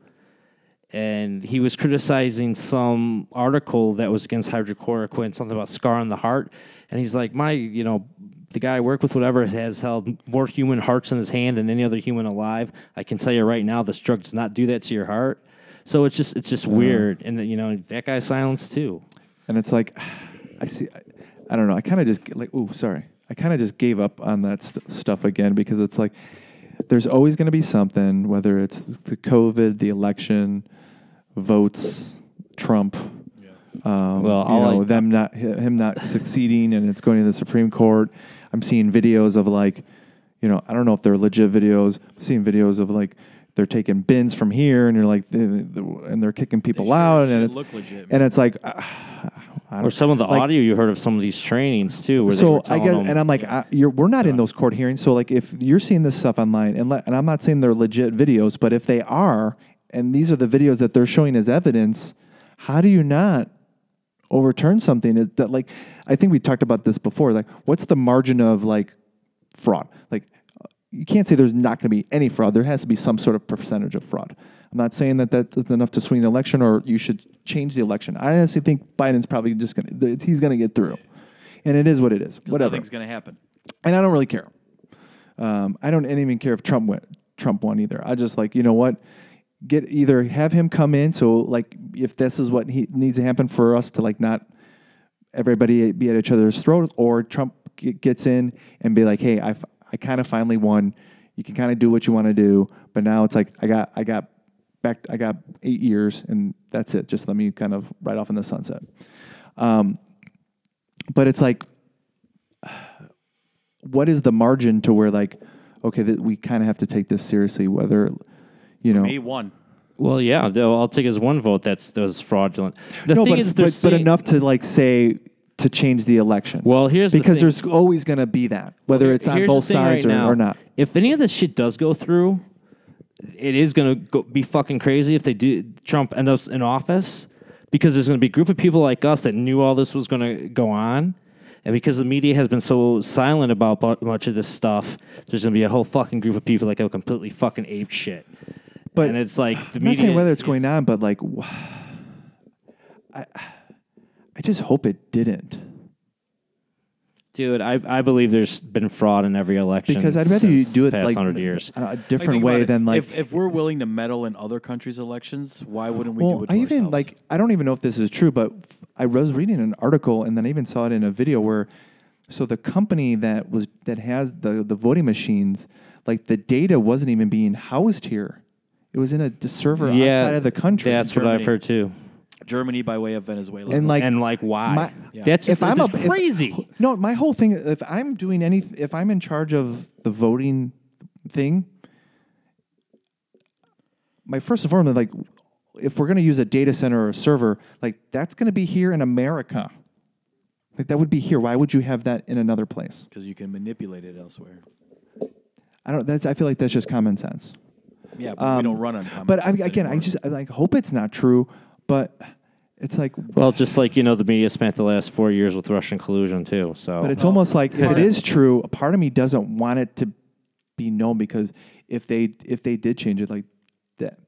and he was criticizing some article that was against hydrochloroquine, something about scarring the heart, and he's like, my, you know. The guy I work with, whatever, has held more human hearts in his hand than any other human alive. I can tell you right now, this drug does not do that to your heart. So it's just, it's just weird, and you know that guy's silenced too.
And it's like, I see, I, I don't know. I kind of just get like, ooh, sorry. I kind of just gave up on that st- stuff again because it's like, there's always going to be something, whether it's the COVID, the election, votes, Trump.
Uh,
Um,
Well,
well,
all
you know,
I-
them not hi- him not succeeding, and it's going to the Supreme Court. I'm seeing videos of like, you know, I don't know if they're legit videos. I'm seeing videos of like they're taking bins from here, and you're like, th- th- and they're kicking people
sure
out,
as
and
shit
it,
look legit,
and it's like, uh, I
Or
don't-
some of the
like-
audio you heard of some of these trainings too, where they were
so I
telling
guess,
them,
and I'm like, I, you're, we're not in those court hearings. So like, if you're seeing this stuff online, and le- and I'm not saying they're legit videos, but if they are, and these are the videos that they're showing as evidence, how do you not overturn something It- that like? I think we talked about this before. Like, what's the margin of like fraud? Like, you can't say there's not going to be any fraud. There has to be some sort of percentage of fraud. I'm not saying that that's enough to swing the election or you should change the election. I honestly think Biden's probably just going to, he's going to get through. And it is what it is. Whatever
Nothing's gonna happen.
and I don't really care. Um, I don't even care if Trump went, Trump won either. I just like you know what, get either have him come in. So like if this is what he needs to happen for us to like not everybody be at each other's throat, or Trump g- gets in and be like, hey, I f- I kind of finally won. You can kind of do what you want to do, but now it's like I got I got back I got eight years and that's it. Just let me kind of ride off in the sunset. Um, but it's like what is the margin to where like okay that we kind of have to take this seriously whether you know
Me one.
"Well, yeah, though, I'll take his one vote. That's that was fraudulent." The
no
thing
but,
is,
but,
they're
but
saying-
enough to like say to change the election
Well, here's the
because
thing.
there's always going to be that whether it's on
Here's
both
the thing
sides
right
or,
now,
or not
If any of this shit does go through, it is going to go, be fucking crazy if they do. Trump end up in office because there's going to be a group of people like us that knew all this was going to go on. And because the media has been so silent about bu- much of this stuff, there's going to be a whole fucking group of people that go completely fucking ape shit.
But
and it's like the
i'm
media.
not saying whether it's going on but like wh- i i just hope it didn't
dude, I, I believe there's been fraud in every election
because i'd rather you
since
do it
past
like
hundred years.
a
Like,
different
think about
way
it.
than like
if, if we're willing to meddle in other countries' elections, why wouldn't we do
Well,
it? To
I even
ourselves?
like I don't even know if this is true, but f- I was reading an article and then I even saw it in a video where, so the company that was that has the the voting machines, like the data wasn't even being housed here, it was in a d- server
yeah,
outside of the country.
That's what I've
Germany.
heard too.
Germany by way of Venezuela.
and like
and like why?
my-
That's just, that's
if-
crazy.
no, my whole thing. If I'm doing any, if I'm in charge of the voting thing, my first and foremost, like, if we're going to use a data center or a server, like that's going to be here in America. Like that would be here. Why would you have that in another place?
because you can manipulate it elsewhere.
I don't. That's. I feel like that's just common sense.
Yeah, but we don't run on. common
Um, But I,
sense
again, I
anymore.
just I like hope it's not true. But it's like
well, just like you know, the media spent the last four years with Russian collusion too.
Oh,
So,
But it's almost like if it is true, a part of me doesn't want it to be known because if they if they did change it, like that,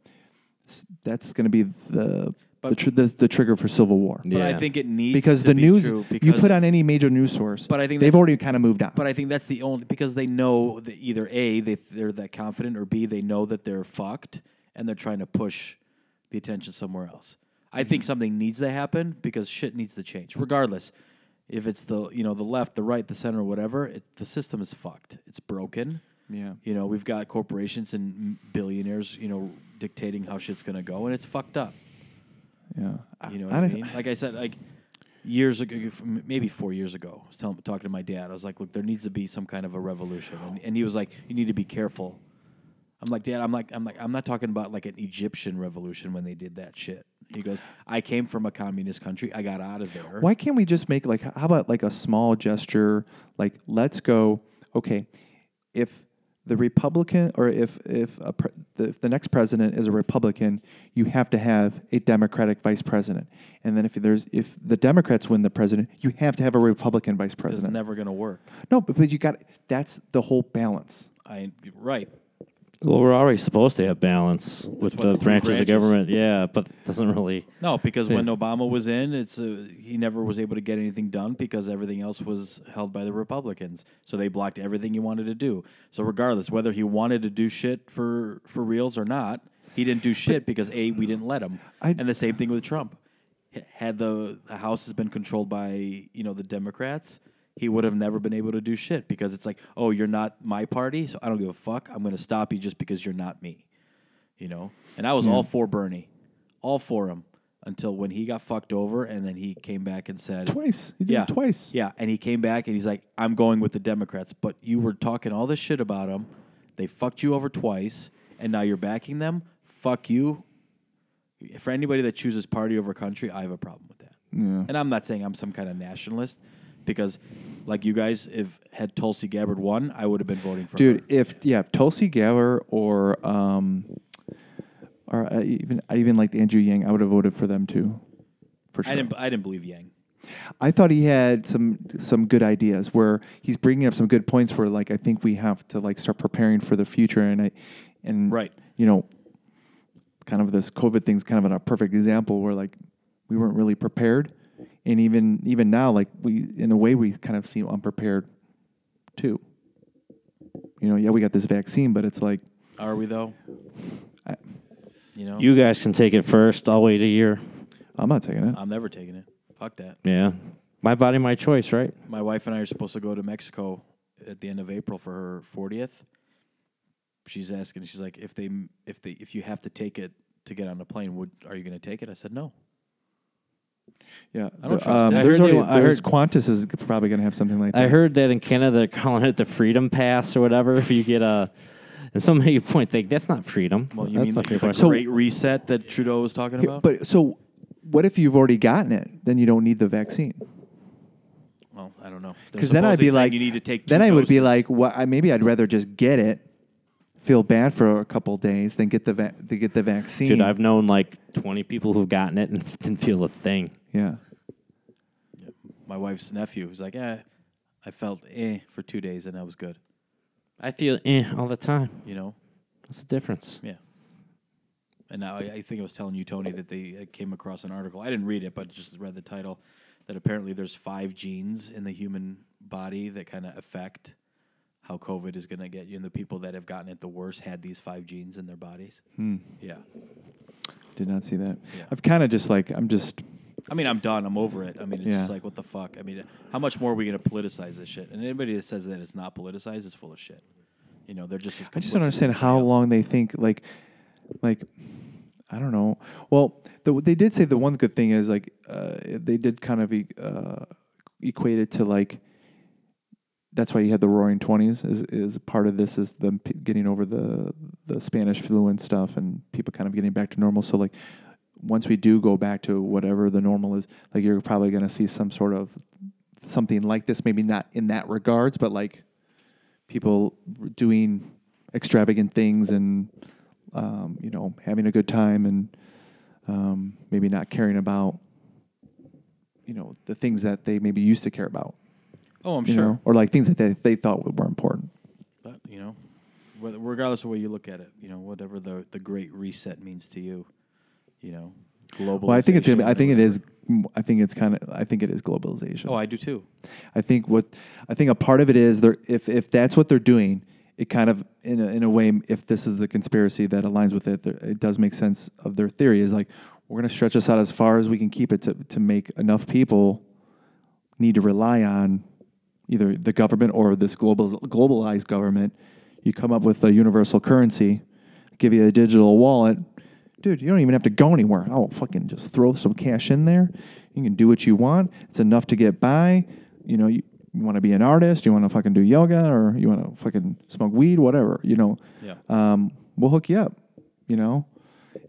that's going to be the the,
But-
tr- the the trigger for civil war.
But
Yeah.
I think it needs
Because
to
the
be
news
true
you
because
put on any major news source,
But I think
they've
that's-
already kind of moved on.
But I think that's the only because they know that either a they they're that confident or b they know that they're fucked and they're trying to push the attention somewhere else. I think something needs to happen because shit needs to change, regardless. If it's the you know the left, the right, the center, whatever, it, the system is fucked. It's broken.
Yeah.
You know we've got corporations and billionaires, you know, dictating how shit's gonna go, and it's fucked up.
Yeah.
You know what I,
Honest-
mean? Like I said, like years ago, f- maybe four years ago, I was telling, talking to my dad. I was like, look, there needs to be some kind of a revolution. And, and he was like, you need to be careful. I'm like, Dad, I'm like, I'm like, I'm not talking about like an Egyptian revolution when they did that shit. He goes, I came from a communist country. I got out of there.
Why can't we just make like h- how about like a small gesture like let's go okay if the Republican or if if a pre- the, if the next president is a Republican you have to have a Democratic vice president and then if there's if the Democrats win the president you have to have a Republican vice
It's
president
never gonna work.
no but, but you got that's the whole balance
I right.
Well, we're already supposed to have balance with
what
the
the three
branches, of
branches-
government. Yeah, but it doesn't really.
No, because when Obama was in, it's uh he never was able to get anything done because everything else was held by the Republicans. So they blocked everything he wanted to do. So regardless whether he wanted to do shit for for reals or not, he didn't do shit because a we didn't let him.
I-
and the same thing with Trump. H- Had the, the House has been controlled by you know the Democrats, he would have never been able to do shit because it's like, oh, you're not my party, so I don't give a fuck. I'm going to stop you just because you're not me you know. And I was all for Bernie, all for him until when he got fucked over, and then he came back and said
twice you did
yeah,
it twice
yeah. And he came back and he's like, "I'm going with the Democrats," but you were talking all this shit about them. They fucked you over twice, and now you're backing them. Fuck you. For anybody that chooses party over country, I have a problem with that. And I'm not saying I'm some kind of nationalist, because like you guys, if had Tulsi Gabbard won, I would have been voting for her.
dude if yeah if Tulsi Gabbard or um or I even I even liked Andrew Yang I would have voted for them too for sure
I didn't. I didn't believe Yang.
I thought he had some some good ideas where he's bringing up some good points where like I think we have to like start preparing for the future and I and
Right.
you know kind of this COVID thing's kind of a perfect example where like we weren't really prepared and even even now like we in a way we kind of seem unprepared too. You know, yeah, we got this vaccine, but it's like
Are we though?
I,
You know,
You guys can take it first. I'll wait a year.
I'm not taking it.
I'm never taking it. Fuck that.
Yeah, my body, my choice, right?
My wife and I are supposed to go to Mexico at the end of April for her 40th. She's asking. She's like, if they, if they, if you have to take it to get on the plane, would are you going to take it? I said no.
Yeah,
I don't
The-
trust
um,
it. I
there's
heard they
already
wa- I
there's
heard-
Qantas is probably going to have something like that.
I heard that in Canada they're calling it the Freedom Pass or whatever. If you get a, and some make a point think that's not freedom.
Well, you
that's
mean
not
like the
freedom.
Great Reset that Trudeau was talking
Yeah,
about?
But so, what if you've already gotten it? Then you don't need the vaccine.
well, I don't know. They're
Because then I'd
supposedly
be
saying
like,
you need to take.
Then
two
I would be
doses.
like, well, I, maybe I'd rather just get it, feel bad for a couple days, than get the va- to get the vaccine.
dude, I've known like twenty people who've gotten it and didn't feel a thing.
yeah.
my wife's nephew. He's like, eh, I felt eh for two days and I was good.
I feel eh all the time.
You know,
What's the difference?
Yeah. And now I, I think I was telling you, Tony, that they uh, came across an article. I didn't read it, but just read the title that apparently there's five genes in the human body that kind of affect how COVID is going to get you. And the people that have gotten it the worst had these five genes in their bodies. Yeah.
Hmm. Did not see that.
Yeah.
I've kind of just like I'm just
I mean, I'm done. I'm over it. I mean, it's just
Yeah.
like, what the fuck? I mean, how much more are we going to politicize this shit? And anybody that says that it's not politicized is full of shit. You know, they're just as
I just
complicit
don't
as
understand
anybody
how
else.
long they think like like I don't know. Well, the, they did say the one good thing is like uh, they did kind of e- uh, equate it to like that's why you had the Roaring Twenties is is part of this is them p- getting over the the Spanish flu and stuff and people kind of getting back to normal. So like once we do go back to whatever the normal is, like you're probably going to see some sort of something like this. Maybe not in that regards, but like people doing extravagant things and um, you know having a good time and um, maybe not caring about you know the things that they maybe used to care about
Oh, I'm
you
sure.
know, or like things that they, they thought were important.
But you know, whether, regardless of way you look at it, you know, whatever the the Great Reset means to you, you know, global.
Well, I think it's gonna be, I think it is I think it's kind of I think it is globalization.
Oh, I do too.
I think what I think a part of it is they're if if that's what they're doing, it kind of in a, in a way if this is the conspiracy that aligns with it, there, it does make sense of their theory is like we're going to stretch this out as far as we can keep it to, to make enough people need to rely on either the government or this global, globalized government. You come up with a universal currency, give you a digital wallet. Dude, you don't even have to go anywhere. Oh, fucking just throw some cash in there. You can do what you want. It's enough to get by. You know, you, you want to be an artist, you want to fucking do yoga, or you want to fucking smoke weed, whatever. You know,
Yeah.
um, we'll hook you up. You know,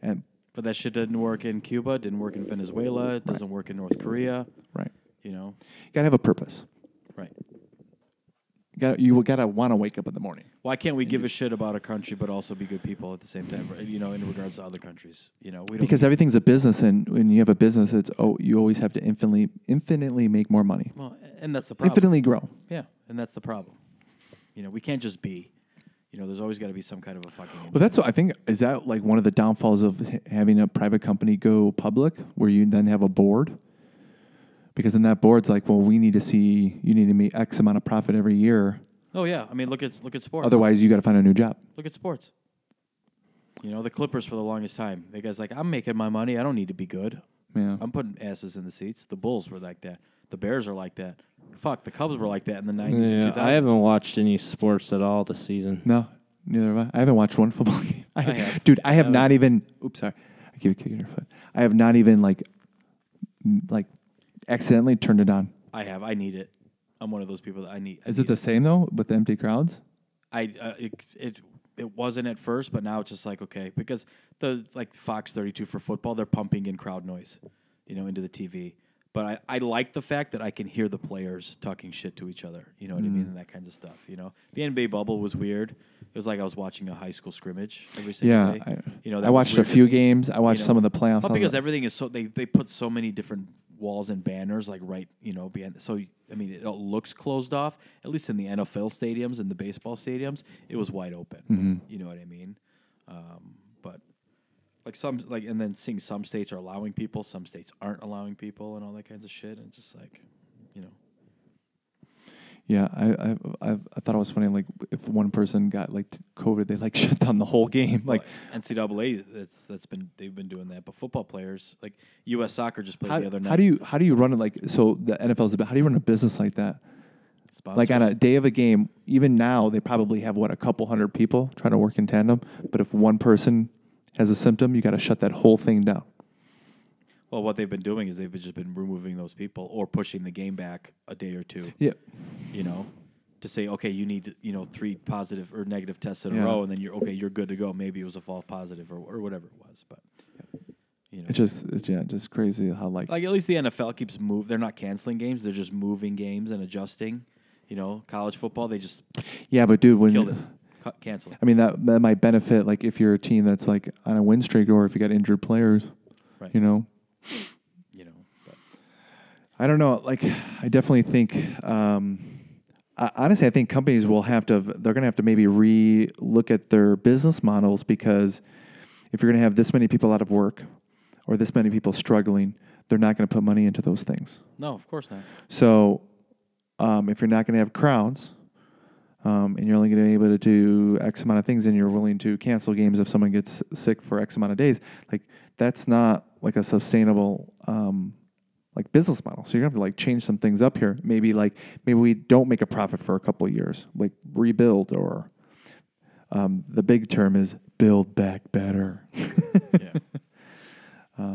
and
But that shit didn't work in Cuba, didn't work in Venezuela, it doesn't work in North Korea,
right,
you know?
you gotta have a purpose.
Right.
You gotta, you gotta want to wake up in the morning.
Why can't we give a shit about a country but also be good people at the same time, you know, in regards to other countries? You know, we don't
because everything's a business, and when you have a business, it's oh, you always have to infinitely, infinitely make more money,
well, and that's the problem.
infinitely grow.
Yeah, and that's the problem. You know, we can't just be. You know, there's always got to be some kind of a fucking.
Well, that's what I think. Is that like one of the downfalls of h- having a private company go public, where you then have a board? Because then that board's like, well, we need to see you need to make X amount of profit every year,
oh yeah, I mean, look at look at sports.
otherwise you got to find a new job.
look at sports. You know, the Clippers for the longest time, the guys like, I'm making my money. I don't need to be good.
Yeah.
I'm putting asses in the seats. The Bulls were like that. The Bears are like that. Fuck, the Cubs were like that in the 90s and 2000s.
I haven't watched any sports at all this season.
No, neither have I. I haven't watched one football game. I,
have.
Dude, I have not even. Oops, sorry. I keep kicking your foot. I have not even like, m- like, accidentally turned it on.
I have. I need it. I'm one of those people that I need. I
Is it
need
the same though with the empty crowds?
I uh, it, it it wasn't at first, but now it's just like okay, because the like Fox 32 for football, they're pumping in crowd noise, you know, into the TV. But I, I like the fact that I can hear the players talking shit to each other, you know what I
Mm.
mean, and that kinds of stuff. You know, the NBA bubble was weird. It was like I was watching a high school scrimmage every single
Yeah,
day.
I,
you know,
I
was
watched a
weird to
few
me,
games. I watched
you know.
some of the playoffs. I
Well,
was
because
like,
everything is so they they put so many different walls and banners like right you know behind. So I mean, it all looks closed off. At least in the NFL stadiums and the baseball stadiums, it was wide open.
Mm-hmm.
You know what I mean? Um, but like some like and then seeing some states are allowing people, some states aren't allowing people, and all that kinds of shit. And it's just like, you know,
yeah, I, I I I thought it was funny. Like if one person got like t- COVID, they like shut down the whole game. Like
Well, NCAA, that's that's been they've been doing that. But football players, like U.S. soccer, just played
how,
the other night.
how do you how do you run it? Like so the NFL's a bit. How do you run a business like that? like on
Sponsors.
a day of a game, even now they probably have what a couple hundred people trying to work in tandem. But if one person has a symptom, you got to shut that whole thing down.
Well, what they've been doing is they've just been removing those people or pushing the game back a day or two,
Yeah,
you know, to say, okay, you need, you know, three positive or negative tests in
Yeah.
a row, and then you're okay, you're good to go. Maybe it was a false positive or, or whatever it was, but you know,
it's just it's, yeah, just crazy how like,
like at least the NFL keeps move. They're not canceling games; they're just moving games and adjusting. You know, college football they just
yeah, but dude, when
killed it, Ca- cancel. it.
I mean that that might benefit like if you're a team that's like on a win streak or if you got injured players,
Right.
you know.
You know, but
I don't know. Like, I definitely think, um, I, honestly, I think companies will have to, they're going to have to maybe re look at their business models because if you're going to have this many people out of work or this many people struggling, they're not going to put money into those things.
no, of course not.
So, um, if you're not going to have crowds, um, and you're only going to be able to do X amount of things, and you're willing to cancel games if someone gets sick for X amount of days, like that's not like a sustainable um, like business model. So you're going to have to like change some things up here. Maybe like maybe we don't make a profit for a couple of years, like rebuild, or um, the big term is build back better. Um,
Yeah.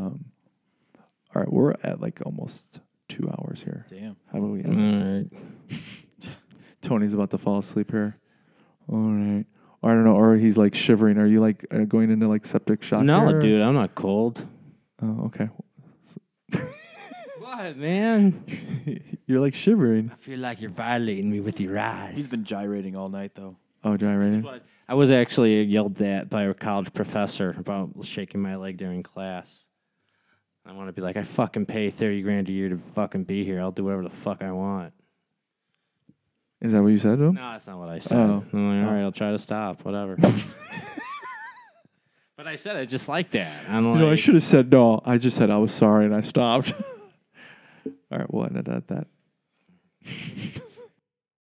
All right, we're at like almost two hours here.
Damn.
How about we end
All
this?
right.
Tony's about to fall asleep here. All right. Or I don't know. Or he's like shivering. Are you like uh, going into like septic shock?
No,
here?
dude, I'm not cold.
Oh, okay.
What, man?
You're like shivering.
I feel like you're violating me with your
He's
eyes.
been gyrating all night though.
Oh, gyrating.
I was actually yelled at by a college professor about shaking my leg during class. I want to be like, I fucking pay 30 grand a year to fucking be here. I'll do whatever the fuck I want.
Is that what you said to him?
No, that's not what I said.
Oh.
I'm like, all right, I'll try to stop, whatever. but I said it just like that. I'm like,
You know, I should have said no. I just said I was sorry and I stopped. All right, we'll end it at that.